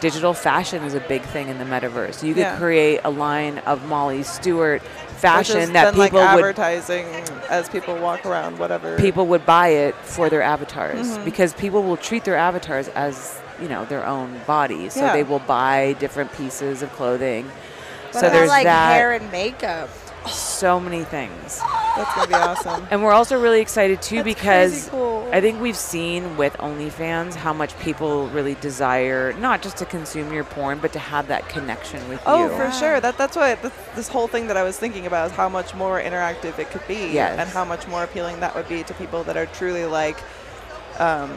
digital fashion is a big thing in the metaverse. You could Yeah. create a line of Molly Stewart Which is fashion that then, like people would advertising as people walk around, whatever. people would buy it for their avatars Mm-hmm. because people will treat their avatars as you know their own body so Yeah. they will buy different pieces of clothing What so about, there's like that hair and makeup? so many things That's gonna be awesome. and we're also really excited too because crazy cool. I think we've seen with OnlyFans how much people really desire not just to consume your porn, but to have that connection with Oh, you. for sure. That that's what that's, this whole thing that I was thinking about is how much more interactive it could be, Yes. and how much more appealing that would be to people that are truly like, um,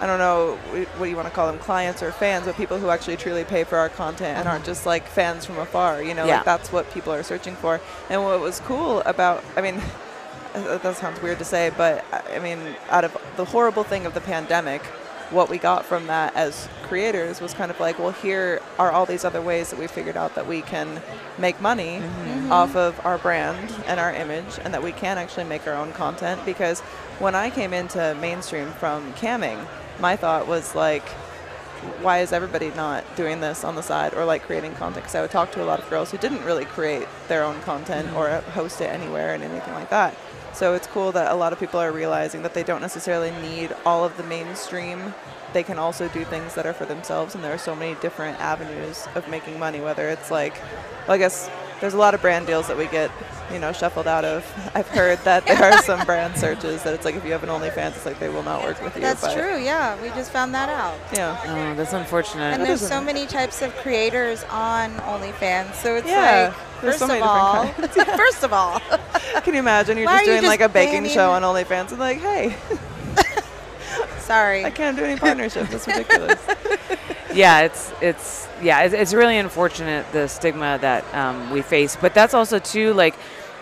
I don't know wh- what you want to call them, clients or fans, but people who actually truly pay for our content and aren't just like fans from afar. You know, Mm-hmm. Yeah. like that's what people are searching for. And what was cool about, I mean. Uh, that sounds weird to say, but I I mean, out of the horrible thing of the pandemic, what we got from that as creators was kind of like, well, here are all these other ways that we figured out that we can make money off of our brand and our image, and that we can actually make our own content. Because when I came into mainstream from camming, my thought was like, why is everybody not doing this on the side or like creating content? Because I would talk to a lot of girls who didn't really create their own content or Mm-hmm. host it anywhere and anything like that. So it's cool that a lot of people are realizing that they don't necessarily need all of the mainstream. They can also do things that are for themselves, and there are so many different avenues of making money. Whether it's like, well, I guess there's a lot of brand deals that we get, you know, shuffled out of. I've heard that there are some brand searches that it's like if you have an OnlyFans, it's like they will not work with you. That's but, true. Yeah, we just found that out. Yeah. Oh, that's unfortunate. And there's so many types of creators on OnlyFans, so it's Yeah, like there's first so many of different all, first of all, Can you imagine? You're Why just are you doing like a just baking show on banning- OnlyFans and like, hey, sorry, I can't do any partnerships. That's ridiculous. yeah, it's it's yeah, it's, it's really unfortunate the stigma that um, we face. But that's also too like,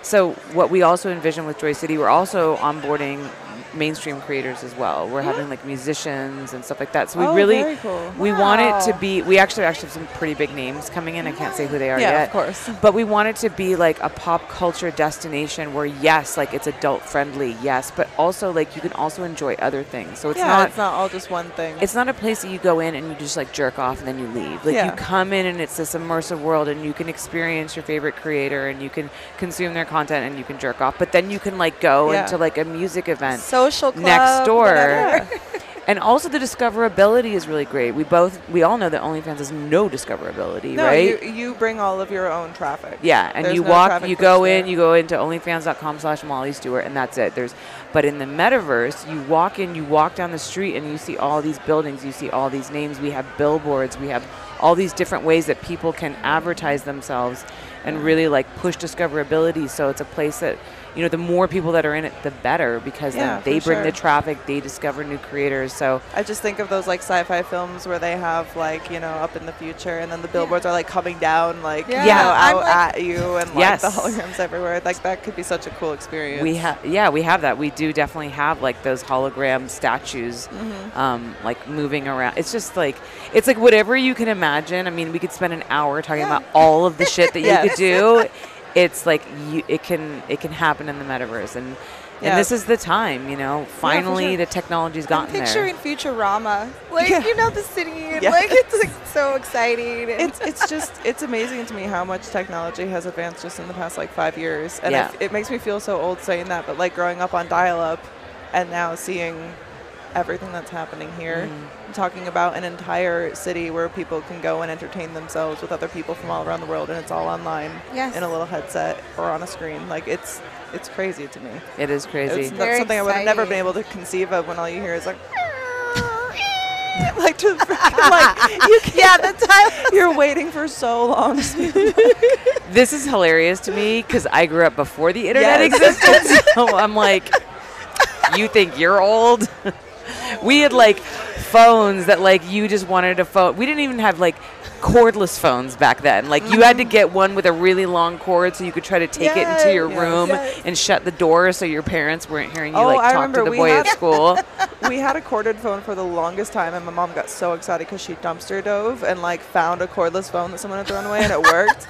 so what we also envision with Joy City, we're also onboarding mainstream creators as well. We're having like musicians and stuff like that. So we Mm-hmm. Oh, really very cool. we want it to be. We actually actually have some pretty big names coming in. I can't say who they are Yeah, yet. of course. But we want it to be like a pop culture destination where yes, like it's adult friendly, yes, but also like you can also enjoy other things. So it's yeah, not it's not all just one thing. it's not a place that you go in and you just like jerk off and then you leave. Like Yeah. you come in and it's this immersive world and you can experience your favorite creator and you can consume their content and you can jerk off. But then you can like go Yeah. into like a music event social club next door. whatever. And also the discoverability is really great. We both we all know that OnlyFans has no discoverability, no, right? you, you bring all of your own traffic. Yeah, and There's you no walk, traffic you go push in, there. you go into onlyfans.com slash Molly Stewart, and that's it. There's, but in the metaverse, you walk in, you walk down the street, and you see all these buildings, you see all these names. We have billboards, we have all these different ways that people can advertise themselves and really like push discoverability. So it's a place that, you know, the more people that are in it, the better because Yeah, then they for bring the sure. traffic, they discover new creators. So I just think of those like sci-fi films where they have like you know up in the future, and then the billboards are like coming down like you Yeah. know, out I'm like- at you, and like the Yes. holograms everywhere. Like that could be such a cool experience. We have, yeah, we have that. We do definitely have like those hologram statues, Mm-hmm. um, like moving around. It's just like it's like whatever you can imagine. I mean, we could spend an hour talking about all of the shit that you could do. It's like you, it can it can happen in the metaverse, and Yeah. and this is the time. You know, finally sure. the technology's I'm gotten there. picturing Futurama, like you know the city, and Yeah. like it's like so exciting. And it's it's just it's amazing to me how much technology has advanced just in the past like five years, and Yeah. I f- it makes me feel so old saying that. But like growing up on dial-up, and now seeing everything that's happening here, I'm talking about an entire city where people can go and entertain themselves with other people from all around the world, and it's all online Yes. in a little headset or on a screen. Like it's it's crazy to me. It is It's crazy. not Very something I would have never been exciting. able to conceive of when all you hear is like. like to freaking like you can't, yeah the time you're waiting for so long This is hilarious to me because I grew up before the internet Yes. existed. So I'm like, you think you're old? we had like, phones that like you just wanted a phone. We didn't even have like cordless phones back then. Like you Mm-hmm. had to get one with a really long cord so you could try to take it into your Yes. room Yes. and shut the door so your parents weren't hearing you Oh, like I talk to remember the we boy had- at school. we had a corded phone for the longest time, and my mom got so excited because she dumpster dove and like found a cordless phone that someone had thrown away, and it worked.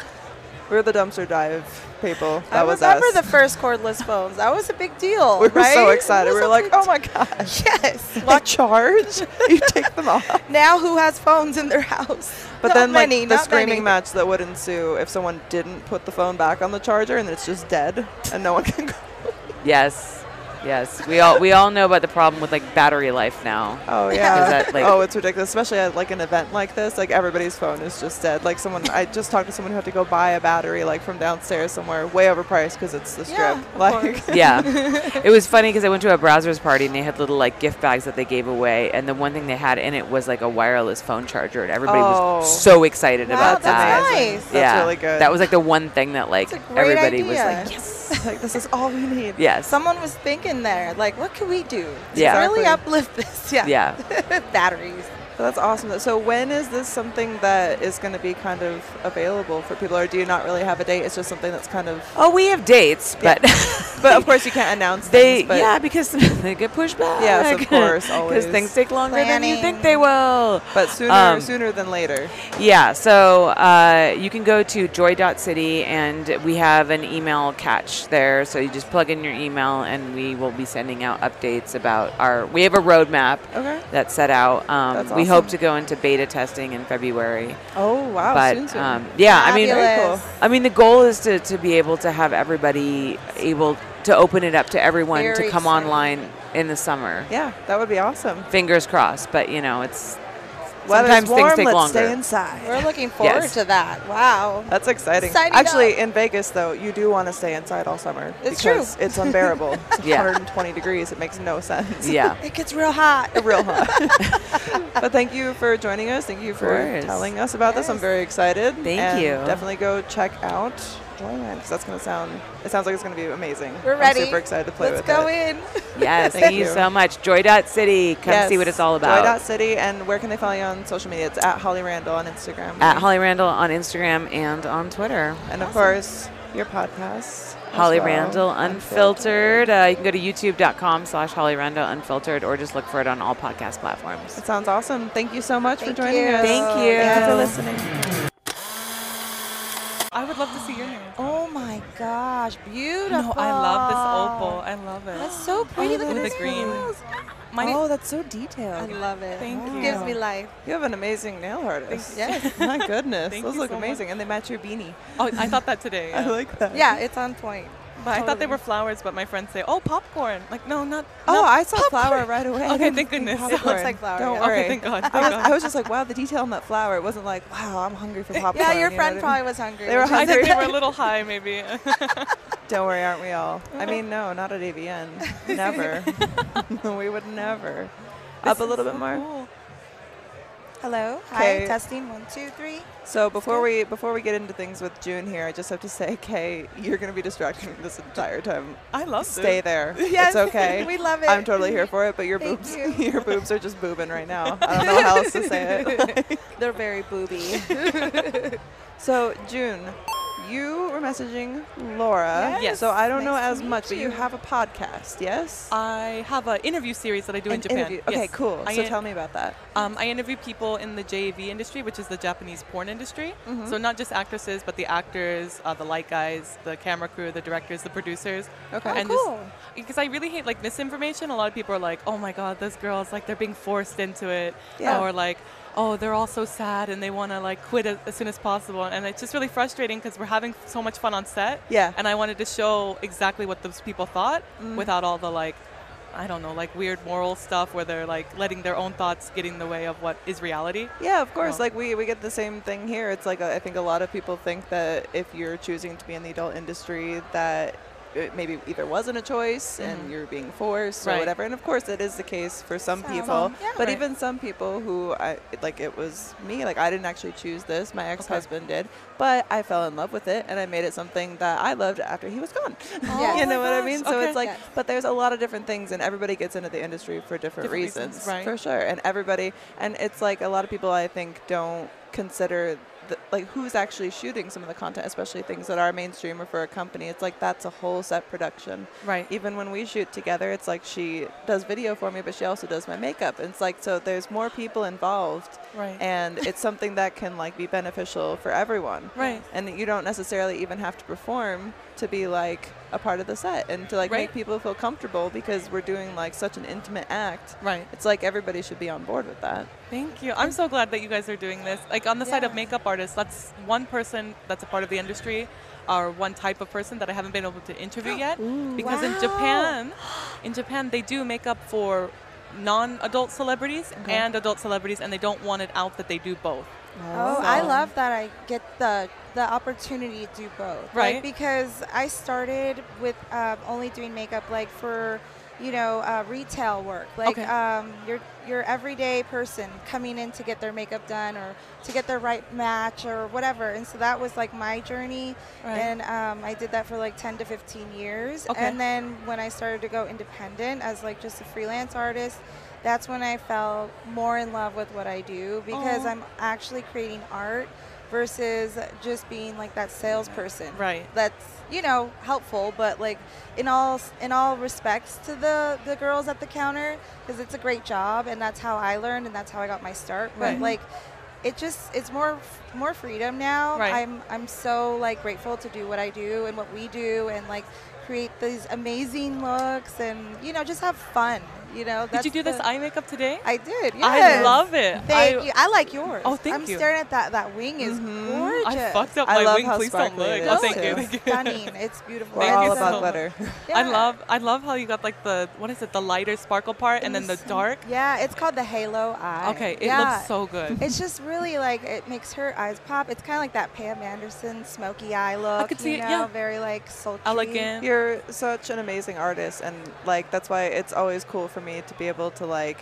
we were the dumpster dive people. That I was remember us. the first cordless phones. That was a big deal. we were right? so It excited. We was were a like, big "Oh my god, deal. yes. they charge! you take them off." Now who has phones in their house? But Not then, like many, the not screaming many. match that would ensue if someone didn't put the phone back on the charger and it's just dead and no one can. Go. yes. Yes. We all we all know about the problem with like battery life now. Oh yeah. that, like- oh, it's ridiculous, especially at like an event like this. Like everybody's phone is just dead. Like someone, I just talked to someone who had to go buy a battery like from downstairs somewhere, way overpriced because it's the strip. Yeah, of like yeah. It was funny because I went to a browser's party and they had little like gift bags that they gave away, and the one thing they had in it was like a wireless phone charger, and everybody Oh. was so excited Wow, about that's that. nice. That's yeah, really good. That was like the one thing that like That's a great everybody was idea. like, yes, like this is all we need. yes, Someone was thinking there, like, what can we do to Yeah. really Exactly. uplift this? Yeah. yeah. Batteries. That's awesome. So when is this something that is going to be kind of available for people, or do you not really have a date? It's just something that's kind of. Oh, we have dates, but But of course, you can't announce they things. But yeah because they get pushed back. Yes, of course, always. because things take longer than you think Planning. they will. But sooner, Um, sooner than later. Yeah, so uh, you can go to joy.city and we have an email catch there. So you just plug in your email and we will be sending out updates about our. We have a roadmap Okay. that's set out. Um, That's We hope awesome. to go into beta testing in February. Oh wow! but soon, soon. Um, yeah, I mean, Fabulous. Very cool. I mean, the goal is to, to be able to have everybody able to open it up to everyone Very to come exciting. online in the summer. yeah, that would be awesome. Fingers crossed, but you know, it's Weather's sometimes warm, things take let's longer. Stay inside. We're looking forward Yes. to that. Wow. That's exciting. Sign it Actually, up. in Vegas though, you do want to stay inside all summer. It's because It's unbearable. it's Yeah. 120 degrees. It makes no sense. yeah. It gets real hot. Real hot. but thank you for joining us. Thank you for course. telling us about this. I'm Yes. very excited. Thank and you. Definitely go check out Joyland because that's gonna sound. It sounds like it's gonna be amazing. We're I'm ready. super excited to play Let's with go it. in. Thank Yes, thank, you. you. so much. Joy Dot City, come see what it's all about. Joy Dot City, and where can they follow you on social media? It's at Holly Randall on Instagram. At Holly Randall on Instagram and on Twitter. And of course, your podcast. as Holly well, Randall Unfiltered. Uh, you can go to youtube.com slash Holly Randall Unfiltered or just look for it on all podcast platforms. That sounds awesome. Thank you so much for joining you. us. Thank you. Thank you for listening. I would love to see your name. Oh my gosh. Beautiful. No, I love this opal. I love it. That's so pretty. Look with at this the green. My Oh, that's so I detailed. love it. Thank It gives me life. You have an amazing nail artist. Yes. My goodness. Thank Those you look so much. amazing. And they match your beanie. oh, I thought that today. I yeah. like that. yeah, it's on point. but I thought they were flowers, but my friends say, "Oh, popcorn!" Like, no, not. Oh, not I saw flower right away. Okay, I didn't thank think goodness. It It popcorn. looks like flower. Don't yeah. worry. Okay, thank God. I Thank was, God. I was just like, wow, the detail on that flower. It wasn't like, wow, I'm hungry for popcorn. Yeah, you your know friend what I mean? probably was hungry. They were which is I think they were a okay. little high, maybe. Don't worry, aren't we all? I mean, no, not at AVN. Never. we would never. Up a little bit more. Hello. Okay. Hi. Testing. One, two, three. So before we before we get into things with June here, I just have to say, Kay, you're going to be distracting me this entire time. I love Stay this. there. Yes, It's okay. we love it. I'm totally here for it, but your Thank boobs you. your boobs are just boobing right now. I don't know how else to say it. They're very booby. so June, you were messaging Laura. Yes. So I don't Nice know to as meet much, but you you. have a podcast, yes? I have an interview series that I do An in Japan. interview. Okay, Yes. cool. I so in- tell me about that. Um, I interview people in the JAV industry, which is the Japanese porn industry. Mm-hmm. So not just actresses, but the actors, uh, the light guys, the camera crew, the directors, the producers. Okay. and cool. Because I really hate like misinformation. A lot of people are like, "Oh my God, those girls like they're being forced into it," Yeah. or like, "Oh, they're all so sad and they want to like quit as, as soon as possible." And it's just really frustrating because we're having so much fun on set. Yeah. And I wanted to show exactly what those people thought Mm. without all the like, I don't know, like weird moral stuff where they're like letting their own thoughts get in the way of what is reality. Yeah, of course. Oh. Like we, we get the same thing here. It's like uh, I think a lot of people think that if you're choosing to be in the adult industry, that it maybe either wasn't a choice and you're being forced Right. or whatever. And of course, it is the case for some Some, people, yeah. but Right. even some people who I like, it was me. Like I didn't actually choose this; my ex-husband did, but I fell in love with it and I made it something that I loved after he was gone. Oh you my know what I gosh, mean? So okay. it's like, Yes. but there's a lot of different things, and everybody gets into the industry for different, Different reasons, right. for sure. And everybody, and it's like a lot of people I think don't consider the, like who's actually shooting some of the content, especially things that are mainstream or for a company. It's like that's a whole set production. Right. Even when we shoot together, it's like she does video for me, but she also does my makeup. And it's like so there's more people involved, Right. and it's something that can like be beneficial for everyone, Right. And you don't necessarily even have to perform to be like a part of the set and to like Right. make people feel comfortable because we're doing like such an intimate act. Right. It's like everybody should be on board with that. Thank you. I'm so glad that you guys are doing this. Like on the side of makeup artists, that's one person that's a part of the industry or one type of person that I haven't been able to interview yet because in Japan, in Japan they do makeup for non-adult celebrities and adult celebrities and they don't want it out that they do both. Oh, I love that I get the the opportunity to do both. Like, Right. because I started with um, only doing makeup like for you know uh, retail work, like Okay. um, your your everyday person coming in to get their makeup done or to get their right match or whatever. And so that was like my journey, Right. and um, I did that for like 10 to 15 years. Okay. And then when I started to go independent as like just a freelance artist. That's when I fell more in love with what I do because Aw. I'm actually creating art versus just being like that salesperson. Right. That's you know helpful, but like in all in all respects to the the girls at the counter because it's a great job and that's how I learned and that's how I got my start. But Right. like. It just it's more more freedom now. Right. I'm I'm so like grateful to do what I do and what we do and like create these amazing looks and you know just have fun. You know. That's Did you do this the- eye makeup today? I did. I Yes. love it. Thank I, you. I like yours. Oh, thank I'm you. Mm-hmm. I'm staring at that. That wing is gorgeous. I fucked up I my love wing. how Please don't sparkly look. it Oh, is, thank too. you. Thank you. Stunning. It's beautiful. We're Thank all you about so much. glitter. I Yeah. love I love how you got like the what is it the lighter sparkle part and then the dark. Yeah, it's called the halo eye. Okay, it yeah. looks so good. It's just really like it makes her eyes pop. It's kind of like that Pam Anderson smoky eye look. could see you it, know, yeah. Very like sultry. Elegant. You're such an amazing artist, and like that's why it's always cool for me to be able to like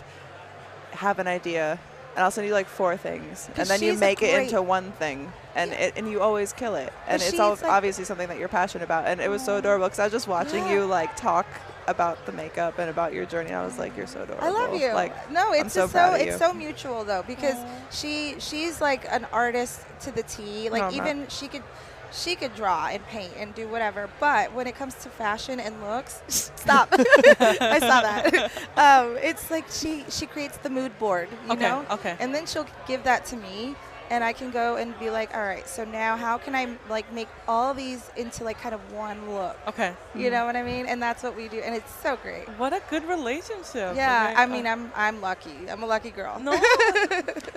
have an idea, and I'll send you like four things, and But then you she's a make it great- into one thing, and it, and you always kill it, and it's she's, all like- obviously something that you're passionate about, and it was so adorable because I was just watching Yeah. you like talk about the makeup and about your journey, and I was like, you're so adorable. I love you. Like, no, I'm it's so just proud so of it's you. so mutual though because she she's like an artist to the T. Like Oh, I'm not. even she could she could draw and paint and do whatever, but when it comes to fashion and looks, stop. I saw that. Um, it's like she she creates the mood board, you Okay, know. okay. And then she'll give that to me. And I can go and be like, all right, so now how can I like make all these into like kind of one look? Oh. Okay. You know what I mean? And that's what we do, and it's so great. What a good relationship. Yeah, Okay, I mean, uh, I'm I'm lucky. I'm a lucky girl. no.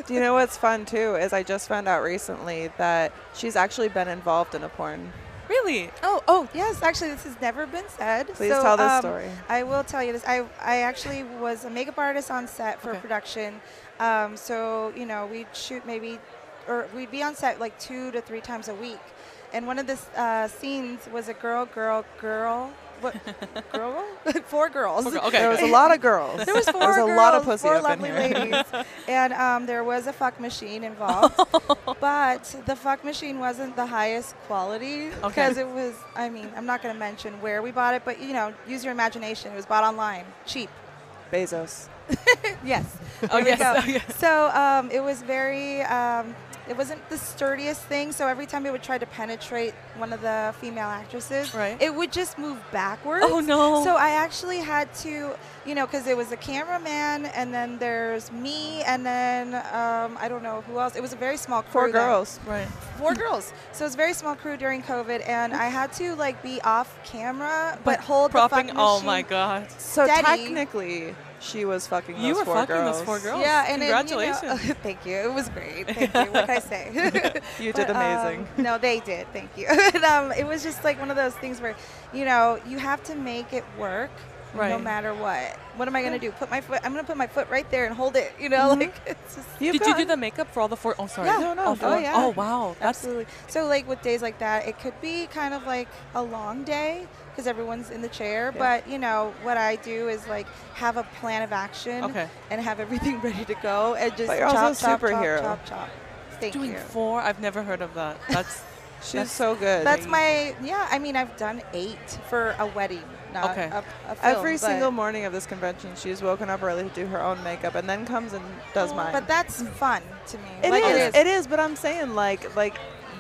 Do you know what's fun too is I just found out recently that she's actually been involved in a porn. Really? Oh, oh, yes. Actually, this has never been said. Please So, tell this um, story. I will tell you this. I, I actually was a makeup artist on set for Okay. production. Um, so, you know, we'd shoot maybe, or we'd be on set like two to three times a week. And one of the s- uh, scenes was a girl, girl, girl. What? girl? Four girls. Okay. There was a lot of girls. There was four There was a girls, lot of pussy four up in lovely here. ladies, and um, there was a fuck machine involved. but the fuck machine wasn't the highest quality because it was. I mean, I'm not going to mention where we bought it, but you know, use your imagination. It was bought online, cheap. Bezos. Yes. There Oh, we yes. go. Oh, yes. So um, it was very. Um, it wasn't the sturdiest thing, so every time it would try to penetrate one of the female actresses, Right. it would just move backwards. Oh, no. So I actually had to, you know, because it was a cameraman, and then there's me, and then um, I don't know who else. It was a very small crew. Four then girls. Right. four girls. So it's a very small crew during COVID, and I had to like be off camera, but, hold propping. the fucking oh my machine. god. So Steady. technically, she was fucking You those were four fucking girls. those four girls. Yeah, and it, you know- Oh, congratulations. thank you. It was great. Thank you. What can I say? You But, did amazing. Um, no, they did. Thank you. and, um, it was just like one of those things where, you know, you have to make it work no Right. matter what. What am I gonna do? Put my foot. I'm gonna put my foot right there and hold it. You know, like it's just. Did you do the makeup for all the four? Oh, sorry. Yeah. No, no, All oh, four? yeah. Oh, wow. That's Absolutely. So, like with days like that, it could be kind of like a long day because everyone's in the chair. But you know, what I do is like have a plan of action Okay. and have everything ready to go and just But you're chop, also a chop, chop, superhero. Chop, chop, Thank doing you. four. I've never heard of that. That's She's so good. That's my yeah. I mean, I've done eight for a wedding, not Okay. a, a film, Every but- single morning of this convention, she's woken up early to do her own makeup, and then comes and does mine. But that's fun to me. It Like, is, It is. But I'm saying, like, like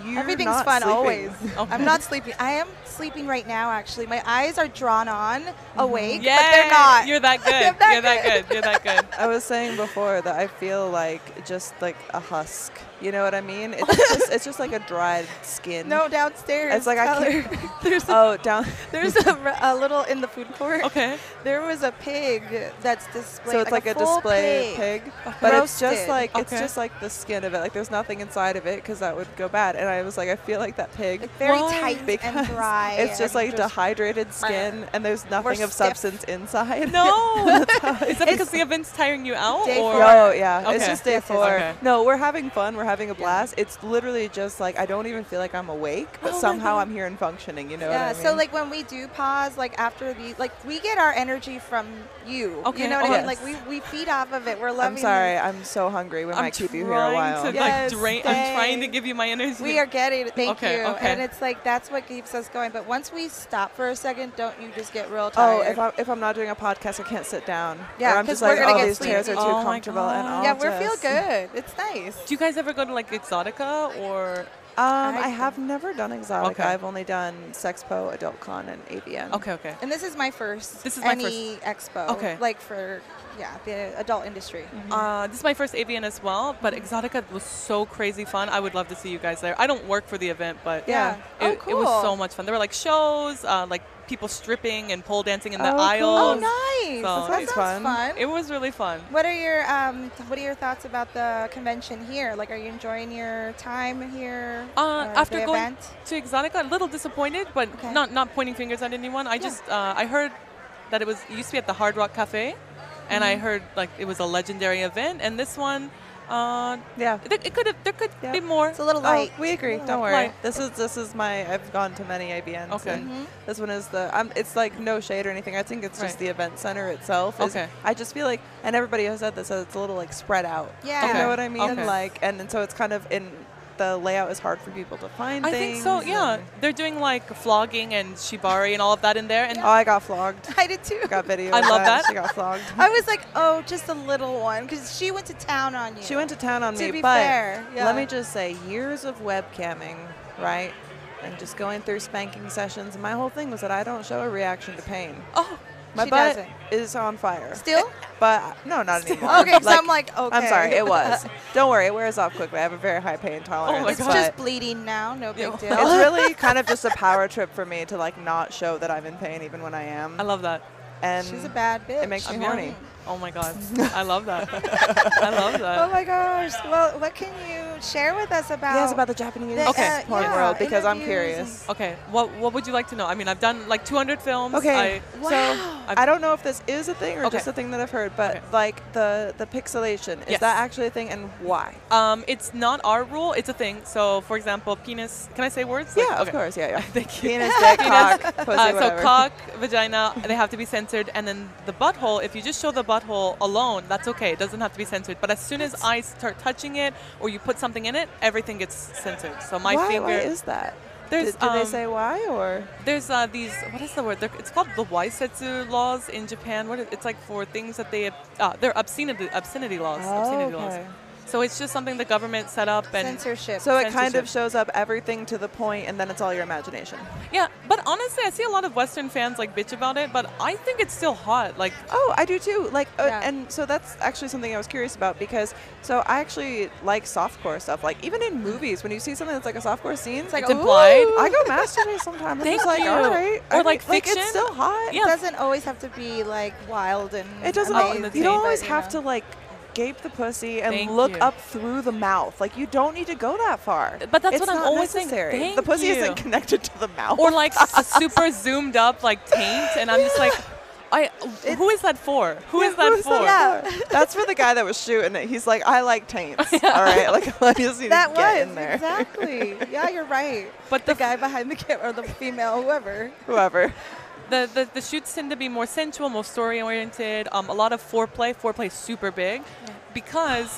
you're Everything's not fun sleeping. Oh always. Okay. I'm not sleeping. I am sleeping right now. Actually, my eyes are drawn on Mm-hmm. awake, yeah. but they're not. You're that good. that You're that good. You're that good. I was saying before that I feel like just like a husk. You know what I mean? It's just, it's just like a dried skin. no, downstairs. it's like I Tyler. can't. oh, down. There's a, r- a little in the food court. Okay. There was a pig that's displayed. Oh. So it's like, a, full display pig, but it's just Roasted. like it's Okay. just like the skin of it. Like there's nothing inside of it because that would go bad. And I was like, I feel like that pig. Like very Why? tight and because dry. It's just and like dehydrated skin, and there's nothing of stiff. substance inside. No. Is that because the event's tiring you out? Day or four. No, yeah, it's Okay. just day Yes, yes, four. okay. No, we're having fun. We're having a blast. It's literally just like I don't even feel like I'm awake, but somehow I'm here and functioning. You know Oh Yeah, what I mean? so like when we do pause, like after the, like we get our energy from you. Okay, You know what I mean? okay. Like we, we feed off of it. We're I'm loving sorry, I'm so hungry. We I'm might keep you here a trying while. To, Yes, like, drain, I'm trying to thanks. give you my energy. We are getting it. Thank Okay, you. okay. And it's like, that's what keeps us going. But once we stop for a second, don't you just get real Oh, tired? if I'm, if I'm not doing a podcast, I can't sit down. Yeah, or I'm 'cause just we're like, gonna oh, get these chairs are sleepy. too Oh my comfortable, and God. all. yeah, we feel just- good. It's nice. Do you guys ever go to like Exotica or? Mm. Um, I I- have never done Exotica. Okay. I've only done Sexpo, Adult Con, and AVN. Okay, okay. And this is my first This is my any expo. Okay. Like for, yeah, the adult industry. Uh, this is my first AVN as well, but Exotica was so crazy fun. I would love to see you guys there. I don't work for the event, but Yeah. it, Oh, it was so cool. much fun. There were like shows, uh, like people stripping and pole dancing in the Oh, cool. aisles. Oh, Uh, nice. So that it's fun. sounds fun. It was really fun. What are your um, What are your thoughts about the convention here? Like, are you enjoying your time here? Uh, or after the going event? to Exotica, a little disappointed, but Okay. not not pointing fingers at anyone. I just uh, I heard that it was it used to be at the Hard Rock Cafe, and Mm-hmm. I heard like it was a legendary event, and this one, uh, Yeah. th- it could have there could Yeah. be more. it's a little Oh, light. Mm-hmm. we agree. Don't worry. Like- This is this is my. I've gone to many AVNs. Okay. and This one is the. Um, it's like no shade or anything. I think it's just Right. the event center itself. is- Okay. I just feel like, and everybody has said this, that it's a little like spread out. Yeah. You Okay. know what I mean? Okay. Like, and, and so it's kind of in. The layout is hard for people to find. I think so. things Yeah, and- they're doing like flogging and shibari and all of that in there, and Oh, I got flogged. I did too. got video. I of love that. She got flogged. I was like, oh, just a little one, because she went to town on you. She went to town on To me, be but fair, yeah. let me just say, years of webcamming, right? And just going through spanking sessions. And my whole thing was that I don't show a reaction to pain. oh, My she butt doesn't. is on fire. Still? But no, not anymore. Okay, so I'm like, okay. I'm sorry, it was. don't worry, it wears off quickly. I have a very high pain tolerance. my It's God. but just bleeding now. No big Ew. deal. it's really kind of just a power trip for me to like not show that I'm in pain even when I am. I love that. and She's a bad bitch. it makes me I'm horny. Oh my god, I love that. I love Oh that. my gosh. Well, what can you share with us about? Yes, about the Japanese the, Okay. uh, porn yeah, world because I'm interviews and- curious. Okay, what what would you like to know? I mean, I've done like 200 films. Okay. I, So I've- I don't know if this is a thing or Okay. just a thing that I've heard, but Okay. like the the pixelation is Yes. that actually a thing and why? Um, it's not our rule. It's a thing. So, for example, penis. Can I say words? Like, yeah, of okay. course. Yeah, yeah. Thank you. Penis, dick, cock, pussy, Uh, whatever. so cock, vagina, they have to be censored, and then the butthole. If you just show the butthole alone, that's okay. It doesn't have to be censored. But as soon as I start touching it, or you put something in it, everything gets censored. So my why, finger. why is that? There's, Did- do they um, say why or There's uh, these. What is the word? They're, it's called the Waisetsu laws in Japan. What is, it's like for things that they. Uh, they're obscenity obscenity laws. Oh, obscenity laws. okay. So it's just something the government set up and censorship. so it kind of censorship. shows up everything to the point and then it's all your imagination. Yeah, but honestly, I see a lot of Western fans like bitch about it, but I think it's still hot. Like, Oh, I do too. Like, uh, Yeah. and so that's actually something I was curious about because so I actually like softcore stuff. Like even in movies, when you see something that's like a softcore scene, it's like, like It's implied. ooh. I go masturbate sometimes. I'm Thank just like, you. all right, I Or like mean, like fiction. it's still hot. Yeah. It doesn't always have to be like wild and. It doesn't. Amazing. always, Amazing. you don't But, always you have to know. like gape the pussy and Thank look you. up through the mouth. Like you don't need to go that far. But that's It's what I'm not always saying. necessary. Thank the pussy you. isn't connected to the mouth. or like a super zoomed up like taint, and I'm just like, I, who is that for? Who is that for? That's for the guy that was shooting it. He's like, I like taints. All right, like I just need That to get was in there. exactly. yeah, you're right. But the the guy behind the camera, or the female, whoever. Whoever. the, the, the shoots tend to be more sensual, more story oriented, um, a lot of foreplay. Foreplay is super big because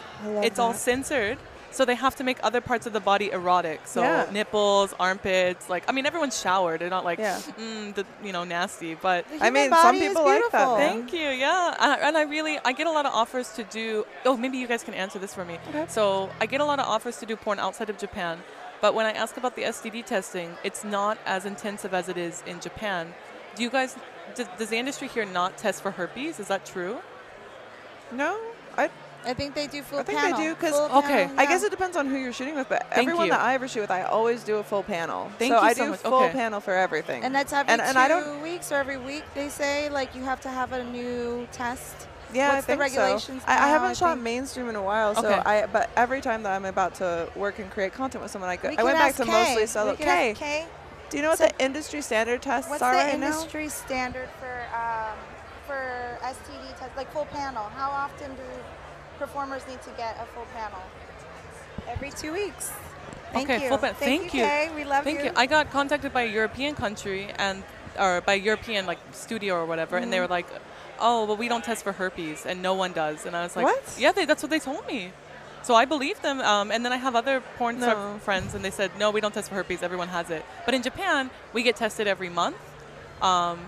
it's all censored. So they have to make other parts of the body erotic. So Yeah. nipples, armpits, like I mean, everyone's showered. They're not like, Yeah. mm, the, you know, nasty. But The I human mean, some body is people like that, beautiful. man. Thank you. Yeah, and I, and I really I get a lot of offers to do. Oh, maybe you guys can answer this for me. So I get a lot of offers to do porn outside of Japan, but when I ask about the STD testing, it's not as intensive as it is in Japan. Do you guys? Does, does the industry here not test for herpes? Is that true? No, I I think they do full I think they panel. do, 'cause- Full Okay. panel, I guess yeah. it depends on who you're shooting with, but everyone you. that I ever shoot with, I always do a full panel. Thank so you I so do much. full Okay. panel for everything. And that's every and, and two I don't. weeks or every week. They say like you have to have a new test. Yeah, What's I the think regulations so. I, I now, haven't I shot think? mainstream in a while, so Okay. I. But every time that I'm about to work and create content with someone, I go. We I could went back ask to Kay. mostly We solo. could ask Kay, Kay. do you know what So- the industry standard tests What's are the right industry standard for um, for STD test, like full panel? How often do performers need to get a full panel? Every two weeks. Thank okay, you. full pan- Thank, you, Kay. We love Thank you. you. I got contacted by a European country and or by a European like studio or whatever, and they were like, "Oh, well, we don't test for herpes, and no one does." And I was like, What? Yeah, they, that's what they told me. So I believe them. Um, and then I have other porn star friends, and they said, "No, we don't test for herpes. Everyone has it." But in Japan, we get tested every month. Um,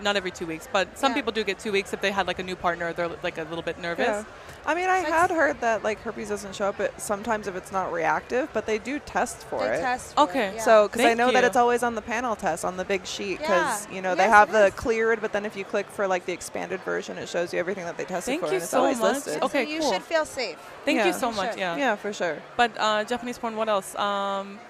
not every two weeks, but some Yeah. people do get two weeks if they had like a new partner. They're like a little bit nervous. now? Yeah. I mean, I So it's- had heard that like herpes doesn't show up it, sometimes if it's not reactive, but they do test for They it. test for it, Okay. yeah. So, because I Thank know that you. it's always on the panel test on the big sheet, because Yeah. you know they Yes, have it the is. cleared, but then if you click for like the expanded version, it shows you everything that they tested Thank for, you and it's so always much. listed. Okay, so you cool. should feel safe. Thank Yeah. you so much. Sure. Yeah. Yeah, for sure. But uh, Japanese porn. What else? Um,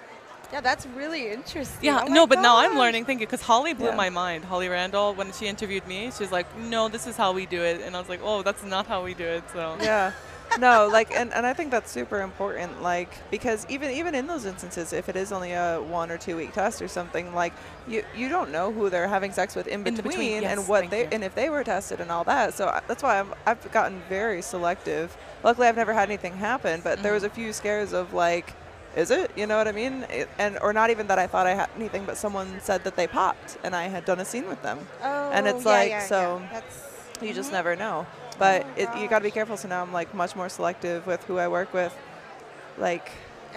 Yeah, that's really interesting. Yeah, Oh my no, but now I'm gosh. learning. Thank you, because Holly blew Yeah. my mind. Holly Randall, when she interviewed me, she's like, "No, this is how we do it," and I was like, "Oh, that's not how we do it." So yeah no like and, and i think that's super important like because even even in those instances if it is only a one or two week test or something like you you don't know who they're having sex with in between, In the between, and yes, what thank they you. and if they were tested and all that so I, that's why I'm, i've gotten very selective luckily i've never had anything happen but there Mm-hmm. was a few scares of like is it you know what i mean It- and or not even that i thought i had anything but someone said that they popped and i had done a scene with them Oh, and it's yeah, like yeah, so yeah. That's you just never know. But Oh my it, you got to be careful. So now I'm like much more selective with who I work with. Like,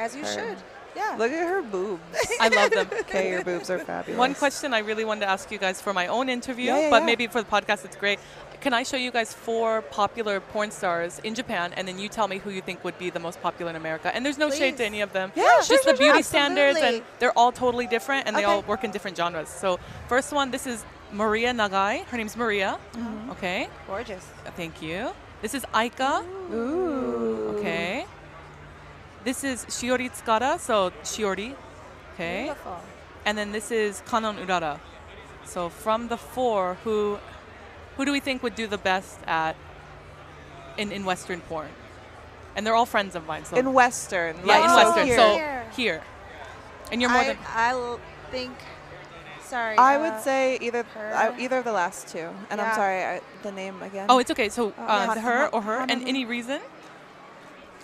as you Or- should. Yeah. look at her boobs. I love them. okay, your boobs are fabulous. One question I really wanted to ask you guys for my own interview, Yeah, yeah, but yeah. maybe for the podcast, it's great. Can I show you guys four popular porn stars in Japan, and then you tell me who you think would be the most popular in America? And there's no shade to Please. any of them. Yeah, It's sure, just sure, the sure. beauty standards, and Absolutely. they're all totally different, and they Okay. all work in different genres. So first one, this is Maria Nagai. Her name's Maria. Mm-hmm. Okay, Uh, Gorgeous. thank you. This is Aika. Ooh. Okay. This is Shiori Tsukara, so Shiori. Okay. Beautiful. And then this is Kanon Urara. So from the four, who who do we think would do the best at in, in Western porn? And they're all friends of mine. So In Western. yeah, in Oh, Western. here. So Here. here. And you're more I, than I l- think. Sorry. I uh, would say either her. I, either of the last two. And Yeah. I'm sorry, I, the name again. Oh, it's okay. So Oh, uh, yeah. her or her, and Kanon- any reason?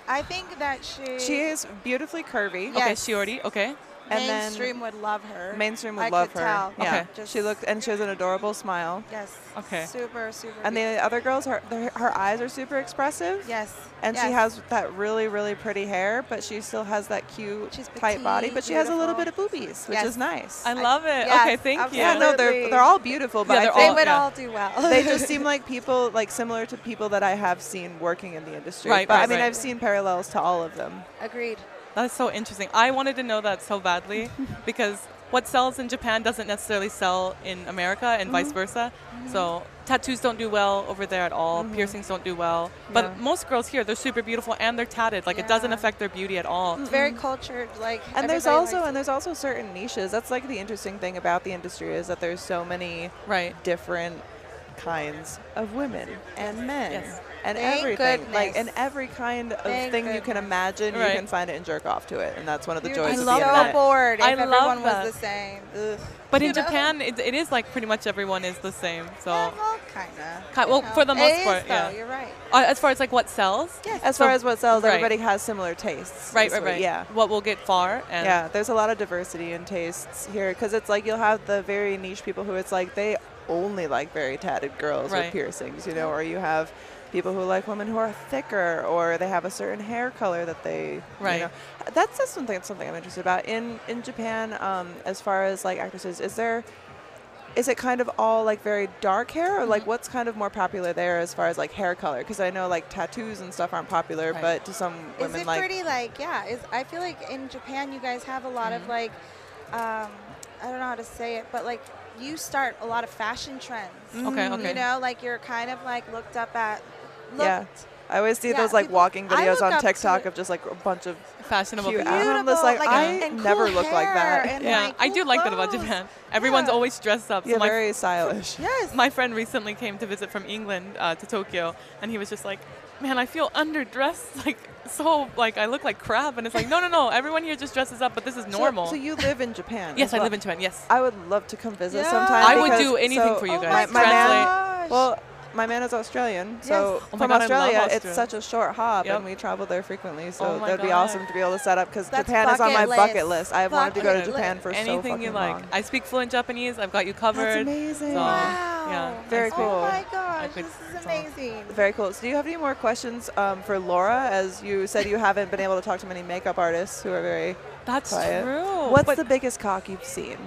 I think that she. she is beautifully curvy. Yeah. Okay, Yes. she already. Okay. and then- mainstream would love her. Mainstream would I love could her. Tell. Yeah. Okay. Just- She looked and she has an adorable smile. Yes. Okay. Super, super. And beautiful. the other girls, her their- her eyes are super expressive. Yes. and she yes. has that really really pretty hair but she still has that cute She's tight body petite, but she has a little bit of beautiful. boobies which Yes. is nice I love it. yes, okay, thank yeah no you. they're Absolutely. they're all beautiful but Yeah, I they're They think all- would yeah. all do well. they just seem like people like similar to people that I have seen working in the industry Right, but I right, mean right. I've seen parallels to all of them Agreed. That's so interesting. I wanted to know that so badly because what sells in Japan doesn't necessarily sell in America and Mm-hmm. vice versa. So tattoos don't do well over there at all. Mm-hmm. Piercings don't do well. But Yeah. most girls here, they're super beautiful and they're tatted. Like it doesn't Yeah. Mm. affect their beauty at all. It's very cultured. Like. and there's everybody also likes and there's also certain niches that's like the interesting thing about the industry is that there's so many Right. different kinds of women and men Yes. and Thank everything like goodness. and every kind of Thank thing you can goodness. imagine Right. you can find it and jerk off to it and that's one of the You'd joys be of so the internet bored if I love everyone that. was the same. Ugh. But in You know? Japan, it, it is like pretty much everyone is the same. So Yeah, well, kinda. Ki- well, for the It most is, part, though, yeah. You're right. Uh, as far as like what sells, As So- far as what sells, right. everybody has similar tastes. right, is right, what- right. Yeah. What will get far and Yeah, there's a lot of diversity in tastes here because it's like you'll have the very niche people who it's like they only like very tatted girls Right. with piercings, you know, or you have people who like women who are thicker or they have a certain hair color that they you Right. know. That's just something something I'm interested about in in Japan. Um, as far as like actresses, is there is it kind of all like very dark hair or Mm-hmm. like what's kind of more popular there as far as like hair color because i know like tattoos and stuff aren't popular Right. but to some Is women it like pretty like yeah? Is I feel like in Japan you guys have a lot Mm-hmm. of like, um, I don't know how to say it, but like you start a lot of fashion trends. Mm, okay, okay. You know, like you're kind of like looked up at. Looked Yeah. I always see Yeah, those like people- walking I videos look on up to TikTok the- of just like a bunch of fashionable. cute Oh, people. outfits. Beautiful, I'm just like, I and- and never cool look like that. hair and, Yeah, like, I cool do like that about clothes. Japan. Everyone's Yeah. always dressed up. So yeah, my very stylish. Yes. my friend recently came to visit from England uh, to Tokyo, and he was just like, "Man, I feel underdressed. Like so, like I look like crap." And it's like, "No, no, no. Everyone here just dresses up, but this is So- normal." So, you live in Japan? yes, as I well. live in Japan. Yes, I would love to come visit Yeah. sometime. I would because- do anything so- for you oh my guys. my Translate. gosh. Well, my man is Australian, so Oh from my God, I love Australia, Australia. it's such a short hop, Yep. and we travel there frequently. So Oh my that'd be God. awesome to be able to set up because That's Japan is on my bucket bucket list. list. I have wanted to go to Bucket Japan list. for so anything fucking you like. long. I speak fluent Japanese. I've got you covered. That's amazing. So, wow. yeah, Very oh cool. Oh my gosh, could- this is amazing. Very cool. So, do you have any more questions um, for Laura? As you said, you haven't been able to talk to many makeup artists who are very That's quiet. true. What's Oh, But- the biggest cock you've seen,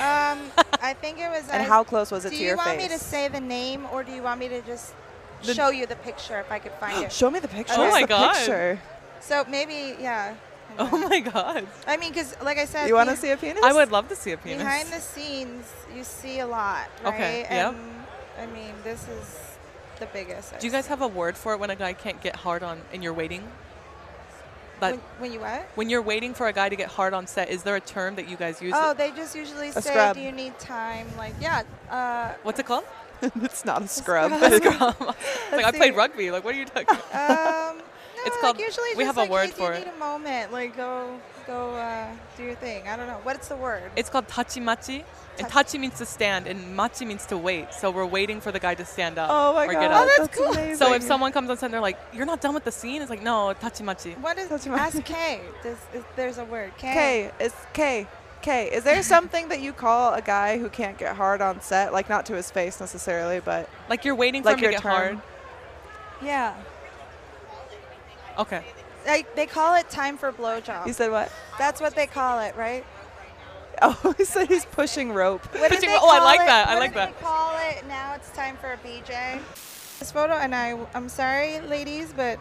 um, I think it was. and uh, how close was it Do to you your want face? me to say the name, or do you want me to just show you the picture if I could find it? Show me the picture. Oh Where's my the God. Picture. So maybe, yeah. Hold Oh on. my god! I mean, because like I said, You want to be- see a penis? I would love to see a penis. behind the scenes, you see a lot, right? Okay, yep. And I mean, this is the biggest. I've Do you guys seen. have a word for it when a guy can't get hard on and you're waiting? But when, when you what? when you're waiting for a guy to get hard on set, is there a term that you guys use? Uh, Oh, they just usually say, scrub. "Do you need time?" Like, yeah. Uh, What's it called? it's not a scrub. like I see. played rugby. Like what are you talking? about? um, no, It's like, called- Usually, we just have a like, word hey, for do you it. Need a moment. Like, go, go, uh, do your thing. I don't know. What's the word? It's called tachimachi. And tachi means to stand, and machi means to wait. So we're waiting for the guy to stand up oh my or god, get up. that's, cool. amazing. so if someone comes on set, and they're like, "You're not done with the scene," it's like, "No, tachimachi." what is? That's right. Ask K. There's, is, there's a word. K. K, it's K. K, is there something that you call a guy who can't get hard on set? Like not to his face necessarily, but Like you're waiting for Like him your to get term. Yeah. hard. Okay. Like they call it time for you blowjob. said what? That's what they call it, right? Oh, he said he's pushing rope. What did Pushing- they oh, I call like it? that. I What like did that. They call it now. It's time for a BJ. This photo, and I, I'm sorry, ladies, but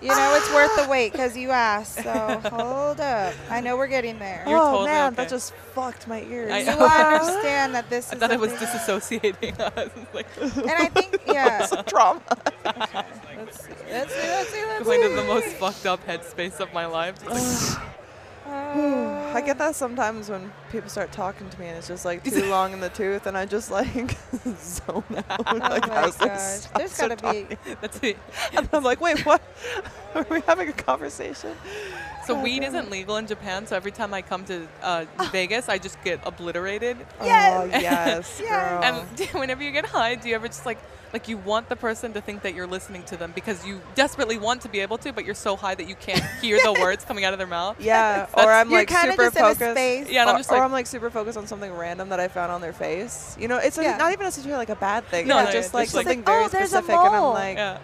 you know it's worth the wait because you asked. So hold up. I know we're getting there. You're oh totally man, okay. that just fucked my ears. I- you understand that this I is. thought a it was big- disassociating us. like, And I think, yeah. Trauma. Let's see. Let's see. Let's see. Let's going see. to the most fucked up headspace of my life. Just like, Oh I get that sometimes when people start talking to me and it's just like too long in the tooth and I just like zone out. like, Oh my as they gosh. stop There's gotta be. that's it. And I'm like, wait, what? Are we having a conversation? So Oh, weed isn't legal in Japan. So every time I come to uh, Vegas, I just get obliterated. Oh, Yes. Um, yes, girl. And whenever you get high, do you ever just like like you want the person to think that you're listening to them because you desperately want to be able to, but you're so high that you can't hear the words coming out of their mouth? yeah, That's- or I'm You're like kinda super just in a focused. space. Yeah, and I'm or, just or like- I'm like super focused on something random that I found on their face. You know, it's a, Yeah. not even necessarily like a bad thing. No, No, no, just yeah, like just like- something Like, very oh, there's a specific, and I'm mole. like, Yeah.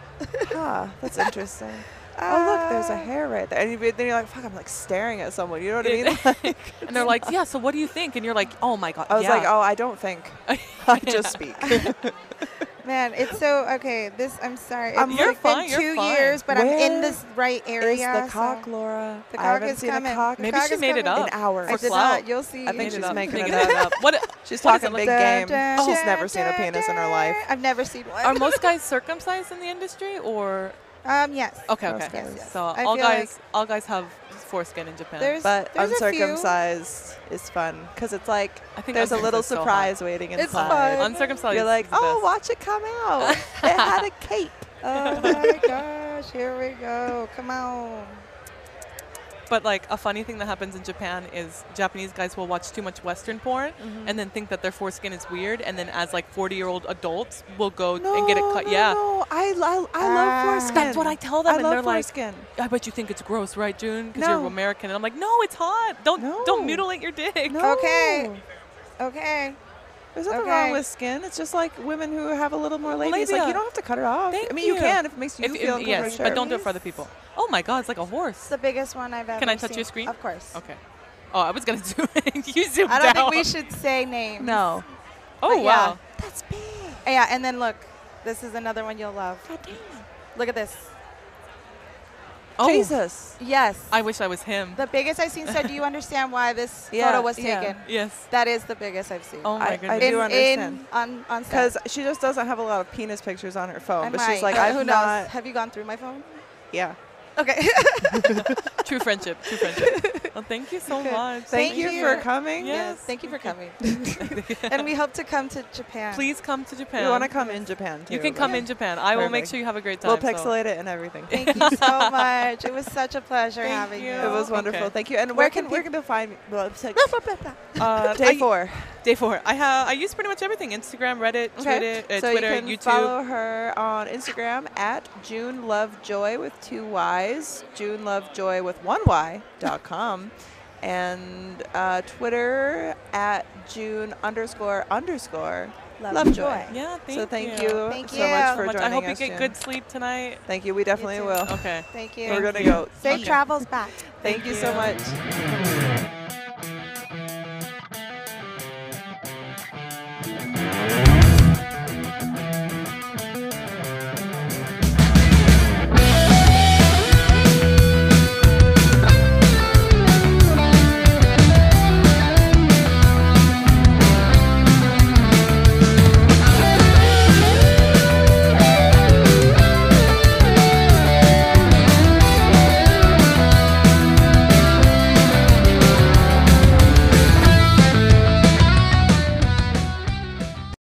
huh, that's interesting. oh look, there's a Ah. hair right there, and you, then you're like, fuck, I'm like staring at someone. You know what I mean? Like, And they're like, yeah. So what do you think? And you're like, oh my god. I was yeah. like, oh, I don't think. I just speak. Man, it's so okay. This I'm sorry. It's I'm- Um, You're been fine, you're two fine. years, but I'm Where in this right It's area. the cock, so- Laura. The I cock haven't is seen coming. a cock. Maybe cock she is made it coming. up in hours. I for did clout. not. You'll see. I think Made it she's up. making Making it up. What? She's What is talking it like- big Da, game. da, She's da, never seen a da, penis in her da. life. I've never seen one. Are most guys circumcised in the industry, or um, yes. okay, Most okay. guys. Yes, So yes. I all feel like- guys, all guys have foreskin in Japan. There's, But there's A uncircumcised is fun because it's like I think there's a little uncircumcised is so hot. surprise waiting It's inside. fun. uncircumcised. You're like, is the oh, best." watch it come out. it had a cape. few. oh my gosh! Here we go. Come on. But like a funny thing that happens in Japan is Japanese guys will watch too much Western porn Mm-hmm. and then think that their foreskin is weird, and then as like 40 year old adults will go and get it cut. No, yeah. No, I, I, I love foreskin. That's what I tell them, I and love they're like, foreskin. I bet you think it's gross, right, June? Because No. you're American. And I'm like, no, it's hot. Don't No. don't mutilate your dick. No. Okay. Okay. There's nothing wrong Okay. with skin. It's just like women who have a little more labia. It's like Labia. you don't have to cut it off. I Thank mean, you, you. can if it makes you If- if- feel comfortable. yes, sure. but don't do it for other people. Oh my God, it's like a It's horse. the biggest one I've ever Can I touch seen. your screen? Of course. Okay. Oh, I was gonna do it. you zoomed I don't think out. we should say names. No. Oh But yeah. wow. That's big. Yeah, and then look, this is another one you'll love. Look at this. Oh, Jesus. Yes. I wish I was him. the biggest I've seen. So do you understand why this Yeah, photo was yeah. taken? Yes. That is the biggest I've seen. Oh my I- I goodness. do in, understand. In, on on set. Because she just doesn't have a lot of penis pictures on her phone. I oh, but might. she's like, Uh, I've who not. knows? Have you gone through my phone? Yeah. Okay. True friendship. True friendship. well, thank you so much. Thank, you, you. for coming. Yes. Thank you for coming. and we hope to come to Japan. Please come to Japan. We want to come in Japan too. You can come but in Japan. I will make Perfect. sure you have a great time. We'll so- pixelate it and everything. It Thank you so much. It was such a pleasure having you. was wonderful. Okay. Thank you. And where, Where can, can where can peop- people find me? Well, it's like- Uh, Day I- four. Day four. I have. I use pretty much everything: Instagram, Reddit, Twitter, uh, so Twitter, you can YouTube. follow her on Instagram at June Love Joy with two Y's, June Love Joy with one Y dot com, and uh, Twitter at June underscore underscore Love Lovejoy. Joy. Yeah. Thank so thank you. you, Thank so you. much for Much. joining I hope you us, get June. good sleep tonight. Thank you. We definitely too. will. Okay. Thank you. We're gonna go. Safe Okay. travels back. Thank you so you. much.